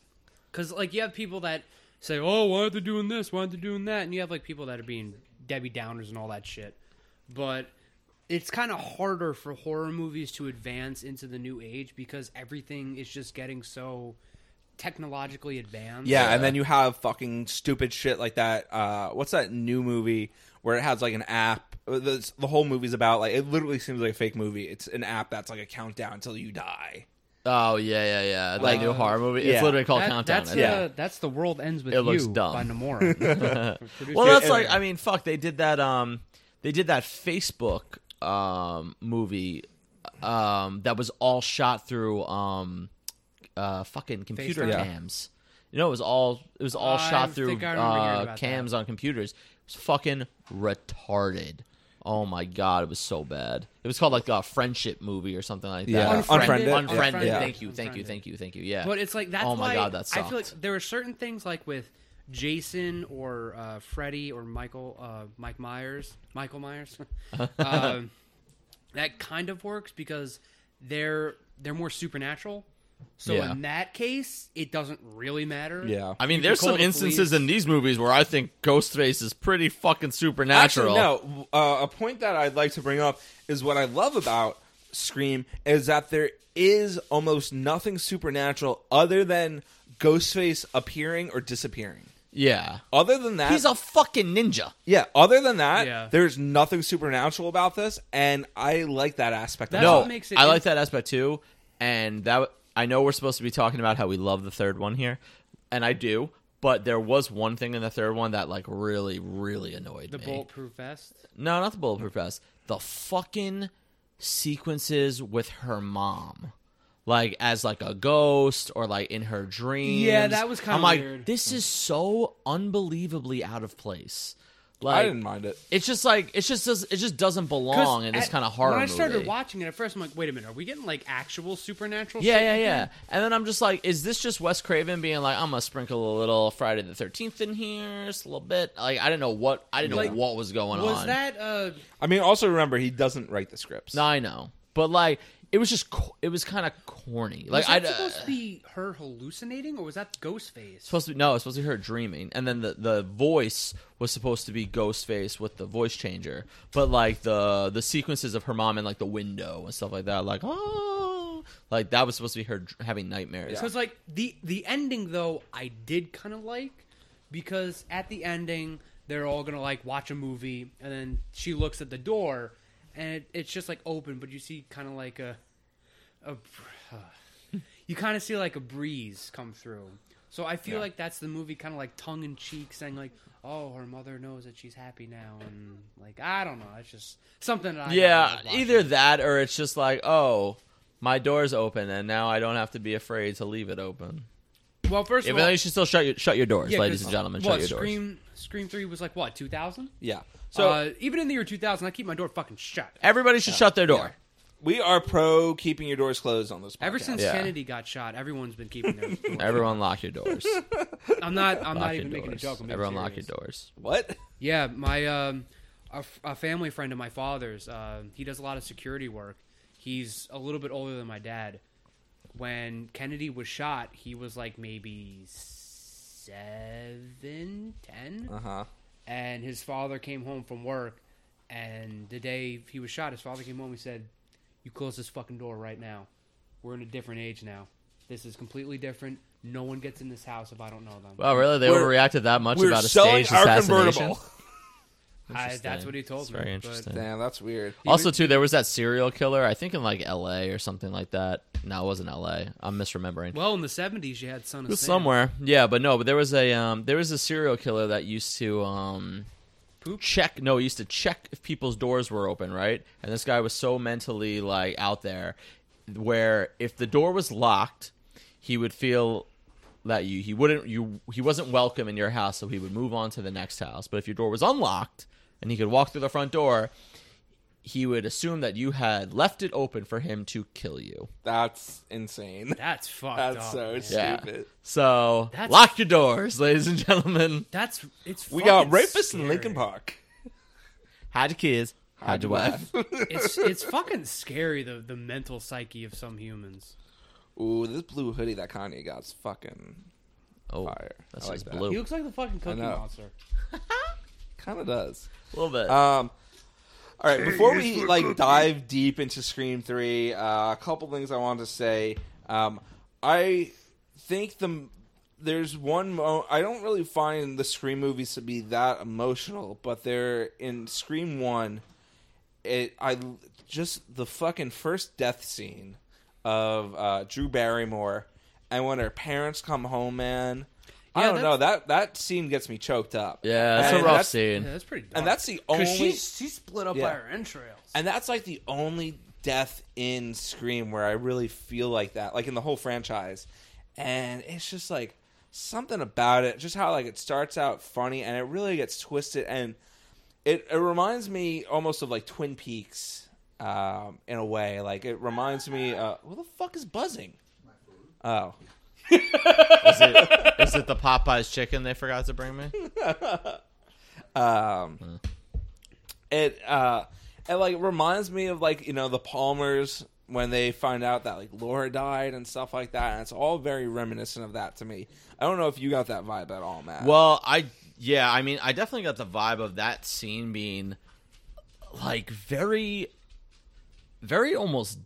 [SPEAKER 3] because like you have people that say oh why aren't they doing this why aren't they doing that and you have like people that are being Debbie Downers and all that shit but it's kind of harder for horror movies to advance into the new age because everything is just getting so technologically advanced
[SPEAKER 2] Yeah, and then you have fucking stupid shit like that. Uh, what's that new movie where it has like an app? Uh, The, the whole movie's about like it literally seems like a fake movie. It's an app that's like a countdown until you die.
[SPEAKER 1] oh yeah yeah yeah like
[SPEAKER 2] Like,
[SPEAKER 1] new horror movie.
[SPEAKER 2] yeah.
[SPEAKER 1] It's literally called
[SPEAKER 3] That-
[SPEAKER 1] Countdown.
[SPEAKER 3] that's,
[SPEAKER 1] I
[SPEAKER 3] the,
[SPEAKER 1] think.
[SPEAKER 2] Yeah.
[SPEAKER 3] that's the world ends with
[SPEAKER 1] It looks
[SPEAKER 3] you
[SPEAKER 1] dumb.
[SPEAKER 3] by Namora.
[SPEAKER 1] Well, that's
[SPEAKER 2] Yeah,
[SPEAKER 1] like
[SPEAKER 2] yeah.
[SPEAKER 1] I mean, fuck. They did that. Um, they did that Facebook um movie, um, that was all shot through um, uh, fucking computer
[SPEAKER 3] FaceTime? Yeah.
[SPEAKER 1] cams. You know, it was all it was all
[SPEAKER 3] I
[SPEAKER 1] shot through
[SPEAKER 3] think I remember hearing
[SPEAKER 1] uh,
[SPEAKER 3] about
[SPEAKER 1] cams on computers. It was fucking retarded. Oh my god, it was so bad. It was called like a friendship movie or something like that.
[SPEAKER 2] Yeah.
[SPEAKER 1] Unfriended.
[SPEAKER 2] Unfriended.
[SPEAKER 1] Unfriended.
[SPEAKER 3] Unfriended.
[SPEAKER 1] Thank you. Thank you.
[SPEAKER 3] Unfriended.
[SPEAKER 1] Thank you. Thank you. Yeah.
[SPEAKER 3] But it's like that's
[SPEAKER 1] Oh my
[SPEAKER 3] why
[SPEAKER 1] God, that
[SPEAKER 3] I feel like
[SPEAKER 1] sucked.
[SPEAKER 3] there were certain things like with Jason or uh, Freddy or Michael uh, Mike Myers Michael Myers um, that kind of works because they're they're more supernatural. So
[SPEAKER 1] Yeah.
[SPEAKER 3] in that case, it doesn't really matter.
[SPEAKER 2] Yeah.
[SPEAKER 1] I mean,
[SPEAKER 3] You can
[SPEAKER 1] there's
[SPEAKER 3] call
[SPEAKER 1] some
[SPEAKER 3] the
[SPEAKER 1] instances
[SPEAKER 3] police.
[SPEAKER 1] in these movies where I think Ghostface is pretty fucking supernatural.
[SPEAKER 2] Actually, no. Uh, a point that I'd like to bring up is what I love about Scream is that there is almost nothing supernatural other than Ghostface appearing or disappearing.
[SPEAKER 1] Yeah.
[SPEAKER 2] Other than that,
[SPEAKER 1] He's a fucking ninja.
[SPEAKER 2] yeah. Other than that,
[SPEAKER 3] Yeah.
[SPEAKER 2] there's nothing supernatural about this, and I like that aspect.
[SPEAKER 3] That's
[SPEAKER 2] of
[SPEAKER 1] no,
[SPEAKER 3] what makes it
[SPEAKER 1] I
[SPEAKER 3] in-
[SPEAKER 1] like that aspect too. And that I know we're supposed to be talking about how we love the third one here, and I do. But there was one thing in the third one that like really, really annoyed
[SPEAKER 3] the
[SPEAKER 1] me.
[SPEAKER 3] bulletproof vest.
[SPEAKER 1] No, not the bulletproof vest. The fucking sequences with her mom. Like as like a ghost or like in her dreams.
[SPEAKER 3] Yeah, that was kinda
[SPEAKER 1] I'm like,
[SPEAKER 3] weird.
[SPEAKER 1] This is so unbelievably out of place.
[SPEAKER 2] I
[SPEAKER 1] Like
[SPEAKER 2] didn't mind it.
[SPEAKER 1] it's just like it's just does- it just doesn't
[SPEAKER 3] 'Cause
[SPEAKER 1] belong in this
[SPEAKER 3] at-
[SPEAKER 1] kind of horror
[SPEAKER 3] When I
[SPEAKER 1] movie.
[SPEAKER 3] started watching it at first, I'm like, wait a minute, are we getting like actual supernatural?
[SPEAKER 1] Yeah,
[SPEAKER 3] shit
[SPEAKER 1] yeah,
[SPEAKER 3] in here?
[SPEAKER 1] yeah. And then I'm just like, is this just Wes Craven being like, I'm gonna sprinkle a little Friday the Thirteenth in here, just a little bit? Like, I didn't know what I didn't
[SPEAKER 3] Like,
[SPEAKER 1] know what was going on.
[SPEAKER 3] Was that uh,
[SPEAKER 2] I mean, also remember he doesn't write the scripts.
[SPEAKER 1] No, I know, but like, it was just co- it was kind of corny. Like,
[SPEAKER 3] was
[SPEAKER 1] I uh,
[SPEAKER 3] that supposed to be her hallucinating or was that Ghostface?
[SPEAKER 1] supposed to be, no, it's supposed to be her dreaming, and then the the voice was supposed to be Ghostface with the voice changer, but like the the sequences of her mom and like the window and stuff like that, like oh, like that was supposed to be her dr- having nightmares.
[SPEAKER 3] Because like the the ending though, I did kind of like because at the ending they're all gonna like watch a movie and then she looks at the door and it, it's just like open, but you see kind of like a a br- you kind of see like a breeze come through. So I feel like that's the movie kind of like tongue in cheek saying like, "Oh, her mother knows that she's happy now," and like I don't know, it's just something. That I
[SPEAKER 1] Yeah,
[SPEAKER 3] enjoyed watching.
[SPEAKER 1] either that or it's just like oh. My door's open, and now I don't have to be afraid to leave it open.
[SPEAKER 3] Well, first of
[SPEAKER 1] Even
[SPEAKER 3] all,
[SPEAKER 1] though you should still shut your shut your doors,
[SPEAKER 3] Yeah,
[SPEAKER 1] ladies
[SPEAKER 3] 'cause,
[SPEAKER 1] and gentlemen.
[SPEAKER 3] what,
[SPEAKER 1] Shut your doors.
[SPEAKER 3] Scream, Scream Three was like what, two thousand?
[SPEAKER 2] Yeah.
[SPEAKER 3] So
[SPEAKER 2] So
[SPEAKER 3] uh, even in the year two thousand, I keep my door fucking shut.
[SPEAKER 1] Everybody should shut their door.
[SPEAKER 2] we are pro keeping your doors closed on this. Podcast.
[SPEAKER 3] Ever since
[SPEAKER 1] Yeah.
[SPEAKER 3] Kennedy got shot, everyone's been keeping their. doors.
[SPEAKER 1] Everyone lock your doors.
[SPEAKER 3] I'm not.
[SPEAKER 1] lock
[SPEAKER 3] I'm not
[SPEAKER 1] your
[SPEAKER 3] even making a
[SPEAKER 1] doors.
[SPEAKER 3] joke. I'm being
[SPEAKER 1] Everyone lock your
[SPEAKER 3] serious.
[SPEAKER 1] doors.
[SPEAKER 2] what?
[SPEAKER 3] Yeah, my um, a, f- a family friend of my father's. Uh, he does a lot of security work. He's a little bit older than my dad. When Kennedy was shot, he was like maybe seven, ten.
[SPEAKER 2] Uh huh.
[SPEAKER 3] and his father came home from work and the day he was shot his father came home and said you close this fucking door right now we're in a different age now this is completely different no one gets in this house if i don't know them
[SPEAKER 1] Well, really, they
[SPEAKER 2] We're-
[SPEAKER 1] overreacted that much
[SPEAKER 2] We're
[SPEAKER 1] about a
[SPEAKER 2] selling
[SPEAKER 1] staged
[SPEAKER 2] our
[SPEAKER 1] assassination.
[SPEAKER 2] convertible.
[SPEAKER 3] I, that's
[SPEAKER 1] Interesting.
[SPEAKER 3] what he told
[SPEAKER 1] It's
[SPEAKER 3] me
[SPEAKER 1] very
[SPEAKER 3] but-
[SPEAKER 1] interesting.
[SPEAKER 2] Damn, that's weird.
[SPEAKER 1] Also, too, there was that serial killer. I think in like L.A. or something like that. No, it wasn't L.A. I'm misremembering.
[SPEAKER 3] well in the 70s you had son of
[SPEAKER 1] it was
[SPEAKER 3] Sam.
[SPEAKER 1] somewhere. Yeah, but no, but there was a um, there was a serial killer that used to um,
[SPEAKER 3] Poop?
[SPEAKER 1] check. No, he used to check if people's doors were open, right? And this guy was so mentally like out there, where if the door was locked, he would feel that you he wouldn't you he wasn't welcome in your house, so he would move on to the next house. But if your door was unlocked and he could walk through the front door, he would assume that you had left it open for him to kill you.
[SPEAKER 2] That's insane.
[SPEAKER 3] That's fucked
[SPEAKER 2] That's
[SPEAKER 3] up.
[SPEAKER 2] so
[SPEAKER 3] man.
[SPEAKER 1] Yeah.
[SPEAKER 2] stupid.
[SPEAKER 1] So
[SPEAKER 3] That's-
[SPEAKER 1] lock your doors, ladies and gentlemen.
[SPEAKER 3] That's it's.
[SPEAKER 2] We got
[SPEAKER 3] fucking
[SPEAKER 2] rapists
[SPEAKER 3] scary.
[SPEAKER 2] in Lincoln Park.
[SPEAKER 1] Had your kids, had your wife.
[SPEAKER 3] It's it's fucking scary the the mental psyche of some humans.
[SPEAKER 2] Ooh, this blue hoodie that Kanye got is fucking
[SPEAKER 1] Oh,
[SPEAKER 2] fire.
[SPEAKER 1] that's
[SPEAKER 2] I like
[SPEAKER 1] just
[SPEAKER 2] that.
[SPEAKER 1] blue.
[SPEAKER 3] He looks like the fucking Cookie
[SPEAKER 2] know.
[SPEAKER 3] Monster.
[SPEAKER 2] kind of does.
[SPEAKER 1] A little bit.
[SPEAKER 2] Um, all right, before we like dive deep into Scream Three, uh, a couple things I wanted to say. Um, I think the there's one mo- I don't really find the Scream movies to be that emotional, but they're in Scream One. It I just the fucking first death scene of uh, Drew Barrymore, and when her parents come home, man. I
[SPEAKER 3] Yeah,
[SPEAKER 2] don't know that that scene gets me choked up.
[SPEAKER 1] yeah, that's
[SPEAKER 2] And
[SPEAKER 1] a rough
[SPEAKER 2] that's-
[SPEAKER 1] scene.
[SPEAKER 3] Yeah, that's pretty. Dark.
[SPEAKER 2] and that's the only
[SPEAKER 6] she's split up
[SPEAKER 2] Yeah.
[SPEAKER 6] by her entrails.
[SPEAKER 2] and that's like the only death in Scream where I really feel like that, like in the whole franchise. And it's just like something about it, just how like it starts out funny and it really gets twisted and it it reminds me almost of like Twin Peaks um, in a way. Like it reminds me, uh, what the fuck is buzzing? Oh,
[SPEAKER 4] Is it, is it the Popeyes chicken they forgot to bring me?
[SPEAKER 2] it uh it like reminds me of like you know the palmers when they find out that like laura died and stuff like that and it's all very reminiscent of that to me i don't know if you got that vibe at all matt
[SPEAKER 4] Well, I yeah, I mean, I definitely got the vibe of that scene being
[SPEAKER 1] like very very almost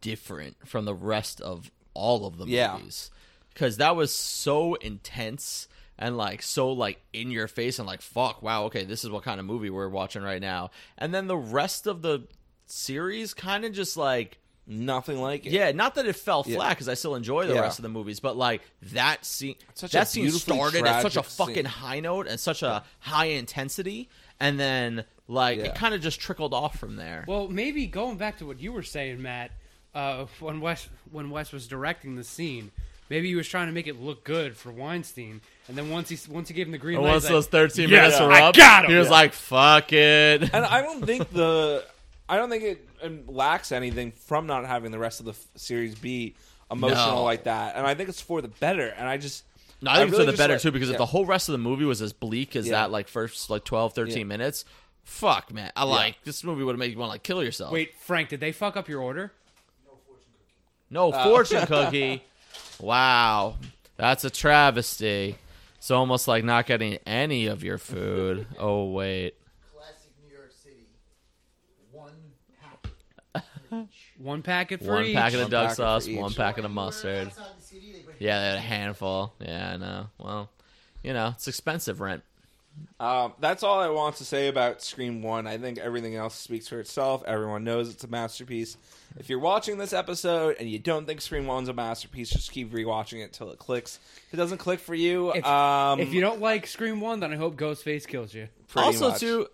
[SPEAKER 1] different from the rest of all of the
[SPEAKER 2] Yeah.
[SPEAKER 1] movies because that was so intense and like so like in your face and like fuck wow okay this is what kind of movie we're watching right now and then the rest of the series kind of just like
[SPEAKER 2] nothing like it
[SPEAKER 1] yeah not that it fell
[SPEAKER 2] Yeah.
[SPEAKER 1] flat because i still enjoy the
[SPEAKER 2] Yeah.
[SPEAKER 1] rest of the movies but like that scene
[SPEAKER 2] Such a
[SPEAKER 1] that scene
[SPEAKER 2] beautifully
[SPEAKER 1] started at such a
[SPEAKER 2] tragic
[SPEAKER 1] fucking
[SPEAKER 2] scene.
[SPEAKER 1] high note and such a high intensity and then like
[SPEAKER 2] Yeah.
[SPEAKER 1] it kind of just trickled off from there
[SPEAKER 3] Well, maybe going back to what you were saying, Matt, uh, when Wes when Wes was directing the scene, maybe he was trying to make it look good for Weinstein, and then once he once he gave him the green
[SPEAKER 1] Oh,
[SPEAKER 4] And
[SPEAKER 3] light,
[SPEAKER 4] once
[SPEAKER 3] he's like,
[SPEAKER 4] those 13
[SPEAKER 3] "Yes,
[SPEAKER 4] minutes were
[SPEAKER 3] I
[SPEAKER 4] up,
[SPEAKER 3] got 'em."
[SPEAKER 4] he was like, fuck it.
[SPEAKER 2] and i don't think the i don't think it um, lacks anything from not having the rest of the f- series be emotional
[SPEAKER 1] No.
[SPEAKER 2] like that and i think it's for the better and i just
[SPEAKER 1] No, I think it's
[SPEAKER 2] really
[SPEAKER 1] for the
[SPEAKER 2] just
[SPEAKER 1] better
[SPEAKER 2] like-
[SPEAKER 1] too because
[SPEAKER 2] yeah.
[SPEAKER 1] if the whole rest of the movie was as bleak as
[SPEAKER 2] Yeah.
[SPEAKER 1] that, like first like 12, 13
[SPEAKER 2] Yeah.
[SPEAKER 1] minutes, fuck man, I like this movie would have made you want to like kill yourself.
[SPEAKER 3] "Wait, Frank, did they fuck up your order?"
[SPEAKER 1] no
[SPEAKER 2] Uh,
[SPEAKER 1] fortune cookie. Wow, that's a travesty. It's almost like not getting any of your food. Oh wait,
[SPEAKER 5] Classic New York City. One packet.
[SPEAKER 3] One packet for
[SPEAKER 1] one
[SPEAKER 3] each.
[SPEAKER 1] packet of
[SPEAKER 2] One
[SPEAKER 1] duck
[SPEAKER 2] packet for
[SPEAKER 1] sauce,
[SPEAKER 2] each.
[SPEAKER 1] one packet
[SPEAKER 5] Anywhere
[SPEAKER 1] of mustard.
[SPEAKER 5] outside the city, they put
[SPEAKER 1] Yeah, they had a handful. Yeah, I know. Well, you know, it's expensive rent.
[SPEAKER 2] Um, that's all I want to say about Scream 1. I think everything else speaks for itself. Everyone knows it's a masterpiece. If you're watching this episode and you don't think Scream 1's a masterpiece, just keep rewatching it till it clicks. If it doesn't click for you,
[SPEAKER 3] If,
[SPEAKER 2] um,
[SPEAKER 3] if you don't like Scream One, then I hope Ghostface kills you.
[SPEAKER 2] pretty
[SPEAKER 1] also
[SPEAKER 2] much.
[SPEAKER 1] to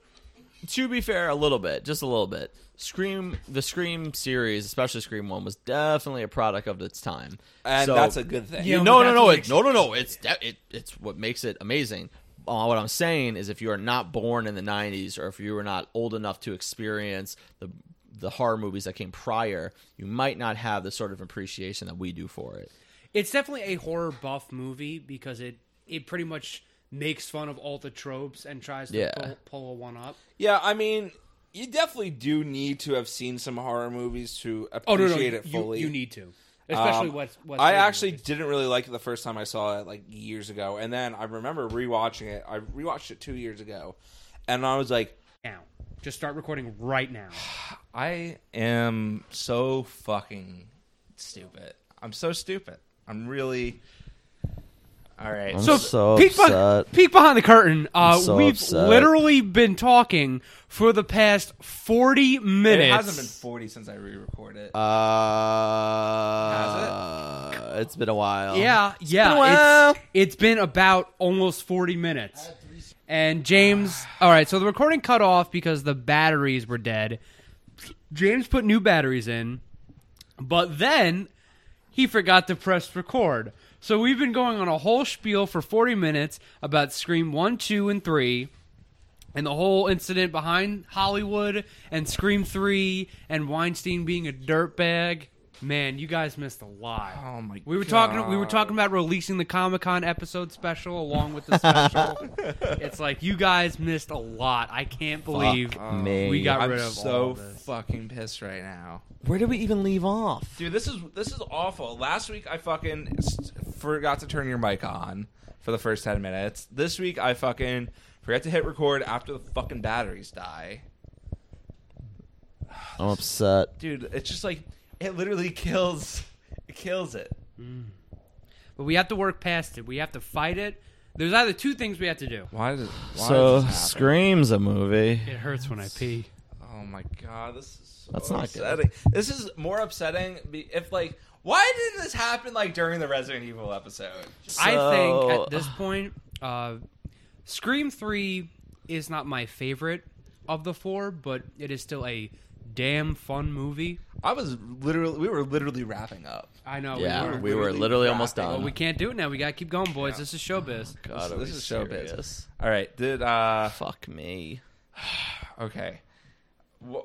[SPEAKER 1] to be fair a little bit just a little bit scream the scream series especially scream one was definitely a product of its time
[SPEAKER 2] and
[SPEAKER 1] So-
[SPEAKER 2] that's a good thing.
[SPEAKER 3] Yeah.
[SPEAKER 1] no no
[SPEAKER 3] but that's
[SPEAKER 1] no
[SPEAKER 3] what
[SPEAKER 1] it,
[SPEAKER 3] makes-
[SPEAKER 1] no no no it's that it, it's what makes it amazing uh, what i'm saying is if you are not born in the 90s or if you were not old enough to experience the the horror movies that came prior you might not have the sort of appreciation that we do for it
[SPEAKER 3] It's definitely a horror buff movie because it it pretty much makes fun of all the tropes and tries to
[SPEAKER 1] Yeah.
[SPEAKER 3] pull, pull a one up.
[SPEAKER 2] Yeah, I mean, you definitely do need to have seen some horror movies to
[SPEAKER 3] Oh no,
[SPEAKER 2] appreciate
[SPEAKER 3] no, you,
[SPEAKER 2] it
[SPEAKER 3] you,
[SPEAKER 2] fully.
[SPEAKER 3] you need to, especially
[SPEAKER 2] Um,
[SPEAKER 3] Wes. Wes
[SPEAKER 2] I
[SPEAKER 3] Craven
[SPEAKER 2] actually
[SPEAKER 3] movies.
[SPEAKER 2] didn't really like it the first time I saw it like years ago, and then I remember rewatching it. I rewatched it two years ago, and I was like,
[SPEAKER 3] now just start recording right now.
[SPEAKER 2] I am so fucking stupid. I'm so stupid. I'm really. All right.
[SPEAKER 3] So, peek, behind, peek behind the curtain. Uh,
[SPEAKER 6] so
[SPEAKER 3] we've
[SPEAKER 6] upset.
[SPEAKER 3] literally been talking for the past forty
[SPEAKER 2] it
[SPEAKER 3] minutes.
[SPEAKER 2] hasn't been 40 since I re-recorded. Uh,
[SPEAKER 6] Uh, it's been a while.
[SPEAKER 3] yeah, yeah.
[SPEAKER 6] a while.
[SPEAKER 3] it's- it's been about almost forty minutes.
[SPEAKER 5] out three
[SPEAKER 3] And James, all right. So the recording cut off because the batteries were dead. James put new batteries in, but then he forgot to press record. So we've been going on a whole spiel for 40 minutes about Scream 1, 2, and 3. and the whole incident behind Hollywood and Scream 3 and Weinstein being a dirtbag. Man, you guys missed a lot.
[SPEAKER 2] Oh my
[SPEAKER 3] We were talking we were
[SPEAKER 2] God.
[SPEAKER 3] talking about releasing the Comic-Con episode special along with the special. it's like you guys missed a lot. I can't believe
[SPEAKER 1] me.
[SPEAKER 3] Oh, we got
[SPEAKER 2] I'm
[SPEAKER 3] rid of all
[SPEAKER 2] so
[SPEAKER 3] of this.
[SPEAKER 2] fucking pissed right now.
[SPEAKER 1] Where did we even leave off?
[SPEAKER 2] Dude, this is this is awful. Last week I fucking s- forgot to turn your mic on for the first 10 minutes. This week I fucking forgot to hit record after the fucking batteries die.
[SPEAKER 6] I'm upset.
[SPEAKER 2] Dude, it's just like it literally kills it kills it.
[SPEAKER 3] But we have to work past it. We have to fight it. There's either two things we have to do.
[SPEAKER 2] Why does why
[SPEAKER 1] So
[SPEAKER 2] does this happen?
[SPEAKER 1] Scream's a movie.
[SPEAKER 3] It hurts when I pee.
[SPEAKER 2] Oh my god, this is so
[SPEAKER 1] That's not good.
[SPEAKER 2] upsetting. This is more upsetting be- if like why didn't this happen like during the Resident Evil episode?
[SPEAKER 3] I think
[SPEAKER 1] So-
[SPEAKER 3] at this point, uh, Scream Three is not my favorite of the four, but it is still a damn fun movie.
[SPEAKER 2] I was literally we were literally wrapping up.
[SPEAKER 3] I know.
[SPEAKER 1] Yeah, we
[SPEAKER 3] we,
[SPEAKER 1] were
[SPEAKER 2] literally
[SPEAKER 1] literally almost
[SPEAKER 2] wrapping.
[SPEAKER 1] done.
[SPEAKER 3] we can't do it now. We gotta keep going, boys. This is showbiz.
[SPEAKER 1] God,
[SPEAKER 2] this
[SPEAKER 1] are
[SPEAKER 2] is
[SPEAKER 1] we
[SPEAKER 2] showbiz.
[SPEAKER 1] serious?
[SPEAKER 2] All right, did uh
[SPEAKER 1] Fuck me.
[SPEAKER 2] okay. Wha-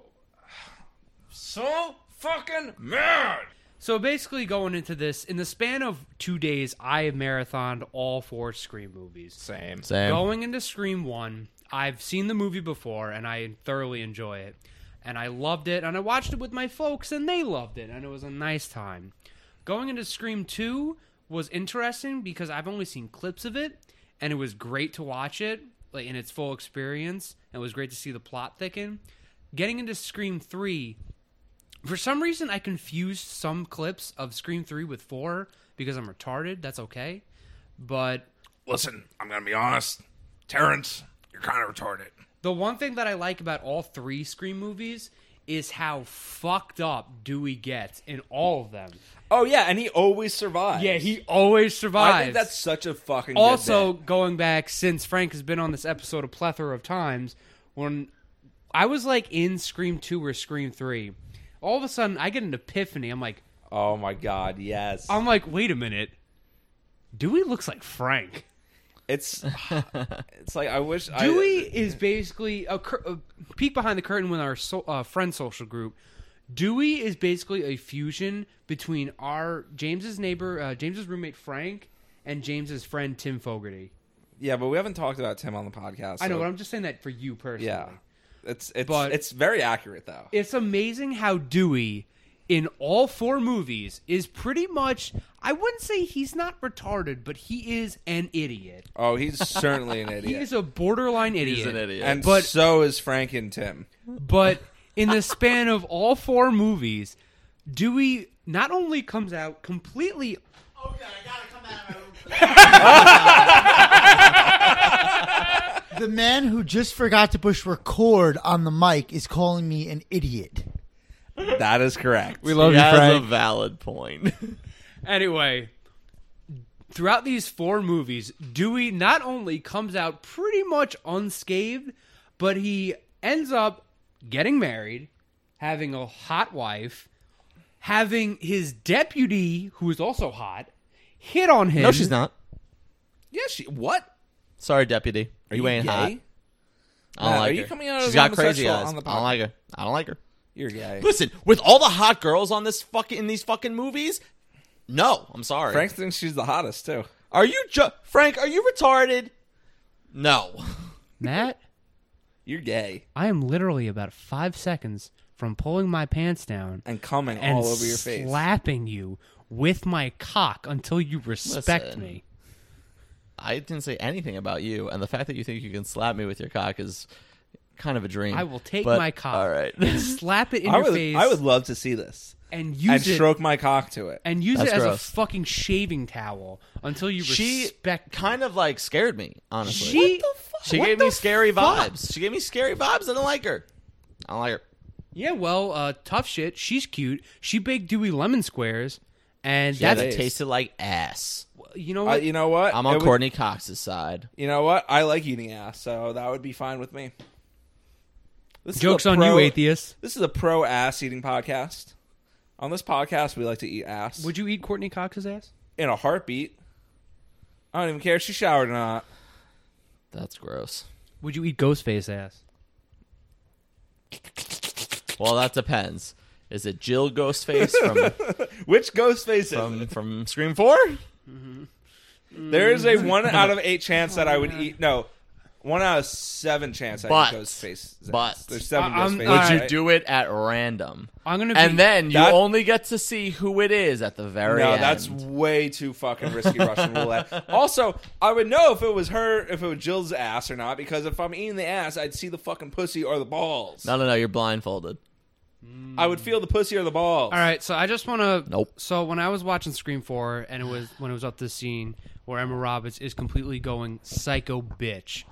[SPEAKER 2] So fucking mad.
[SPEAKER 3] So basically, going into this, in the span of two days, I have marathoned all four Scream movies.
[SPEAKER 2] Same.
[SPEAKER 1] Same.
[SPEAKER 3] Going into Scream 1, I've seen the movie before and I thoroughly enjoy it. And I loved it. And I watched it with my folks and they loved it. And it was a nice time. Going into Scream 2 was interesting because I've only seen clips of it. And it was great to watch it like in its full experience. And it was great to see the plot thicken. Getting into Scream 3, for some reason, I confused some clips of Scream 3 with 4 because I'm retarded. That's okay. But
[SPEAKER 2] Listen, I'm gonna be honest, Terrence, you're kind of retarded.
[SPEAKER 3] The one thing that I like about all three Scream movies is how fucked up Dewey gets in all of them.
[SPEAKER 2] Oh yeah, and he always survives.
[SPEAKER 3] Yeah, he always survives.
[SPEAKER 2] I think that's such a fucking. good
[SPEAKER 3] also
[SPEAKER 2] bit.
[SPEAKER 3] going back since Frank has been on this episode a plethora of times. When I was like in Scream two or Scream three, all of a sudden I get an epiphany. I'm like,
[SPEAKER 2] oh my god, yes.
[SPEAKER 3] I'm like, wait a minute, Dewey looks like Frank.
[SPEAKER 2] It's it's like I wish I- uh,
[SPEAKER 3] Dewey is basically a, cur- a peek behind the curtain with our so- uh, friend social group. Dewey is basically a fusion between our James's neighbor, uh, James's roommate Frank, and James's friend Tim Fogarty.
[SPEAKER 2] yeah, but we haven't talked about Tim on the podcast.
[SPEAKER 3] I know,
[SPEAKER 2] so-
[SPEAKER 3] but I'm just saying that for you personally.
[SPEAKER 2] yeah. It's it's
[SPEAKER 3] But-
[SPEAKER 2] it's very accurate though.
[SPEAKER 3] It's amazing how Dewey in all four movies is pretty much I wouldn't say he's not retarded, but he is an idiot.
[SPEAKER 2] Oh, he's certainly an
[SPEAKER 3] He
[SPEAKER 2] idiot.
[SPEAKER 3] is a borderline idiot.
[SPEAKER 1] He's an idiot.
[SPEAKER 2] and
[SPEAKER 3] but-
[SPEAKER 2] so is Frank and Tim.
[SPEAKER 3] But in the span of all four movies, Dewey not only comes out completely
[SPEAKER 5] Oh god, I gotta come out of my room. The man who just forgot to push record on the mic is calling me an idiot.
[SPEAKER 2] That is correct. We
[SPEAKER 1] He has a valid point.
[SPEAKER 3] anyway, throughout these four movies, Dewey not only comes out pretty much unscathed, but he ends up getting married, having a hot wife, having his deputy, who is also hot, hit on him.
[SPEAKER 1] no, she's not.
[SPEAKER 2] yeah, she what?
[SPEAKER 1] Sorry, deputy.
[SPEAKER 2] Are
[SPEAKER 1] you ain't
[SPEAKER 2] gay?
[SPEAKER 1] hot. I don't
[SPEAKER 2] Matt,
[SPEAKER 1] like
[SPEAKER 2] are you
[SPEAKER 1] her.
[SPEAKER 2] coming out as
[SPEAKER 1] She's got crazy
[SPEAKER 2] homosexual
[SPEAKER 1] eyes.
[SPEAKER 2] on the
[SPEAKER 1] I don't like her. I don't like her.
[SPEAKER 2] You're gay.
[SPEAKER 1] Listen, with all the hot girls on this fucking in these fucking movies, no, I'm sorry.
[SPEAKER 2] Frank thinks she's the hottest too.
[SPEAKER 1] are you ju- Frank? Are you retarded? No.
[SPEAKER 3] Matt,
[SPEAKER 2] You're gay
[SPEAKER 3] I am literally about five seconds from pulling my pants down
[SPEAKER 2] and coming
[SPEAKER 3] and
[SPEAKER 2] all over your face.
[SPEAKER 3] slapping you with my cock until you respect
[SPEAKER 1] Listen.
[SPEAKER 3] me.
[SPEAKER 1] I didn't say anything about you, and the fact that you think you can slap me with your cock is kind of a dream.
[SPEAKER 3] I will take
[SPEAKER 1] But-
[SPEAKER 3] my cock,
[SPEAKER 1] All right.
[SPEAKER 3] and slap it in
[SPEAKER 2] I
[SPEAKER 3] your
[SPEAKER 2] would
[SPEAKER 3] face,
[SPEAKER 2] I would love to see this
[SPEAKER 3] and
[SPEAKER 2] and
[SPEAKER 3] use it
[SPEAKER 2] stroke my cock to it.
[SPEAKER 3] and use it
[SPEAKER 1] That's
[SPEAKER 3] as a
[SPEAKER 1] gross.
[SPEAKER 3] fucking shaving towel until you
[SPEAKER 1] she
[SPEAKER 3] respect. me.
[SPEAKER 1] kind of like scared me, honestly.
[SPEAKER 3] She
[SPEAKER 1] She
[SPEAKER 3] what
[SPEAKER 1] gave me
[SPEAKER 3] the
[SPEAKER 1] scary
[SPEAKER 3] fuck?
[SPEAKER 1] vibes. She gave me scary vibes. I don't like her. I don't like her.
[SPEAKER 3] Yeah, well, uh, tough shit. She's cute. She baked Dewey lemon squares, and
[SPEAKER 1] That
[SPEAKER 3] that's
[SPEAKER 2] is.
[SPEAKER 1] tasted like ass.
[SPEAKER 3] you know
[SPEAKER 2] Uh,
[SPEAKER 3] what.
[SPEAKER 2] you know what?
[SPEAKER 1] I'm
[SPEAKER 2] It
[SPEAKER 1] on
[SPEAKER 2] would-
[SPEAKER 1] Courtney Cox's side.
[SPEAKER 2] You know what? I like eating ass, so that would be fine with me. This is
[SPEAKER 3] Jokes
[SPEAKER 2] a
[SPEAKER 3] on
[SPEAKER 2] pro-
[SPEAKER 3] you, atheist.
[SPEAKER 2] This is a pro ass eating podcast. On this podcast, we like to eat ass.
[SPEAKER 3] Would you eat Courtney Cox's ass?
[SPEAKER 2] in a heartbeat? I don't even care if she showered or not.
[SPEAKER 1] That's gross.
[SPEAKER 3] Would you eat Ghostface ass?
[SPEAKER 1] Well, that depends. Is it Jill Ghostface from
[SPEAKER 2] Which Ghostface is
[SPEAKER 1] from,
[SPEAKER 2] it?
[SPEAKER 1] from Scream Four? Mm-hmm.
[SPEAKER 2] There is a one out of eight chance that I would eat. No, one out of seven chance I
[SPEAKER 1] But-
[SPEAKER 2] would Ghostface.
[SPEAKER 1] but-
[SPEAKER 2] there's seven
[SPEAKER 3] I- I'm-
[SPEAKER 2] Ghostface.
[SPEAKER 3] Would
[SPEAKER 1] Would you
[SPEAKER 2] right?
[SPEAKER 1] do it at random?
[SPEAKER 3] I'm gonna. be,
[SPEAKER 1] And then you
[SPEAKER 2] That-
[SPEAKER 1] only get to see who it is at the very
[SPEAKER 2] No,
[SPEAKER 1] end.
[SPEAKER 2] that's way too fucking risky Russian roulette. Also, I would know if it was her, if it was Jill's ass or not, because if I'm eating the ass, I'd see the fucking pussy or the balls.
[SPEAKER 1] no, no, no. You're blindfolded.
[SPEAKER 2] I would feel the pussy or the balls.
[SPEAKER 3] All right, so I just want to.
[SPEAKER 1] Nope.
[SPEAKER 3] So when I was watching Scream Four, and it was when it was up this scene where Emma Roberts is completely going psycho bitch.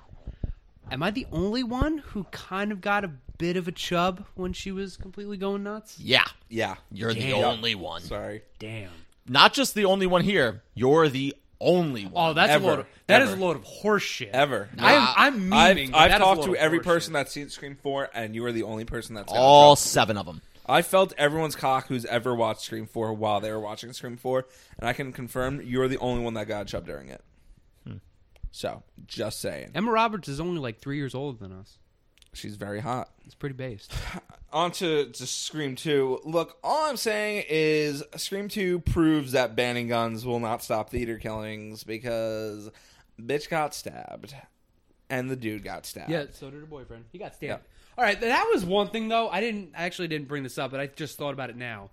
[SPEAKER 3] Am I the only one who kind of got a bit of a chub when she was completely going nuts?
[SPEAKER 1] Yeah,
[SPEAKER 2] Yeah.
[SPEAKER 1] you're the
[SPEAKER 3] Damn.
[SPEAKER 1] only one.
[SPEAKER 2] Sorry.
[SPEAKER 3] Damn.
[SPEAKER 1] Not just the only one here. You're the only one.
[SPEAKER 3] Oh, that's
[SPEAKER 2] Ever.
[SPEAKER 3] a load. Of, that is
[SPEAKER 2] Ever.
[SPEAKER 3] a load of horseshit.
[SPEAKER 2] Ever.
[SPEAKER 3] I'm, I'm memeing.
[SPEAKER 2] I've,
[SPEAKER 3] but
[SPEAKER 2] I've
[SPEAKER 3] that is a
[SPEAKER 2] talked
[SPEAKER 3] load
[SPEAKER 2] to
[SPEAKER 3] of
[SPEAKER 2] every
[SPEAKER 3] horseshit.
[SPEAKER 2] person that's seen Scream 4, and you are the only person that's got a
[SPEAKER 1] all
[SPEAKER 2] job.
[SPEAKER 1] seven of them.
[SPEAKER 2] I felt everyone's cock who's ever watched Scream 4 while they were watching Scream 4, and I can confirm you're the only one that got a chub during it.
[SPEAKER 1] Hmm.
[SPEAKER 2] So, just saying.
[SPEAKER 3] Emma Roberts is only like three years older than us.
[SPEAKER 2] She's very hot.
[SPEAKER 3] It's pretty based.
[SPEAKER 2] On to, to Scream 2. Look, all I'm saying is Scream 2 proves that banning guns will not stop theater killings because bitch got stabbed and the dude got stabbed.
[SPEAKER 3] Yeah, Uh, so did her boyfriend. He got stabbed. All right, that was one thing though. I didn't I actually didn't bring this up, but I just thought about it now.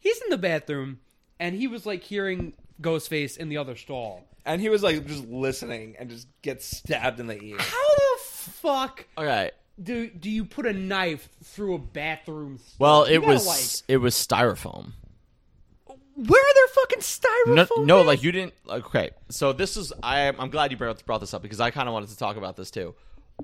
[SPEAKER 3] He's in the bathroom and he was like hearing Ghostface in the other stall.
[SPEAKER 2] And he was like just listening and just gets stabbed in the ear.
[SPEAKER 3] How the fuck
[SPEAKER 1] All right.
[SPEAKER 3] do do you put a knife through a bathroom? stall?
[SPEAKER 1] Well,
[SPEAKER 3] You
[SPEAKER 1] it
[SPEAKER 3] gotta,
[SPEAKER 1] was it was styrofoam.
[SPEAKER 3] like, where are there fucking
[SPEAKER 1] No,
[SPEAKER 3] styrofoam?
[SPEAKER 1] no,
[SPEAKER 3] bags?
[SPEAKER 1] like you didn't. Okay, so this is. I, I'm glad you brought brought this up because I kind of wanted to talk about this too.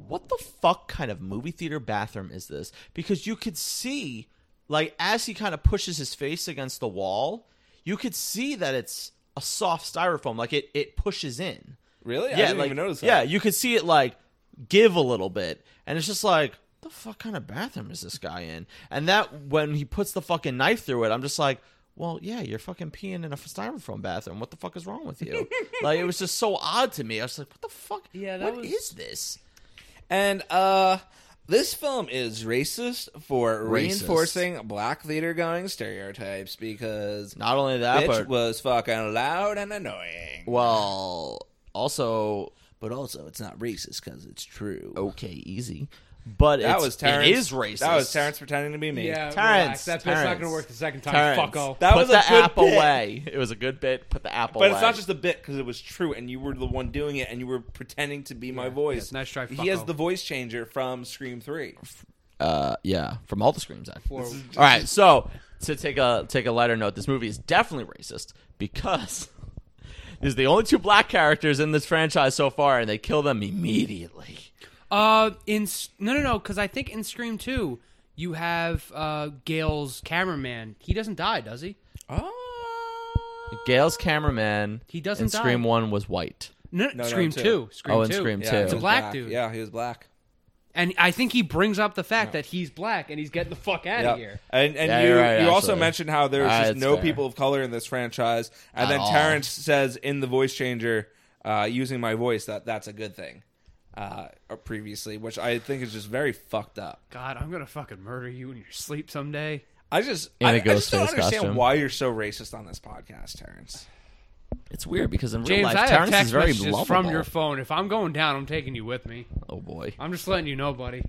[SPEAKER 1] What the fuck kind of movie theater bathroom is this? Because you could see, like, as he kind of pushes his face against the wall, you could see that it's a soft styrofoam. Like it, it pushes in.
[SPEAKER 2] Really? I
[SPEAKER 1] yeah,
[SPEAKER 2] didn't
[SPEAKER 1] like,
[SPEAKER 2] even notice that.
[SPEAKER 1] Yeah, you could see it like give a little bit, and it's just like, the fuck kind of bathroom is this guy in? And that when he puts the fucking knife through it, I'm just like, well, yeah, you're fucking peeing in a styrofoam bathroom. What the fuck is wrong with you? like, it was just so odd to me. I was like, what the fuck?
[SPEAKER 3] Yeah, that
[SPEAKER 1] what
[SPEAKER 3] was-
[SPEAKER 1] is this?
[SPEAKER 2] And uh this film is racist for reinforcing black theater going stereotypes because
[SPEAKER 1] Not only that,
[SPEAKER 2] bitch
[SPEAKER 1] but
[SPEAKER 2] was fucking loud and annoying.
[SPEAKER 1] well, also
[SPEAKER 2] But also, it's not racist because it's true.
[SPEAKER 1] okay, easy, but
[SPEAKER 2] that
[SPEAKER 1] it's,
[SPEAKER 2] was Terrence.
[SPEAKER 1] It is racist.
[SPEAKER 2] That was Terrence pretending to be me.
[SPEAKER 3] yeah,
[SPEAKER 1] Terrence,
[SPEAKER 3] relax. That bit's not
[SPEAKER 1] Terrence,
[SPEAKER 3] gonna work the second time.
[SPEAKER 1] Terrence,
[SPEAKER 3] Fuck off.
[SPEAKER 2] That
[SPEAKER 1] put
[SPEAKER 2] was a
[SPEAKER 1] the
[SPEAKER 2] good
[SPEAKER 1] app
[SPEAKER 2] bit.
[SPEAKER 1] away. It was a good bit. Put the app away.
[SPEAKER 2] But it's not just a bit because it was true, and you were the one doing it, and you were pretending to be my voice.
[SPEAKER 3] yeah, nice try,
[SPEAKER 2] He
[SPEAKER 3] fucko.
[SPEAKER 2] has the voice changer from Scream Three.
[SPEAKER 1] uh yeah from all the screams actually.
[SPEAKER 3] Or-
[SPEAKER 1] all right so to take a take a lighter note this movie is definitely racist because there's the only two black characters in this franchise so far and they kill them immediately
[SPEAKER 3] Uh, in S- no, no, no, because I think in Scream Two, you have uh Gail's cameraman. He doesn't die, does he?
[SPEAKER 2] Oh,
[SPEAKER 1] gail's cameraman
[SPEAKER 3] He doesn't
[SPEAKER 1] in scream
[SPEAKER 3] die.
[SPEAKER 1] one was white
[SPEAKER 3] No,
[SPEAKER 2] no,
[SPEAKER 3] Scream
[SPEAKER 2] two.
[SPEAKER 3] Two. Scream
[SPEAKER 1] Oh, in
[SPEAKER 3] Two.
[SPEAKER 1] Scream
[SPEAKER 2] yeah,
[SPEAKER 1] too.
[SPEAKER 2] he
[SPEAKER 1] It's
[SPEAKER 3] a
[SPEAKER 2] was
[SPEAKER 3] black dude.
[SPEAKER 2] Yeah, he was black.
[SPEAKER 3] And I think he brings up the fact that he's black and he's getting the fuck out
[SPEAKER 2] Yeah.
[SPEAKER 3] of here.
[SPEAKER 2] And and
[SPEAKER 1] Yeah,
[SPEAKER 2] you
[SPEAKER 1] you're right,
[SPEAKER 2] you also
[SPEAKER 1] actually.
[SPEAKER 2] mentioned how there's
[SPEAKER 1] Ah,
[SPEAKER 2] just
[SPEAKER 1] it's
[SPEAKER 2] no
[SPEAKER 1] fair.
[SPEAKER 2] people of color in this franchise, and
[SPEAKER 1] At
[SPEAKER 2] then
[SPEAKER 1] all.
[SPEAKER 2] Terrence says in the voice changer, uh, using my voice, that that's a good thing. Uh, or previously, which I think is just very fucked up.
[SPEAKER 3] God, I'm gonna fucking murder you in your sleep someday.
[SPEAKER 2] I just
[SPEAKER 1] In a
[SPEAKER 2] I, I just don't
[SPEAKER 1] Ghostface
[SPEAKER 2] understand
[SPEAKER 1] costume.
[SPEAKER 2] why you're so racist on this podcast, Terrence.
[SPEAKER 1] it's weird because in real
[SPEAKER 3] James,
[SPEAKER 1] life
[SPEAKER 3] I have
[SPEAKER 1] terrence
[SPEAKER 3] text
[SPEAKER 1] is very
[SPEAKER 3] messages
[SPEAKER 1] lovable
[SPEAKER 3] from your phone. If I'm going down, I'm taking you with me.
[SPEAKER 1] oh boy
[SPEAKER 3] I'm just letting you know, buddy.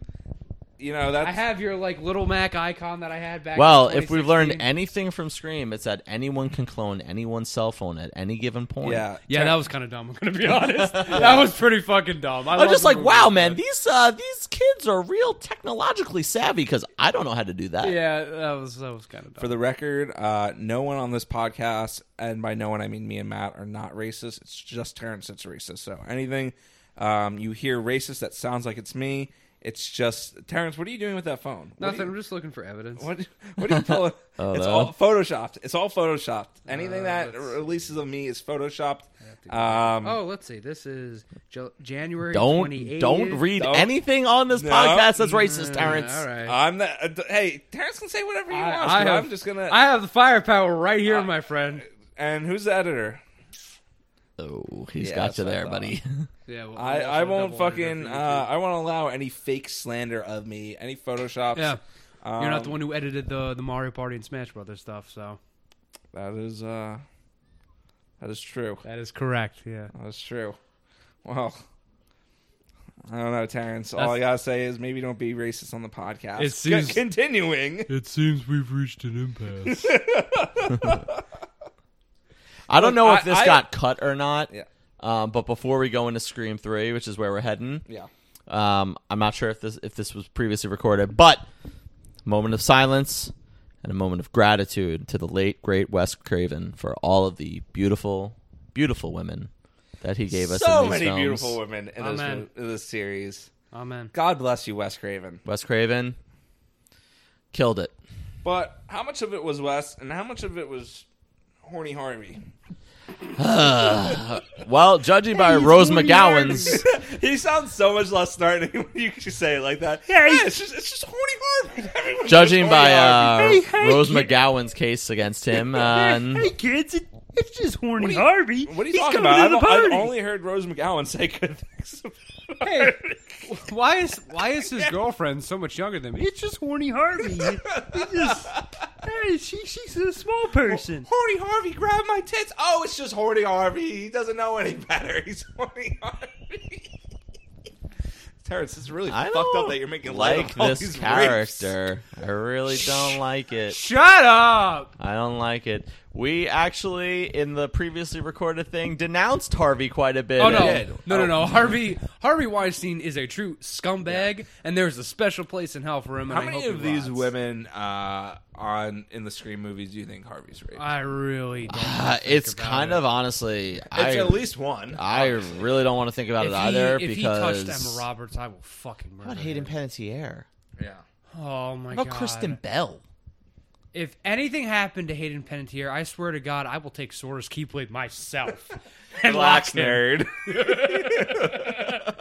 [SPEAKER 2] You know that's
[SPEAKER 3] I have your like little Mac icon that I had back.
[SPEAKER 1] well
[SPEAKER 3] in
[SPEAKER 1] if we've learned
[SPEAKER 3] 2016.
[SPEAKER 1] anything from scream it's that anyone can clone anyone's cell phone at any given point
[SPEAKER 2] yeah
[SPEAKER 3] yeah, that was kind of dumb. I'm gonna be honest. That was pretty fucking dumb. I
[SPEAKER 1] I'm
[SPEAKER 3] love
[SPEAKER 1] just
[SPEAKER 3] the
[SPEAKER 1] like,
[SPEAKER 3] movie,
[SPEAKER 1] wow,
[SPEAKER 3] but-
[SPEAKER 1] man, these uh, these kids are real technologically savvy because I don't know how to do that.
[SPEAKER 3] Yeah, that was that was kind of dumb.
[SPEAKER 2] For the record, uh, no one on this podcast, and by no one I mean me and Matt, are not racist. It's just Terrence that's racist. So anything um, you hear racist that sounds like it's me, it's just Terrence. What are you doing with that phone?
[SPEAKER 3] Nothing.
[SPEAKER 2] What? Are
[SPEAKER 3] I'm
[SPEAKER 2] you,
[SPEAKER 3] just looking for evidence.
[SPEAKER 2] what, what are you pulling? it's
[SPEAKER 1] Oh, no.
[SPEAKER 2] all photoshopped. It's all photoshopped. Anything that
[SPEAKER 3] Uh, that's-
[SPEAKER 2] releases of me is photoshopped. Um,
[SPEAKER 3] Oh, let's see. This is J- January.
[SPEAKER 1] Don't
[SPEAKER 3] 28th.
[SPEAKER 1] don't read
[SPEAKER 2] Don't-
[SPEAKER 1] anything on this
[SPEAKER 2] No.
[SPEAKER 1] podcast that's racist,
[SPEAKER 3] Mm,
[SPEAKER 1] Terrence.
[SPEAKER 3] All right.
[SPEAKER 2] I'm the, uh, d- hey Terrence can say whatever he
[SPEAKER 3] I-
[SPEAKER 2] wants.
[SPEAKER 3] I
[SPEAKER 2] but
[SPEAKER 3] have-
[SPEAKER 2] I'm just gonna.
[SPEAKER 3] I have the firepower right here, my friend.
[SPEAKER 2] and who's the editor?
[SPEAKER 1] Oh, he's
[SPEAKER 2] Yeah,
[SPEAKER 1] got
[SPEAKER 2] that's
[SPEAKER 1] you
[SPEAKER 2] what I
[SPEAKER 1] there,
[SPEAKER 2] thought.
[SPEAKER 1] buddy.
[SPEAKER 3] Yeah, well,
[SPEAKER 2] I,
[SPEAKER 3] we're
[SPEAKER 2] I
[SPEAKER 3] also
[SPEAKER 2] won't
[SPEAKER 3] double under
[SPEAKER 2] fucking
[SPEAKER 3] for you,
[SPEAKER 2] uh, I won't allow any fake slander of me, any photoshops.
[SPEAKER 3] too. yeah.
[SPEAKER 2] um,
[SPEAKER 3] You're not the one who edited the the Mario Party and Smash Brothers stuff, so
[SPEAKER 2] That is uh, that is true.
[SPEAKER 3] that is correct. Yeah,
[SPEAKER 2] That is true. Well, I don't know, Terrence. All
[SPEAKER 3] That's-
[SPEAKER 2] I gotta say is maybe don't be racist on the podcast.
[SPEAKER 3] It seems-
[SPEAKER 2] C- continuing.
[SPEAKER 7] It seems we've reached an impasse.
[SPEAKER 1] I don't know if
[SPEAKER 2] I-
[SPEAKER 1] this
[SPEAKER 2] I-
[SPEAKER 1] got cut or not.
[SPEAKER 2] Yeah.
[SPEAKER 1] Um, but before we go into Scream Three, which is where we're heading,
[SPEAKER 2] Yeah.
[SPEAKER 1] um, I'm not sure if this if this was previously recorded, but moment of silence and a moment of gratitude to the late great Wes Craven for all of the beautiful, beautiful women that he gave us. in
[SPEAKER 2] so
[SPEAKER 1] these
[SPEAKER 2] many
[SPEAKER 1] films.
[SPEAKER 2] beautiful women in this,
[SPEAKER 3] Amen.
[SPEAKER 2] in this series.
[SPEAKER 3] amen.
[SPEAKER 2] God bless you, Wes Craven.
[SPEAKER 1] Wes Craven killed it.
[SPEAKER 2] But how much of it was Wes, and how much of it was horny Harvey?
[SPEAKER 1] Well, judging by Rose McGowan's,
[SPEAKER 2] he sounds so much less snarky when you just say it like that. Yeah, it's just it's just horny Harvey. Everyone's
[SPEAKER 1] judging
[SPEAKER 2] just horny
[SPEAKER 1] by uh,
[SPEAKER 2] Harvey.
[SPEAKER 1] Rose McGowan's case against him, uh, and
[SPEAKER 7] kids, it's just horny Harvey.
[SPEAKER 2] what are you talking about? I've, I've only heard Rose McGowan say good things. About
[SPEAKER 3] Hey,
[SPEAKER 2] Harvey.
[SPEAKER 3] why is why is his girlfriend so much younger than me?
[SPEAKER 7] It's just horny Harvey. It's just, hey, she, she's a small person.
[SPEAKER 2] Horny Harvey, grab my tits. Oh, it's just horny Harvey. He doesn't know any better. He's horny Harvey. Terrence, it's really
[SPEAKER 1] I
[SPEAKER 2] fucked up
[SPEAKER 1] don't
[SPEAKER 2] that you're making light
[SPEAKER 1] like
[SPEAKER 2] of all
[SPEAKER 1] this
[SPEAKER 2] these
[SPEAKER 1] character. I really don't like it.
[SPEAKER 3] Shut up!
[SPEAKER 1] I don't like it. We actually, in the previously recorded thing, denounced Harvey quite a bit.
[SPEAKER 3] Oh no,
[SPEAKER 1] And-
[SPEAKER 3] no, no, no! Harvey Harvey Weinstein is a true scumbag, and there's a special place in hell for him. And
[SPEAKER 2] How
[SPEAKER 3] I
[SPEAKER 2] many
[SPEAKER 3] hope
[SPEAKER 2] of
[SPEAKER 3] he
[SPEAKER 2] these
[SPEAKER 3] rots.
[SPEAKER 2] women uh, on in the Scream movies do you think Harvey's raped?
[SPEAKER 3] I really don't.
[SPEAKER 1] Uh, it's kind of honestly. I, uh,
[SPEAKER 2] it's at least one.
[SPEAKER 1] I really don't want to think about
[SPEAKER 3] if
[SPEAKER 1] it
[SPEAKER 3] he,
[SPEAKER 1] either
[SPEAKER 3] if he
[SPEAKER 1] because
[SPEAKER 3] touched Emma Roberts, I will fucking murder.
[SPEAKER 1] What Hayden
[SPEAKER 3] him.
[SPEAKER 1] Panettiere?
[SPEAKER 2] yeah.
[SPEAKER 3] Oh
[SPEAKER 1] What
[SPEAKER 3] my god!
[SPEAKER 1] about Kristen Bell?
[SPEAKER 3] If anything happened to Hayden Panettiere, I swear to God, I will take Sora's Keyblade myself and lock
[SPEAKER 2] Relax,
[SPEAKER 3] him.
[SPEAKER 2] nerd.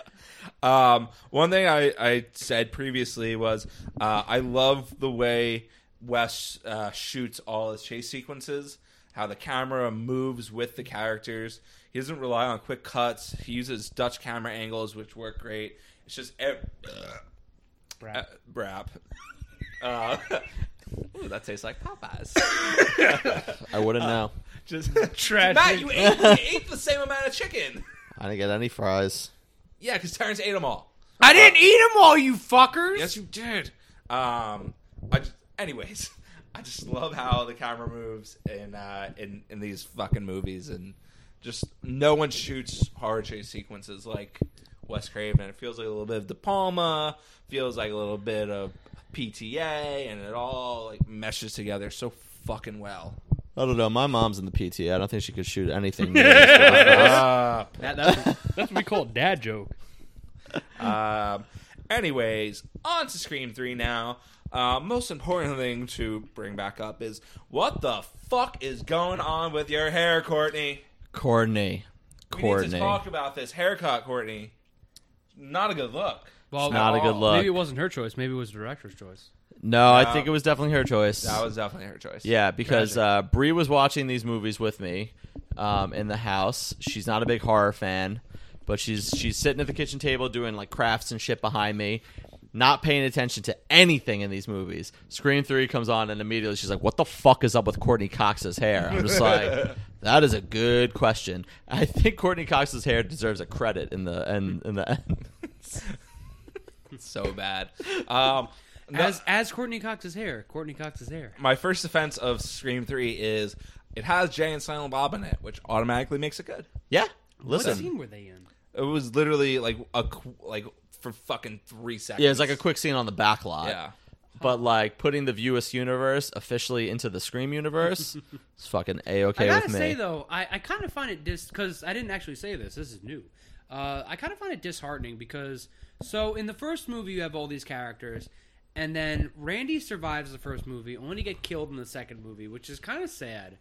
[SPEAKER 2] um, one thing I, I said previously was uh, I love the way Wes uh, shoots all his chase sequences, how the camera moves with the characters. He doesn't rely on quick cuts. He uses Dutch camera angles, which work great. It's just ev- uh,
[SPEAKER 3] Brap.
[SPEAKER 2] brap. Uh, ooh, that tastes like Popeyes.
[SPEAKER 1] I
[SPEAKER 3] Uh,
[SPEAKER 1] wouldn't know.
[SPEAKER 2] Just
[SPEAKER 3] Tragic.
[SPEAKER 2] Matt, you ate, you ate the same amount of chicken.
[SPEAKER 1] I didn't get any fries.
[SPEAKER 2] Yeah, because Terrence ate them all.
[SPEAKER 1] Uh,
[SPEAKER 3] I didn't eat him, all you fuckers.
[SPEAKER 2] Yes, you did. Um, I just, anyways, I just love how the camera moves in uh, in in these fucking movies, and just no one shoots horror chase sequences like Wes Craven. It feels like a little bit of De Palma, feels like a little bit of PTA, and it all like meshes together so fucking well.
[SPEAKER 1] I don't know. My mom's in the PTA. I don't think she could shoot anything. near as well as us.
[SPEAKER 3] That- that's, that's what we call a dad joke.
[SPEAKER 2] Um, anyways, on to Scream 3 now. Uh, most important thing to bring back up is what the fuck is going on with your hair, Courtney?
[SPEAKER 1] Courtney.
[SPEAKER 2] We need to
[SPEAKER 1] Courtney.
[SPEAKER 2] talk about this haircut, Courtney. Not a good look.
[SPEAKER 3] Well,
[SPEAKER 1] Not a good look.
[SPEAKER 3] Maybe it wasn't her choice. Maybe it was the director's choice.
[SPEAKER 1] No, I
[SPEAKER 3] Uh,
[SPEAKER 2] No.
[SPEAKER 1] think it was definitely her choice.
[SPEAKER 2] That was definitely her choice.
[SPEAKER 1] Yeah, because uh, Brie was watching these movies with me um, in the house. She's not a big horror fan, but she's she's sitting at the kitchen table doing like crafts and shit behind me, not paying attention to anything in these movies. Scream Three comes on, and immediately she's like, "What the fuck is up with Courtney Cox's hair?" I'm just like, "That is a good question." I think Courtney Cox's hair deserves a credit in the end. In the end,
[SPEAKER 2] So bad. Um,
[SPEAKER 3] As as Courtney Cox's hair. Courtney Cox's hair.
[SPEAKER 2] my first defense of Scream 3 is it has Jay and Silent Bob in it, which automatically makes it good.
[SPEAKER 1] yeah.
[SPEAKER 3] What
[SPEAKER 1] Listen,
[SPEAKER 3] scene were they in?
[SPEAKER 2] It was literally like a qu- like for fucking three seconds.
[SPEAKER 1] yeah, it's like a quick scene on the back lot.
[SPEAKER 2] yeah.
[SPEAKER 1] But like putting the Viewus universe officially into the Scream universe, it's fucking a okay
[SPEAKER 3] I gotta
[SPEAKER 1] with me.
[SPEAKER 3] say though, I, I kind of find it dis because I didn't actually say this. This is new. Uh, I kind of find it disheartening because so in the first movie you have all these characters, and then Randy survives the first movie, only to get killed in the second movie, which is kind of sad.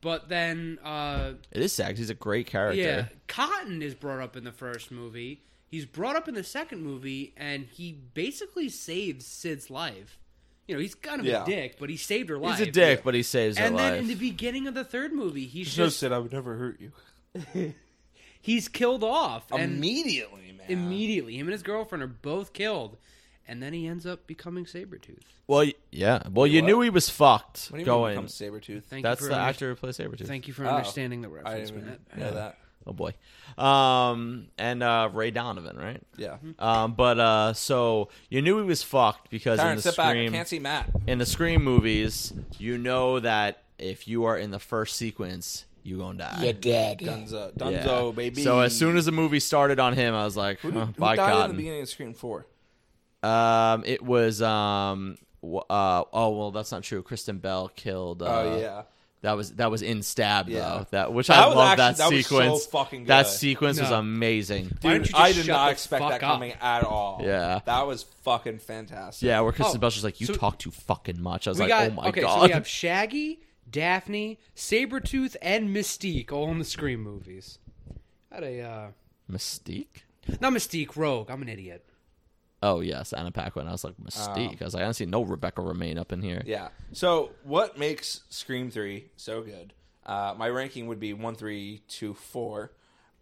[SPEAKER 3] But then, uh,
[SPEAKER 1] it is sad 'cause he's a great character.
[SPEAKER 3] yeah, Cotton is brought up in the first movie. He's brought up in the second movie, and he basically saves Sid's life. You know, he's kind of
[SPEAKER 2] Yeah.
[SPEAKER 3] a dick, but he saved her life.
[SPEAKER 1] He's a dick, but he saves her
[SPEAKER 3] And then
[SPEAKER 1] life.
[SPEAKER 3] in the beginning of the third movie, he's
[SPEAKER 2] Joe
[SPEAKER 3] just
[SPEAKER 2] said I would never hurt you.
[SPEAKER 3] he's killed off and
[SPEAKER 2] immediately, man.
[SPEAKER 3] immediately. Him and his girlfriend are both killed, and then he ends up becoming Sabretooth.
[SPEAKER 1] Well, y- yeah. Well, you
[SPEAKER 2] what?
[SPEAKER 1] knew he was fucked
[SPEAKER 2] What do you
[SPEAKER 1] going.
[SPEAKER 2] mean saber tooth?
[SPEAKER 3] Thank
[SPEAKER 1] That's
[SPEAKER 3] you for
[SPEAKER 1] the
[SPEAKER 3] under-
[SPEAKER 1] actor who plays Sabretooth.
[SPEAKER 3] Thank you for
[SPEAKER 2] Oh,
[SPEAKER 3] understanding the
[SPEAKER 2] I
[SPEAKER 3] reference,
[SPEAKER 2] didn't even
[SPEAKER 3] Matt.
[SPEAKER 2] know that.
[SPEAKER 1] Oh boy. Um, and uh, Ray Donovan, right?
[SPEAKER 2] Yeah.
[SPEAKER 3] Mm-hmm.
[SPEAKER 1] Um, but uh, so you knew he was fucked because in
[SPEAKER 2] Tyron,
[SPEAKER 1] the
[SPEAKER 2] sit back. I
[SPEAKER 1] scream,
[SPEAKER 2] can't see Matt.
[SPEAKER 1] in the scream movies, you know that if you are in the first sequence, you gonna die.
[SPEAKER 2] dead. Dunzo,
[SPEAKER 1] Yeah.
[SPEAKER 2] Dunzo, baby.
[SPEAKER 1] So as soon as the movie started on him, I was like,
[SPEAKER 2] who,
[SPEAKER 3] oh,
[SPEAKER 1] huh,
[SPEAKER 2] who
[SPEAKER 1] by
[SPEAKER 2] died in the
[SPEAKER 1] cotton.
[SPEAKER 2] beginning of Scream Four?
[SPEAKER 1] Um, it was um, w- uh, oh well, that's not true. Kristen Bell killed. Uh,
[SPEAKER 2] Oh yeah.
[SPEAKER 1] That was that was in stab
[SPEAKER 2] Yeah.
[SPEAKER 1] though. That which
[SPEAKER 2] That
[SPEAKER 1] I
[SPEAKER 2] was
[SPEAKER 1] love
[SPEAKER 2] actually-
[SPEAKER 1] that,
[SPEAKER 2] that was so
[SPEAKER 1] sequence.
[SPEAKER 2] fucking
[SPEAKER 1] That
[SPEAKER 2] good.
[SPEAKER 1] sequence was
[SPEAKER 3] No.
[SPEAKER 1] amazing.
[SPEAKER 3] Why don't
[SPEAKER 2] Dude,
[SPEAKER 3] you just
[SPEAKER 2] I did
[SPEAKER 3] shut
[SPEAKER 2] not
[SPEAKER 3] the
[SPEAKER 2] expect
[SPEAKER 3] fuck
[SPEAKER 2] that
[SPEAKER 3] up?
[SPEAKER 2] coming at all.
[SPEAKER 1] Yeah.
[SPEAKER 2] That was fucking fantastic.
[SPEAKER 1] Yeah, where Kristen
[SPEAKER 3] Oh,
[SPEAKER 1] Bell's just like, you
[SPEAKER 3] so-
[SPEAKER 1] talk too fucking much. I was
[SPEAKER 3] We
[SPEAKER 1] like,
[SPEAKER 3] got
[SPEAKER 1] oh my
[SPEAKER 3] okay.
[SPEAKER 1] god.
[SPEAKER 3] So we have Shaggy, Daphne, Sabretooth, and Mystique all in the Scream movies. Had a uh,
[SPEAKER 1] Mystique?
[SPEAKER 3] not Mystique, Rogue. I'm an idiot.
[SPEAKER 1] Oh yes, Anna Paquin. I was like, Mystique. I was like, I don't see no Rebecca Remain up in here.
[SPEAKER 2] Oh. Yeah. So what makes Scream Three so good? Uh, my ranking would be one, three, two, four.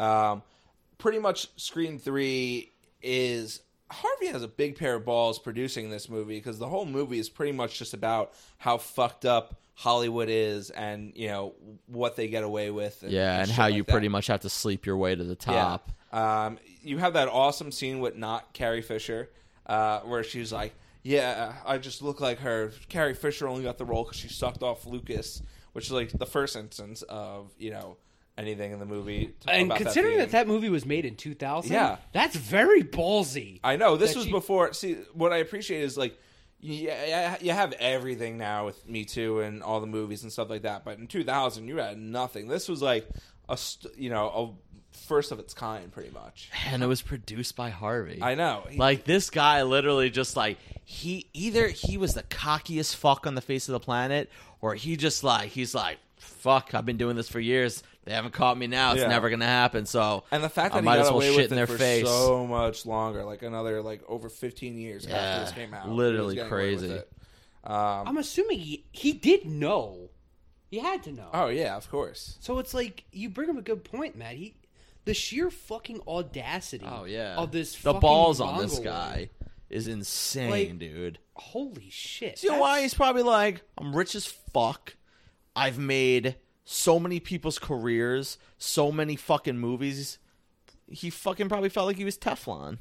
[SPEAKER 2] Um, pretty much, Scream Three is Harvey has a big pair of balls producing this movie because the whole movie is pretty much just about how fucked up Hollywood is and you know what they get away with.
[SPEAKER 1] Yeah, and
[SPEAKER 2] shit
[SPEAKER 1] how
[SPEAKER 2] like
[SPEAKER 1] you
[SPEAKER 2] that.
[SPEAKER 1] pretty much have to sleep your way to the top.
[SPEAKER 2] Yeah. Um, you have that awesome scene with not Carrie Fisher, uh, where she's like, "Yeah, I just look like her." Carrie Fisher only got the role because she sucked off Lucas, which is like the first instance of you know anything in the movie. t-
[SPEAKER 3] And
[SPEAKER 2] about
[SPEAKER 3] considering
[SPEAKER 2] theme.
[SPEAKER 3] that that, movie was made in 2000,
[SPEAKER 2] Yeah.
[SPEAKER 3] that's very ballsy.
[SPEAKER 2] I know this
[SPEAKER 3] that
[SPEAKER 2] was
[SPEAKER 3] she-
[SPEAKER 2] before. See, what I appreciate is like, yeah, you have everything now with Me Too and all the movies and stuff like that. But in 2000, you had nothing. This was like a st- you know a first of its kind, pretty much.
[SPEAKER 1] And it was produced by Harvey.
[SPEAKER 2] I know. He-
[SPEAKER 1] Like this guy literally just like he either he was the cockiest fuck on the face of the planet or he just like he's like fuck I've been doing this for years they haven't caught me now it's
[SPEAKER 2] Yeah.
[SPEAKER 1] never gonna happen so
[SPEAKER 2] And the fact
[SPEAKER 1] I
[SPEAKER 2] that
[SPEAKER 1] might
[SPEAKER 2] he got
[SPEAKER 1] as well
[SPEAKER 2] away
[SPEAKER 1] shit in
[SPEAKER 2] with it
[SPEAKER 1] their
[SPEAKER 2] for
[SPEAKER 1] face
[SPEAKER 2] so much longer, like another like over 15 years
[SPEAKER 1] Yeah,
[SPEAKER 2] after this came out, he was
[SPEAKER 1] literally
[SPEAKER 2] getting away with
[SPEAKER 1] crazy.
[SPEAKER 2] it. Um,
[SPEAKER 3] I'm assuming he, he did know. He had to know.
[SPEAKER 2] oh yeah, of course.
[SPEAKER 3] So it's like you bring him a good point, Matt. He, the sheer fucking audacity.
[SPEAKER 1] oh yeah
[SPEAKER 3] Of this.
[SPEAKER 1] the
[SPEAKER 3] fucking
[SPEAKER 1] balls on this
[SPEAKER 3] mongoloid.
[SPEAKER 1] guy is insane
[SPEAKER 3] Like,
[SPEAKER 1] dude
[SPEAKER 3] Holy shit.
[SPEAKER 1] you know why
[SPEAKER 3] That's-
[SPEAKER 1] he's probably like I'm rich as fuck I've made so many people's careers so many fucking movies he fucking probably felt like he was Teflon.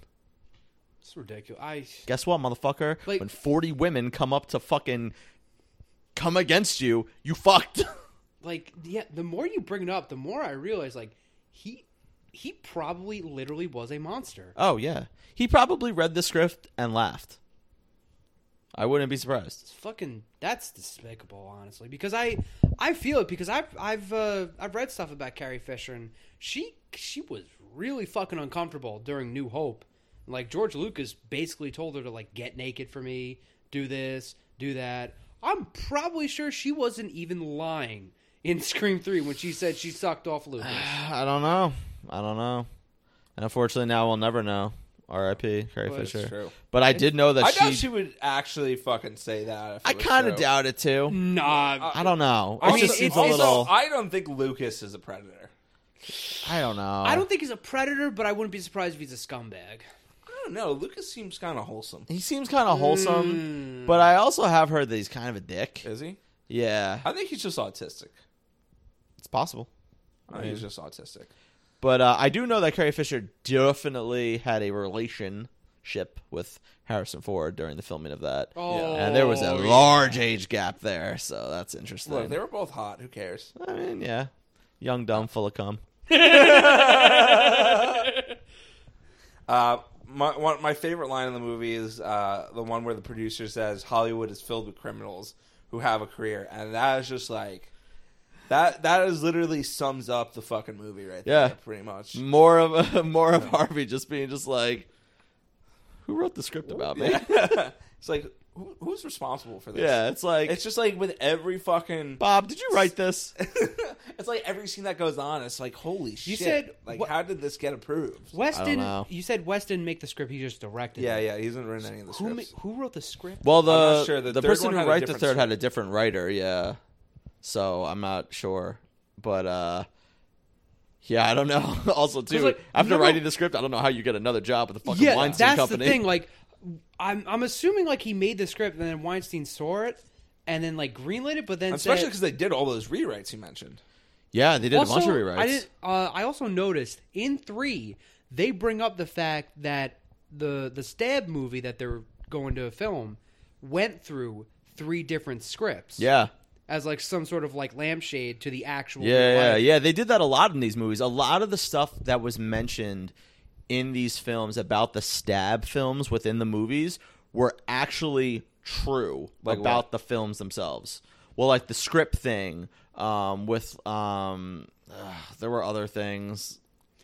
[SPEAKER 3] It's ridiculous. I.
[SPEAKER 1] Guess what, motherfucker?
[SPEAKER 3] Like-
[SPEAKER 1] when 40 women come up to fucking come against you, you fucked.
[SPEAKER 3] like yeah the more you bring it up the more i realize like he he probably literally was a monster
[SPEAKER 1] oh, yeah. He probably read the script and laughed. I wouldn't be surprised.
[SPEAKER 3] it's fucking that's despicable honestly because i i feel it because i've i've uh, i've read stuff about carrie fisher and she she was really fucking uncomfortable during new hope like george lucas basically told her to like get naked for me do this do that i'm probably sure she wasn't even lying in scream 3 when she said she sucked off lucas
[SPEAKER 1] I don't know. I don't know. And unfortunately, now we'll never know. R.I.P. Carrie
[SPEAKER 2] Well, it's
[SPEAKER 1] Fisher.
[SPEAKER 2] true.
[SPEAKER 1] But I did know that
[SPEAKER 2] I doubt
[SPEAKER 1] she.
[SPEAKER 2] she would actually fucking say that. If it
[SPEAKER 1] I
[SPEAKER 2] was
[SPEAKER 1] kind of
[SPEAKER 2] true.
[SPEAKER 1] doubt it too.
[SPEAKER 3] nah
[SPEAKER 1] I don't know. It
[SPEAKER 2] Also-
[SPEAKER 1] just seems a
[SPEAKER 2] also,
[SPEAKER 1] little.
[SPEAKER 2] I don't think Lucas is a predator.
[SPEAKER 1] I don't know.
[SPEAKER 3] I don't think he's a predator, but I wouldn't be surprised if he's a scumbag.
[SPEAKER 2] I don't know. Lucas seems kind of wholesome.
[SPEAKER 1] He seems kind of wholesome,
[SPEAKER 3] Hmm.
[SPEAKER 1] but I also have heard that he's kind of a dick.
[SPEAKER 2] Is he?
[SPEAKER 1] Yeah,
[SPEAKER 2] I think he's just autistic.
[SPEAKER 1] it's possible.
[SPEAKER 2] I think he's just autistic.
[SPEAKER 1] But uh, I do know that Carrie Fisher definitely had a relationship with Harrison Ford during the filming of that.
[SPEAKER 3] Oh,
[SPEAKER 1] And there was a large age gap there, so that's interesting.
[SPEAKER 2] Look, they were both hot. Who cares?
[SPEAKER 1] I mean, yeah. Young, dumb, full of cum.
[SPEAKER 2] Uh, my one, my favorite line in the movie is uh, the one where the producer says Hollywood is filled with criminals who have a career, and that is just like that. That is literally sums up the fucking movie right there,
[SPEAKER 1] Yeah.
[SPEAKER 2] pretty much.
[SPEAKER 3] Mm.
[SPEAKER 1] More of more of Harvey just being just like, who wrote the script about me? Yeah,
[SPEAKER 2] it's like who, who's responsible for this?
[SPEAKER 1] it's like,
[SPEAKER 2] it's just like with every fucking.
[SPEAKER 1] Bob, did you write this?
[SPEAKER 2] it's like every scene that goes on. It's like holy shit.
[SPEAKER 3] said
[SPEAKER 2] like
[SPEAKER 3] what-
[SPEAKER 2] how did this get approved?
[SPEAKER 3] Weston,
[SPEAKER 1] know.
[SPEAKER 3] you said Weston make the script. He just directed.
[SPEAKER 2] Yeah,
[SPEAKER 3] it.
[SPEAKER 2] yeah. He hasn't written any of the
[SPEAKER 3] Who ma-
[SPEAKER 2] scripts.
[SPEAKER 3] who wrote the script?
[SPEAKER 1] Well, the
[SPEAKER 2] not sure. The
[SPEAKER 1] the
[SPEAKER 2] third
[SPEAKER 1] person
[SPEAKER 2] one
[SPEAKER 1] who
[SPEAKER 2] had a
[SPEAKER 1] wrote the
[SPEAKER 2] different
[SPEAKER 1] third had
[SPEAKER 2] story.
[SPEAKER 1] a different writer, yeah. So I'm not sure, but uh,
[SPEAKER 6] Yeah, I don't know. also, too,
[SPEAKER 3] like,
[SPEAKER 6] after
[SPEAKER 3] remember-
[SPEAKER 6] writing the script, I don't know how you get another job with the fucking
[SPEAKER 3] yeah,
[SPEAKER 6] Weinstein
[SPEAKER 3] that's
[SPEAKER 6] company.
[SPEAKER 3] the thing. Like, I'm I'm assuming like he made the script and then Weinstein saw it and then like greenlit it, but then
[SPEAKER 2] Especially
[SPEAKER 3] said,
[SPEAKER 2] because they did all those rewrites you mentioned.
[SPEAKER 6] Yeah, they did a bunch
[SPEAKER 3] also,
[SPEAKER 6] of rewrites.
[SPEAKER 3] I, did, uh, I also noticed in three they bring up the fact that the the stab movie that they're going to film went through three different scripts.
[SPEAKER 6] yeah.
[SPEAKER 3] as like some sort of like lampshade to the actual.
[SPEAKER 1] Yeah,
[SPEAKER 3] real
[SPEAKER 1] yeah,
[SPEAKER 3] life.
[SPEAKER 1] yeah. They did that a lot in these movies. A lot of the stuff that was mentioned in these films about the stab films within the movies were actually true about the films themselves. Well, like the script thing um, with um, ugh, there were other things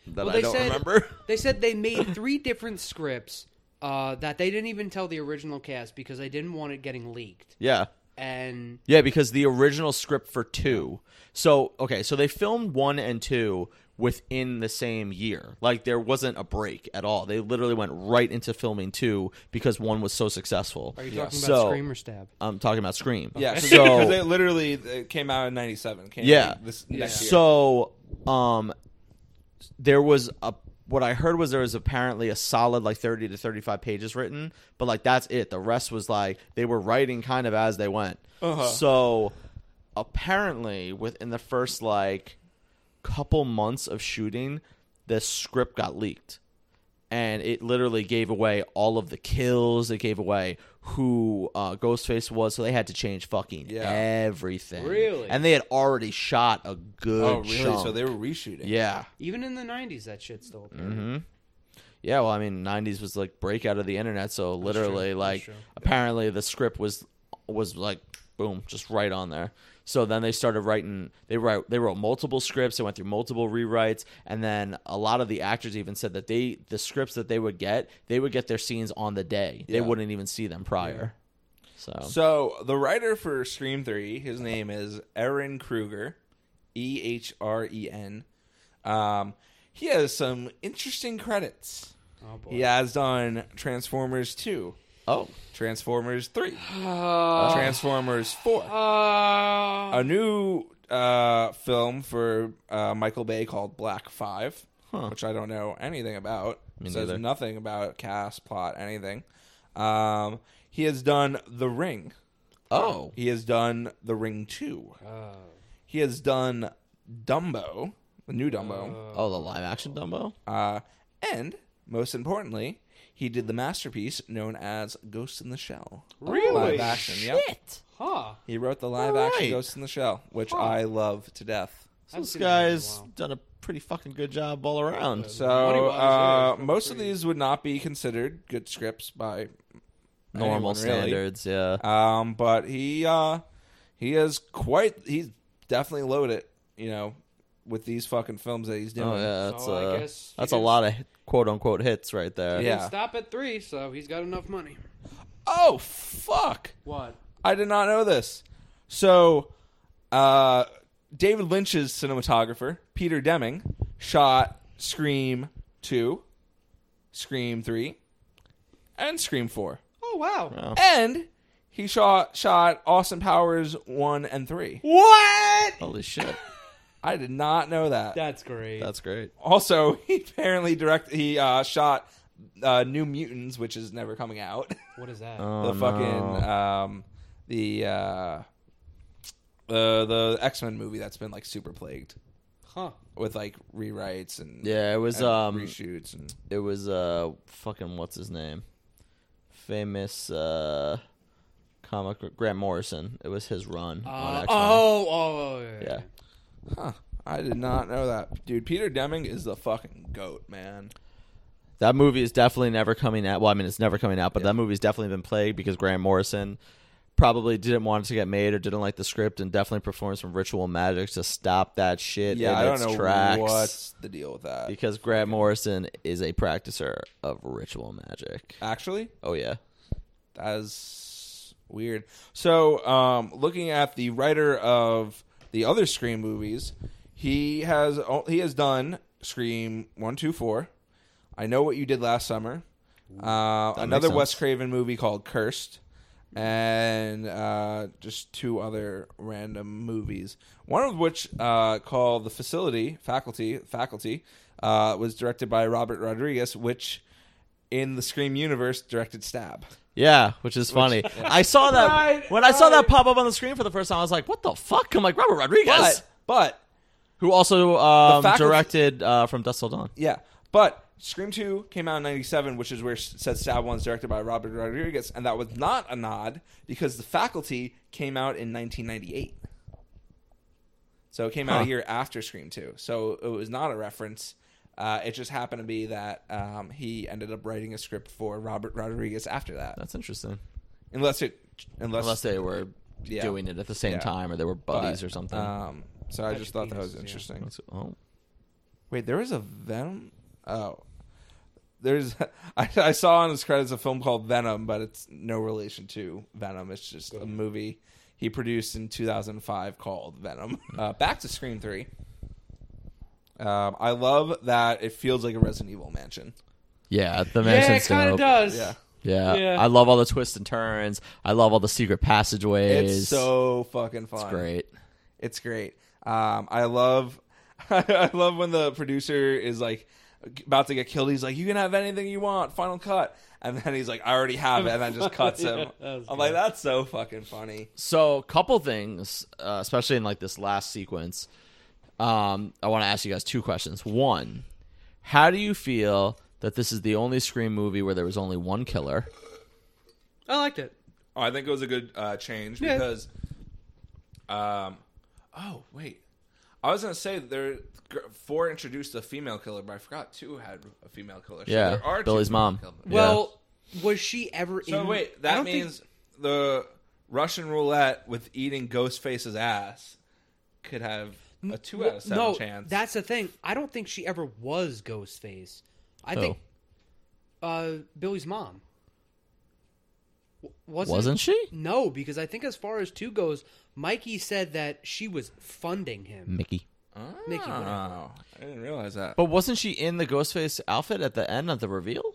[SPEAKER 1] that
[SPEAKER 3] Well,
[SPEAKER 1] I
[SPEAKER 3] they
[SPEAKER 1] don't
[SPEAKER 3] said-
[SPEAKER 1] remember.
[SPEAKER 3] They said they made three different scripts uh, that they didn't even tell the original cast because they didn't want it getting leaked.
[SPEAKER 1] yeah.
[SPEAKER 3] And
[SPEAKER 1] Yeah, because the original script for two. So okay, so they filmed one and two within the same year. Like there wasn't a break at all. They literally went right into filming two because one was so successful.
[SPEAKER 3] are you talking
[SPEAKER 1] Yeah.
[SPEAKER 3] about
[SPEAKER 1] So-
[SPEAKER 3] Scream or Stab?
[SPEAKER 1] I'm talking about Scream.
[SPEAKER 2] Yeah, because
[SPEAKER 1] So
[SPEAKER 2] they literally it came out in '97. Came
[SPEAKER 1] Yeah.
[SPEAKER 2] out this next year.
[SPEAKER 1] So, um, there was a what I heard was there was apparently a solid like thirty to thirty five pages written, but like that's it. The rest was like they were writing kind of as they went.
[SPEAKER 2] Uh-huh.
[SPEAKER 1] So, apparently, within the first like couple months of shooting, the script got leaked and it literally gave away all of the kills. It gave away who uh, Ghostface was, so they had to change fucking
[SPEAKER 2] Yeah.
[SPEAKER 1] everything.
[SPEAKER 3] Really?
[SPEAKER 1] And they had already shot a good.
[SPEAKER 2] oh really?
[SPEAKER 1] chunk.
[SPEAKER 2] So they were reshooting.
[SPEAKER 1] Yeah,
[SPEAKER 3] Even in the '90s, that shit still appeared.
[SPEAKER 1] Mm-hmm. yeah. Well, I mean, '90s was like breakout of the internet, so literally,
[SPEAKER 3] true. That's
[SPEAKER 1] like,
[SPEAKER 3] true.
[SPEAKER 1] apparently the script was was like, boom, just right on there. So then they started writing. They write. They wrote multiple scripts. They went through multiple rewrites, and then a lot of the actors even said that they the scripts that they would get, they would get their scenes on the day. They
[SPEAKER 2] Yeah.
[SPEAKER 1] wouldn't even see them prior. So
[SPEAKER 2] So the writer for Scream Three, his name is Aaron Kruger, E H R E N. Um, he has some interesting credits.
[SPEAKER 3] Oh boy.
[SPEAKER 2] He has done Transformers Two,
[SPEAKER 1] oh,
[SPEAKER 2] Transformers Three, Transformers Four,
[SPEAKER 3] Oh, Uh,
[SPEAKER 2] a new uh, film for uh, Michael Bay called Black Five, which I don't know anything about.
[SPEAKER 1] Me
[SPEAKER 2] Says
[SPEAKER 1] neither.
[SPEAKER 2] nothing about cast, plot, anything. Um, he has done The Ring.
[SPEAKER 1] oh,
[SPEAKER 2] He has done The Ring Two.
[SPEAKER 3] oh.
[SPEAKER 2] He has done Dumbo, the new Dumbo,
[SPEAKER 1] oh, the live action Dumbo.
[SPEAKER 2] uh, and most importantly, he did the masterpiece known as Ghost in the Shell.
[SPEAKER 3] Really?
[SPEAKER 2] Live action. Yep.
[SPEAKER 3] huh.
[SPEAKER 2] He wrote the live action
[SPEAKER 1] Alright.
[SPEAKER 2] Ghost in the Shell, which I love to death.
[SPEAKER 1] So this
[SPEAKER 3] seen that in a
[SPEAKER 1] guy's
[SPEAKER 3] while.
[SPEAKER 1] done a pretty fucking good job all around.
[SPEAKER 2] So
[SPEAKER 3] Money-wise, yeah,
[SPEAKER 2] uh,
[SPEAKER 3] it's
[SPEAKER 2] most of
[SPEAKER 3] pretty-
[SPEAKER 2] these would not be considered good scripts by
[SPEAKER 1] normal
[SPEAKER 2] anyone, really.
[SPEAKER 1] standards. Yeah.
[SPEAKER 2] Um, but he uh, he is quite. He's definitely loaded. You know, with these fucking films that he's doing.
[SPEAKER 1] Oh yeah, that's
[SPEAKER 3] So I
[SPEAKER 1] uh,
[SPEAKER 3] guess he
[SPEAKER 1] that's a
[SPEAKER 3] did-
[SPEAKER 1] lot of quote unquote hits right there.
[SPEAKER 2] Yeah.
[SPEAKER 3] Didn't Stop at three, so he's got enough money.
[SPEAKER 2] Oh fuck!
[SPEAKER 3] What?
[SPEAKER 2] I did not know this. So, uh, David Lynch's cinematographer Peter Deming shot Scream two, Scream three, and Scream four,
[SPEAKER 3] Oh wow.
[SPEAKER 2] and he shot shot Austin Powers one and three.
[SPEAKER 3] What?
[SPEAKER 1] Holy shit,
[SPEAKER 2] I did not know that.
[SPEAKER 3] That's great.
[SPEAKER 1] that's great.
[SPEAKER 2] Also, he apparently direct he uh, shot uh, New Mutants, which is never coming out.
[SPEAKER 3] what is that?
[SPEAKER 1] Oh,
[SPEAKER 2] the
[SPEAKER 1] no.
[SPEAKER 2] fucking um, the uh, the the X Men movie that's been like super plagued
[SPEAKER 3] huh.
[SPEAKER 2] with like rewrites and
[SPEAKER 1] yeah, it was
[SPEAKER 2] and
[SPEAKER 1] um,
[SPEAKER 2] reshoots and
[SPEAKER 1] it was uh, fucking what's his name, famous uh, comic Grant Morrison. It was his run. on
[SPEAKER 3] Uh,
[SPEAKER 1] X-Men.
[SPEAKER 3] oh, oh, yeah.
[SPEAKER 1] yeah.
[SPEAKER 2] huh. I did not know that, dude. Peter Deming is the fucking goat, man.
[SPEAKER 1] That movie is definitely never coming out. Well, I mean, it's never coming out, but that movie's definitely been plagued because Grant Morrison probably didn't want it to get made or didn't like the script and definitely performed some ritual magic to stop that shit
[SPEAKER 2] Yeah,
[SPEAKER 1] in
[SPEAKER 2] I don't
[SPEAKER 1] its
[SPEAKER 2] know
[SPEAKER 1] tracks.
[SPEAKER 2] what's the deal with that.
[SPEAKER 1] Because Grant Morrison is a practicer of ritual magic.
[SPEAKER 2] Actually,
[SPEAKER 1] Oh yeah.
[SPEAKER 2] That's weird. So, um, looking at the writer of the other Scream movies, he has o- he has done Scream one, two, four. I know what you did last summer. Uh, another
[SPEAKER 1] sense.
[SPEAKER 2] Wes Craven movie called Cursed. and uh, just two other random movies. One of which uh, called The Facility, Faculty, Faculty, uh, was directed by Robert Rodriguez, which in the Scream universe directed Stab.
[SPEAKER 1] Yeah, which is funny. I saw that when I saw that pop up on the screen for the first time. I was like, "What the fuck?" I'm like Robert Rodriguez,
[SPEAKER 2] But, but
[SPEAKER 1] who also um,
[SPEAKER 2] The faculty-
[SPEAKER 1] directed uh, from Dust Till Dawn.
[SPEAKER 2] Yeah, but Scream Two came out in '97, which is where S- said Stab One's directed by Robert Rodriguez, and that was not a nod because The Faculty came out in 1998. So it came out a year after Scream Two, so it was not a reference. Uh, it just happened to be that um, he ended up writing a script for Robert Rodriguez after that,
[SPEAKER 1] That's interesting.
[SPEAKER 2] unless it, unless,
[SPEAKER 1] Unless they were
[SPEAKER 2] Yeah.
[SPEAKER 1] doing it at the same
[SPEAKER 2] Yeah.
[SPEAKER 1] time, or they were
[SPEAKER 2] but,
[SPEAKER 1] buddies or something.
[SPEAKER 2] Um, so I
[SPEAKER 3] Touch
[SPEAKER 2] just thought that
[SPEAKER 3] penises,
[SPEAKER 2] was
[SPEAKER 3] yeah.
[SPEAKER 2] interesting.
[SPEAKER 1] That's- oh.
[SPEAKER 2] Wait, there was a Venom. Oh, there's. I, I saw on his credits a film called Venom, but it's no relation to Venom. It's just a movie he produced in 2005 called Venom. Uh, back to Scream Three. Um, I love that it feels like a Resident Evil mansion.
[SPEAKER 1] Yeah, the
[SPEAKER 3] yeah,
[SPEAKER 1] mansion
[SPEAKER 3] it kind of does.
[SPEAKER 2] Yeah,
[SPEAKER 1] Yeah.
[SPEAKER 3] Yeah.
[SPEAKER 1] I love all the twists and turns. I love all the secret passageways.
[SPEAKER 2] it's so fucking fun.
[SPEAKER 1] It's great.
[SPEAKER 2] It's great. Um, I love, I love when the producer is like about to get killed. He's like, "You can have anything you want, final cut," and then he's like, "I already have it," and then just cuts him.
[SPEAKER 3] that
[SPEAKER 2] I'm
[SPEAKER 3] was
[SPEAKER 2] like,
[SPEAKER 3] good.
[SPEAKER 2] "That's so fucking funny."
[SPEAKER 1] So, couple things, uh, especially in like this last sequence. Um, I want to ask you guys two questions. One, how do you feel that this is the only Scream movie where there was only one killer?
[SPEAKER 3] I liked it.
[SPEAKER 2] Oh, I think it was a good uh, change
[SPEAKER 3] Yeah.
[SPEAKER 2] because, um, oh wait, I was gonna say there four introduced a female killer, but I forgot two had a female killer. So
[SPEAKER 1] Yeah,
[SPEAKER 2] there are two
[SPEAKER 1] Billy's
[SPEAKER 2] female
[SPEAKER 1] mom.
[SPEAKER 2] killers.
[SPEAKER 1] Yeah.
[SPEAKER 3] Well, was she ever in?
[SPEAKER 2] So wait,
[SPEAKER 3] I
[SPEAKER 2] that
[SPEAKER 3] don't think-
[SPEAKER 2] means the Russian roulette with eating Ghostface's ass could have a two out of seven
[SPEAKER 3] no,
[SPEAKER 2] chance.
[SPEAKER 3] that's the thing. I don't think she ever was Ghostface. I
[SPEAKER 1] Who?
[SPEAKER 3] think uh, Billy's mom. W- Wasn't,
[SPEAKER 1] Wasn't she?
[SPEAKER 3] No, because I think as far as two goes, Mikey said that she was funding him.
[SPEAKER 1] Mickey.
[SPEAKER 3] Mickey,
[SPEAKER 2] oh,
[SPEAKER 3] whatever.
[SPEAKER 2] I didn't realize that.
[SPEAKER 1] But wasn't she in the Ghostface outfit at the end of the reveal?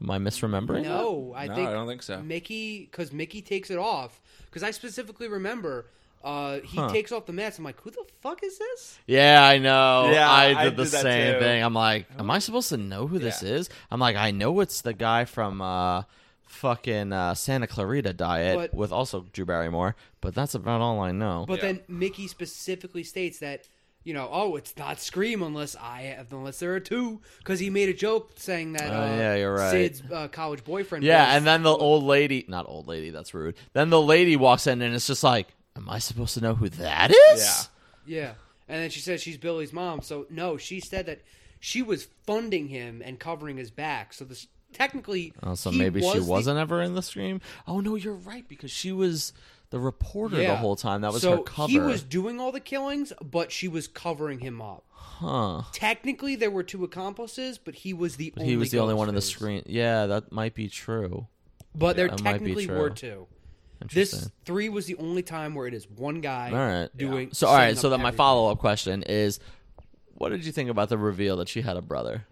[SPEAKER 1] Am I misremembering?
[SPEAKER 3] No, I
[SPEAKER 2] no,
[SPEAKER 3] think
[SPEAKER 2] I don't think so.
[SPEAKER 3] Mickey, because Mickey takes it off. Because I specifically remember uh, he takes off the mask. I'm like, who the fuck is this?
[SPEAKER 1] Yeah, I know.
[SPEAKER 2] Yeah,
[SPEAKER 1] I did
[SPEAKER 2] I
[SPEAKER 1] the
[SPEAKER 2] did that
[SPEAKER 1] same
[SPEAKER 2] too.
[SPEAKER 1] thing. I'm like,
[SPEAKER 3] Oh.
[SPEAKER 1] am I supposed to know who this
[SPEAKER 2] Yeah.
[SPEAKER 1] is? I'm like, I know it's the guy from uh, fucking uh, Santa Clarita Diet
[SPEAKER 3] But-
[SPEAKER 1] with also Drew Barrymore, but that's about all I know.
[SPEAKER 3] But
[SPEAKER 2] Yeah.
[SPEAKER 3] then Mickey specifically states that you know, oh, it's not Scream unless I have unless there are two because he made a joke saying that.
[SPEAKER 1] Oh,
[SPEAKER 3] uh,
[SPEAKER 1] yeah, you're right.
[SPEAKER 3] Sid's uh, college boyfriend.
[SPEAKER 1] yeah,
[SPEAKER 3] was-
[SPEAKER 1] and then the old lady, not old lady, that's rude. Then the lady walks in and it's just like, am I supposed to know who that is?
[SPEAKER 2] Yeah.
[SPEAKER 3] yeah, and then she says she's Billy's mom. So no, she said that she was funding him and covering his back. So this technically,
[SPEAKER 1] Oh, so
[SPEAKER 3] he
[SPEAKER 1] maybe she
[SPEAKER 3] was the-
[SPEAKER 1] wasn't ever in the scream. Oh no, you're right because she was the reporter the
[SPEAKER 3] Yeah.
[SPEAKER 1] whole time. That was
[SPEAKER 3] so
[SPEAKER 1] her cover.
[SPEAKER 3] He was doing all the killings, but she was covering him up.
[SPEAKER 1] huh.
[SPEAKER 3] Technically, there were two accomplices, but he was the only
[SPEAKER 1] He was the only one in the
[SPEAKER 3] Ghostface.
[SPEAKER 1] screen. Yeah, that might be true.
[SPEAKER 3] But there
[SPEAKER 1] that might be
[SPEAKER 3] technically
[SPEAKER 1] true.
[SPEAKER 3] were two. This
[SPEAKER 1] Interesting.
[SPEAKER 3] three was the only time where it is one guy
[SPEAKER 1] all right.
[SPEAKER 3] doing.
[SPEAKER 1] so all right.
[SPEAKER 3] setting
[SPEAKER 1] So
[SPEAKER 3] up
[SPEAKER 1] then my
[SPEAKER 3] everything.
[SPEAKER 1] follow up question is, what did you think about the reveal that she had a brother?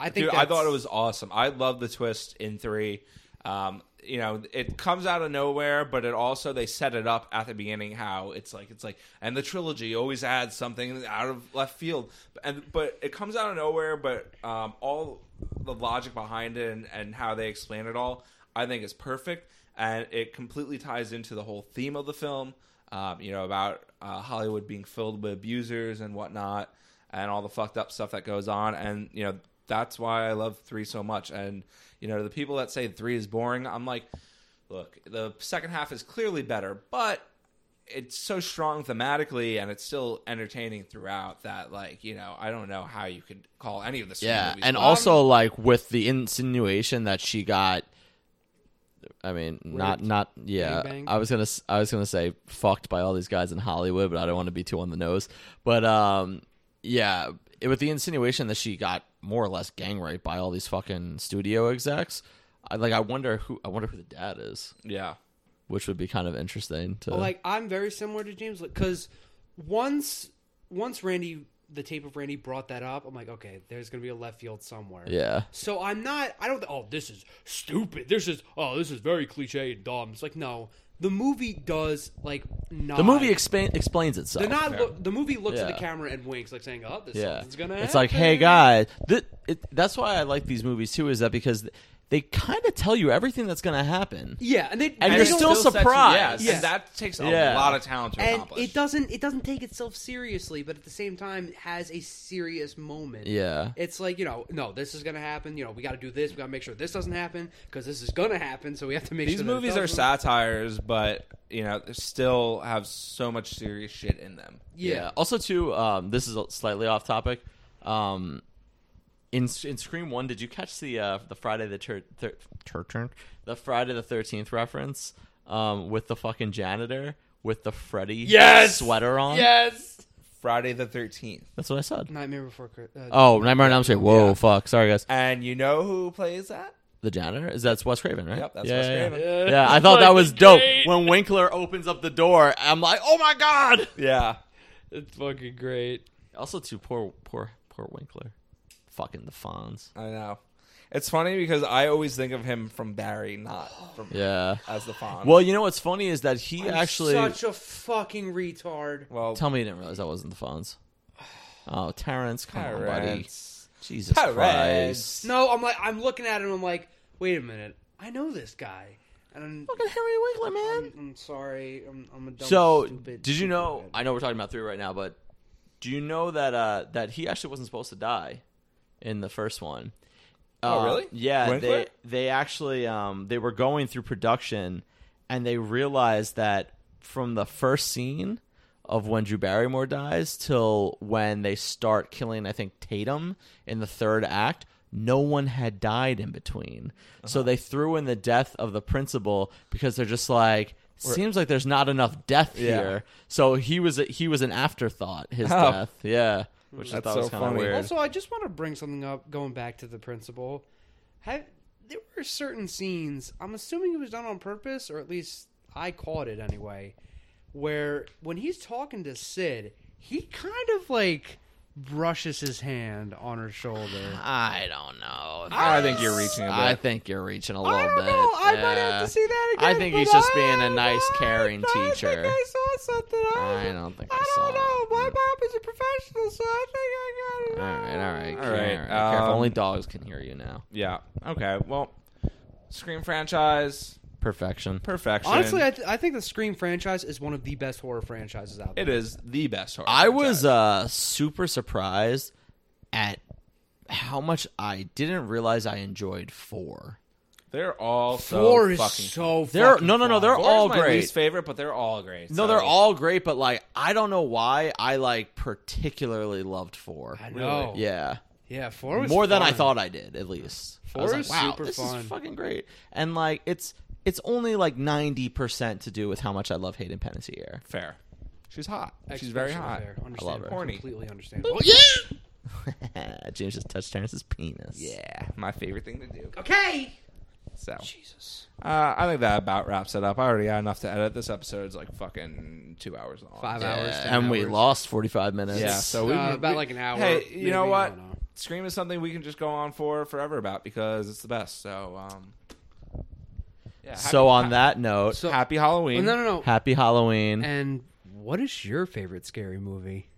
[SPEAKER 3] I think
[SPEAKER 2] Dude, I thought
[SPEAKER 3] that's-
[SPEAKER 2] it was awesome. I love the twist in three. Um, you know, it comes out of nowhere, but it also they set it up at the beginning how it's like it's like, and the trilogy always adds something out of left field, and but it comes out of nowhere. But um, all the logic behind it and, and how they explain it all, I think is perfect, and it completely ties into the whole theme of the film. Um, you know about uh, Hollywood being filled with abusers and whatnot and all the fucked up stuff that goes on and you know that's why i love three so much and you know the people that say three is boring i'm like look the second half is clearly better but it's so strong thematically and it's still entertaining throughout that like you know i don't know how you could call any of the Scream
[SPEAKER 1] Yeah,
[SPEAKER 2] movies
[SPEAKER 1] and
[SPEAKER 2] boring.
[SPEAKER 1] also like with the insinuation that she got. I mean, not not yeah.
[SPEAKER 3] Gangbanged?
[SPEAKER 1] I was gonna s- I was gonna say fucked by all these guys in Hollywood, but I don't want to be too on the nose. But um, yeah, it, with the insinuation that she got more or less gang raped by all these fucking studio execs, I, like I wonder who I wonder who the dad is,
[SPEAKER 2] yeah
[SPEAKER 1] which would be kind of interesting to
[SPEAKER 3] Well, like I'm very similar to James because once once Randy the tape of Randy brought that up, I'm like, okay, there's gonna be a left field somewhere.
[SPEAKER 1] Yeah.
[SPEAKER 3] So I'm not. I don't. Oh, this is stupid. This is. Oh, this is very cliche and dumb. It's like no. The movie does like not.
[SPEAKER 1] The movie expa- explains itself.
[SPEAKER 3] They're not. Look, the movie looks at
[SPEAKER 1] Yeah.
[SPEAKER 3] the camera and winks, like saying, "Oh, this
[SPEAKER 1] yeah.
[SPEAKER 3] something's gonna."
[SPEAKER 1] It's like, hey
[SPEAKER 3] happen."
[SPEAKER 1] guys, th- it, that's why I like these movies too. Is that because th- they kind of tell you everything that's going to happen,
[SPEAKER 3] Yeah, and they
[SPEAKER 1] and
[SPEAKER 3] they
[SPEAKER 1] you're
[SPEAKER 3] don't-
[SPEAKER 1] still
[SPEAKER 2] sets you-
[SPEAKER 1] surprised.
[SPEAKER 2] Yes,
[SPEAKER 3] Yeah.
[SPEAKER 2] and that takes a
[SPEAKER 1] Yeah.
[SPEAKER 2] lot of talent to
[SPEAKER 3] and
[SPEAKER 2] accomplish.
[SPEAKER 3] it doesn't it doesn't take itself seriously but at the same time has a serious moment
[SPEAKER 1] Yeah.
[SPEAKER 3] it's like you know no this is gonna happen you know we gotta do this we gotta make sure this doesn't happen because this is gonna happen so we have to make
[SPEAKER 2] These
[SPEAKER 3] sure that it
[SPEAKER 2] movies are
[SPEAKER 3] doesn't.
[SPEAKER 2] satires, but you know, they still have so much serious shit in them.
[SPEAKER 3] yeah,
[SPEAKER 1] Also, too, um, this is a- slightly off topic. Um, in in Scream One, did you catch the uh, the Friday the thir- thir- tur- turn? the Friday the Thirteenth reference um, with the fucking janitor with the Freddy sweater on?
[SPEAKER 3] yes
[SPEAKER 2] Friday the Thirteenth,
[SPEAKER 1] That's what I said.
[SPEAKER 3] nightmare before Chris- uh,
[SPEAKER 1] Oh, Nightmare on Elm Street. Whoa,
[SPEAKER 2] Yeah.
[SPEAKER 1] fuck. Sorry, guys.
[SPEAKER 2] and you know who plays that?
[SPEAKER 1] The janitor is that's Wes Craven, right?
[SPEAKER 2] Yep, that's
[SPEAKER 1] yeah,
[SPEAKER 2] Wes
[SPEAKER 1] yeah, yeah.
[SPEAKER 2] Craven.
[SPEAKER 1] Yeah, I thought that was dope. When Winkler opens up the door, I'm like, oh my god.
[SPEAKER 2] Yeah,
[SPEAKER 3] it's fucking great
[SPEAKER 1] Also, too poor, poor, poor Winkler. Fucking the Fonz.
[SPEAKER 2] I know. It's funny because I always think of him from Barry, not from
[SPEAKER 1] Yeah.
[SPEAKER 2] as the Fonz.
[SPEAKER 1] Well, you know what's funny is that he actually.
[SPEAKER 3] such a fucking retard
[SPEAKER 2] well,
[SPEAKER 1] Tell me you didn't realize that wasn't the Fonz. Oh, Terrence, come on, buddy.
[SPEAKER 2] Terrence.
[SPEAKER 1] Jesus
[SPEAKER 2] Terrence.
[SPEAKER 1] Christ.
[SPEAKER 3] no i'm like i'm looking at him i'm like wait a minute i know this guy and i'm,
[SPEAKER 1] Look at Henry Winkler, man.
[SPEAKER 3] I'm, I'm sorry i'm, I'm a dumb
[SPEAKER 1] So,
[SPEAKER 3] stupid,
[SPEAKER 1] did you
[SPEAKER 3] stupid
[SPEAKER 1] know?
[SPEAKER 3] head.
[SPEAKER 1] I know we're talking about three right now, but do you know that uh, that he actually wasn't supposed to die in the first one?
[SPEAKER 2] Oh,
[SPEAKER 1] Uh,
[SPEAKER 2] really?
[SPEAKER 1] Yeah,
[SPEAKER 2] Winkler?
[SPEAKER 1] they they actually um, they were going through production, and they realized that from the first scene of when Drew Barrymore dies till when they start killing, I think Tatum in the third act. No one had died in between,
[SPEAKER 2] Uh-huh.
[SPEAKER 1] so they threw in the death of the principal because they're just like. Seems like there's not enough death
[SPEAKER 2] Yeah.
[SPEAKER 1] here, so he was a, he was an afterthought. His
[SPEAKER 2] Oh. Hmm.
[SPEAKER 1] death, yeah, which I
[SPEAKER 2] That's
[SPEAKER 1] thought
[SPEAKER 2] so
[SPEAKER 1] was kind of
[SPEAKER 2] funny.
[SPEAKER 1] weird.
[SPEAKER 3] Also, I just want to bring something up. Going back to the principal, have, there were certain scenes. I'm assuming it was done on purpose, or at least I caught it anyway. Where when he's talking to Sid, he kind of like brushes his hand on her shoulder.
[SPEAKER 1] I don't know.
[SPEAKER 2] I think you're reaching a bit.
[SPEAKER 1] I think you're reaching a little
[SPEAKER 3] I don't
[SPEAKER 1] bit.
[SPEAKER 3] know. I might
[SPEAKER 1] yeah.
[SPEAKER 3] have to see that again.
[SPEAKER 1] I think
[SPEAKER 3] but
[SPEAKER 1] he's just
[SPEAKER 3] I-
[SPEAKER 1] being a nice,
[SPEAKER 3] I-
[SPEAKER 1] caring
[SPEAKER 3] I
[SPEAKER 1] teacher.
[SPEAKER 3] think I saw something. I,
[SPEAKER 1] I don't think I
[SPEAKER 3] I
[SPEAKER 1] saw
[SPEAKER 3] don't know. My
[SPEAKER 1] it.
[SPEAKER 3] mom is a professional, so I think I got it.
[SPEAKER 1] All right, all right, all
[SPEAKER 2] All right,
[SPEAKER 1] right. Careful.
[SPEAKER 2] um,
[SPEAKER 1] Only dogs can hear you now.
[SPEAKER 2] yeah. Okay. Well, Scream franchise
[SPEAKER 1] Perfection.
[SPEAKER 2] perfection.
[SPEAKER 3] Honestly, I, th- I think the Scream franchise is one of the best horror franchises out there.
[SPEAKER 2] it is the best horror.
[SPEAKER 1] I was
[SPEAKER 2] franchise.
[SPEAKER 1] uh, super surprised at how much I didn't realize I enjoyed four.
[SPEAKER 2] They're all so
[SPEAKER 3] Four is
[SPEAKER 2] fucking.
[SPEAKER 3] so
[SPEAKER 1] They're
[SPEAKER 3] fucking
[SPEAKER 1] no, no, no.
[SPEAKER 3] fun.
[SPEAKER 1] They're
[SPEAKER 2] Four
[SPEAKER 1] all
[SPEAKER 2] is my
[SPEAKER 1] great.
[SPEAKER 2] least favorite, but they're all great.
[SPEAKER 1] no,
[SPEAKER 2] so-
[SPEAKER 1] they're all great, but like I don't know why I like particularly loved four.
[SPEAKER 3] I know. Yeah,
[SPEAKER 1] Yeah.
[SPEAKER 3] yeah. Four was
[SPEAKER 1] more than I
[SPEAKER 3] fun.
[SPEAKER 1] thought I did, at least. I
[SPEAKER 3] Four
[SPEAKER 1] was
[SPEAKER 3] is
[SPEAKER 1] like, wow,
[SPEAKER 3] super
[SPEAKER 1] this
[SPEAKER 3] fun.
[SPEAKER 1] is fucking great. And like, it's it's only like ninety percent to do with how much I love Hayden Panettiere.
[SPEAKER 2] fair. She's hot. She's very
[SPEAKER 3] Expression
[SPEAKER 2] hot.
[SPEAKER 3] there.
[SPEAKER 1] I love her.
[SPEAKER 3] Understandable.
[SPEAKER 2] Horny.
[SPEAKER 3] Completely understandable.
[SPEAKER 1] James just touched Terrence's penis.
[SPEAKER 2] Yeah, my favorite thing to do.
[SPEAKER 3] Okay.
[SPEAKER 2] So,
[SPEAKER 3] Jesus.
[SPEAKER 2] uh, I think that about wraps it up. I already got enough to edit. This episode's like fucking two hours long.
[SPEAKER 3] Five
[SPEAKER 1] Yeah,
[SPEAKER 3] hours.
[SPEAKER 1] and we lost forty five minutes.
[SPEAKER 2] Yeah, so we
[SPEAKER 3] Uh, about like an hour,
[SPEAKER 2] Hey, you know
[SPEAKER 3] maybe, I
[SPEAKER 2] what?
[SPEAKER 3] don't know.
[SPEAKER 2] Scream is something we can just go on for forever about because it's the best. So, um, yeah. Happy,
[SPEAKER 1] So on that note,
[SPEAKER 3] So
[SPEAKER 2] happy Halloween.
[SPEAKER 3] no, no, no.
[SPEAKER 1] happy Halloween.
[SPEAKER 3] And what is your favorite scary movie?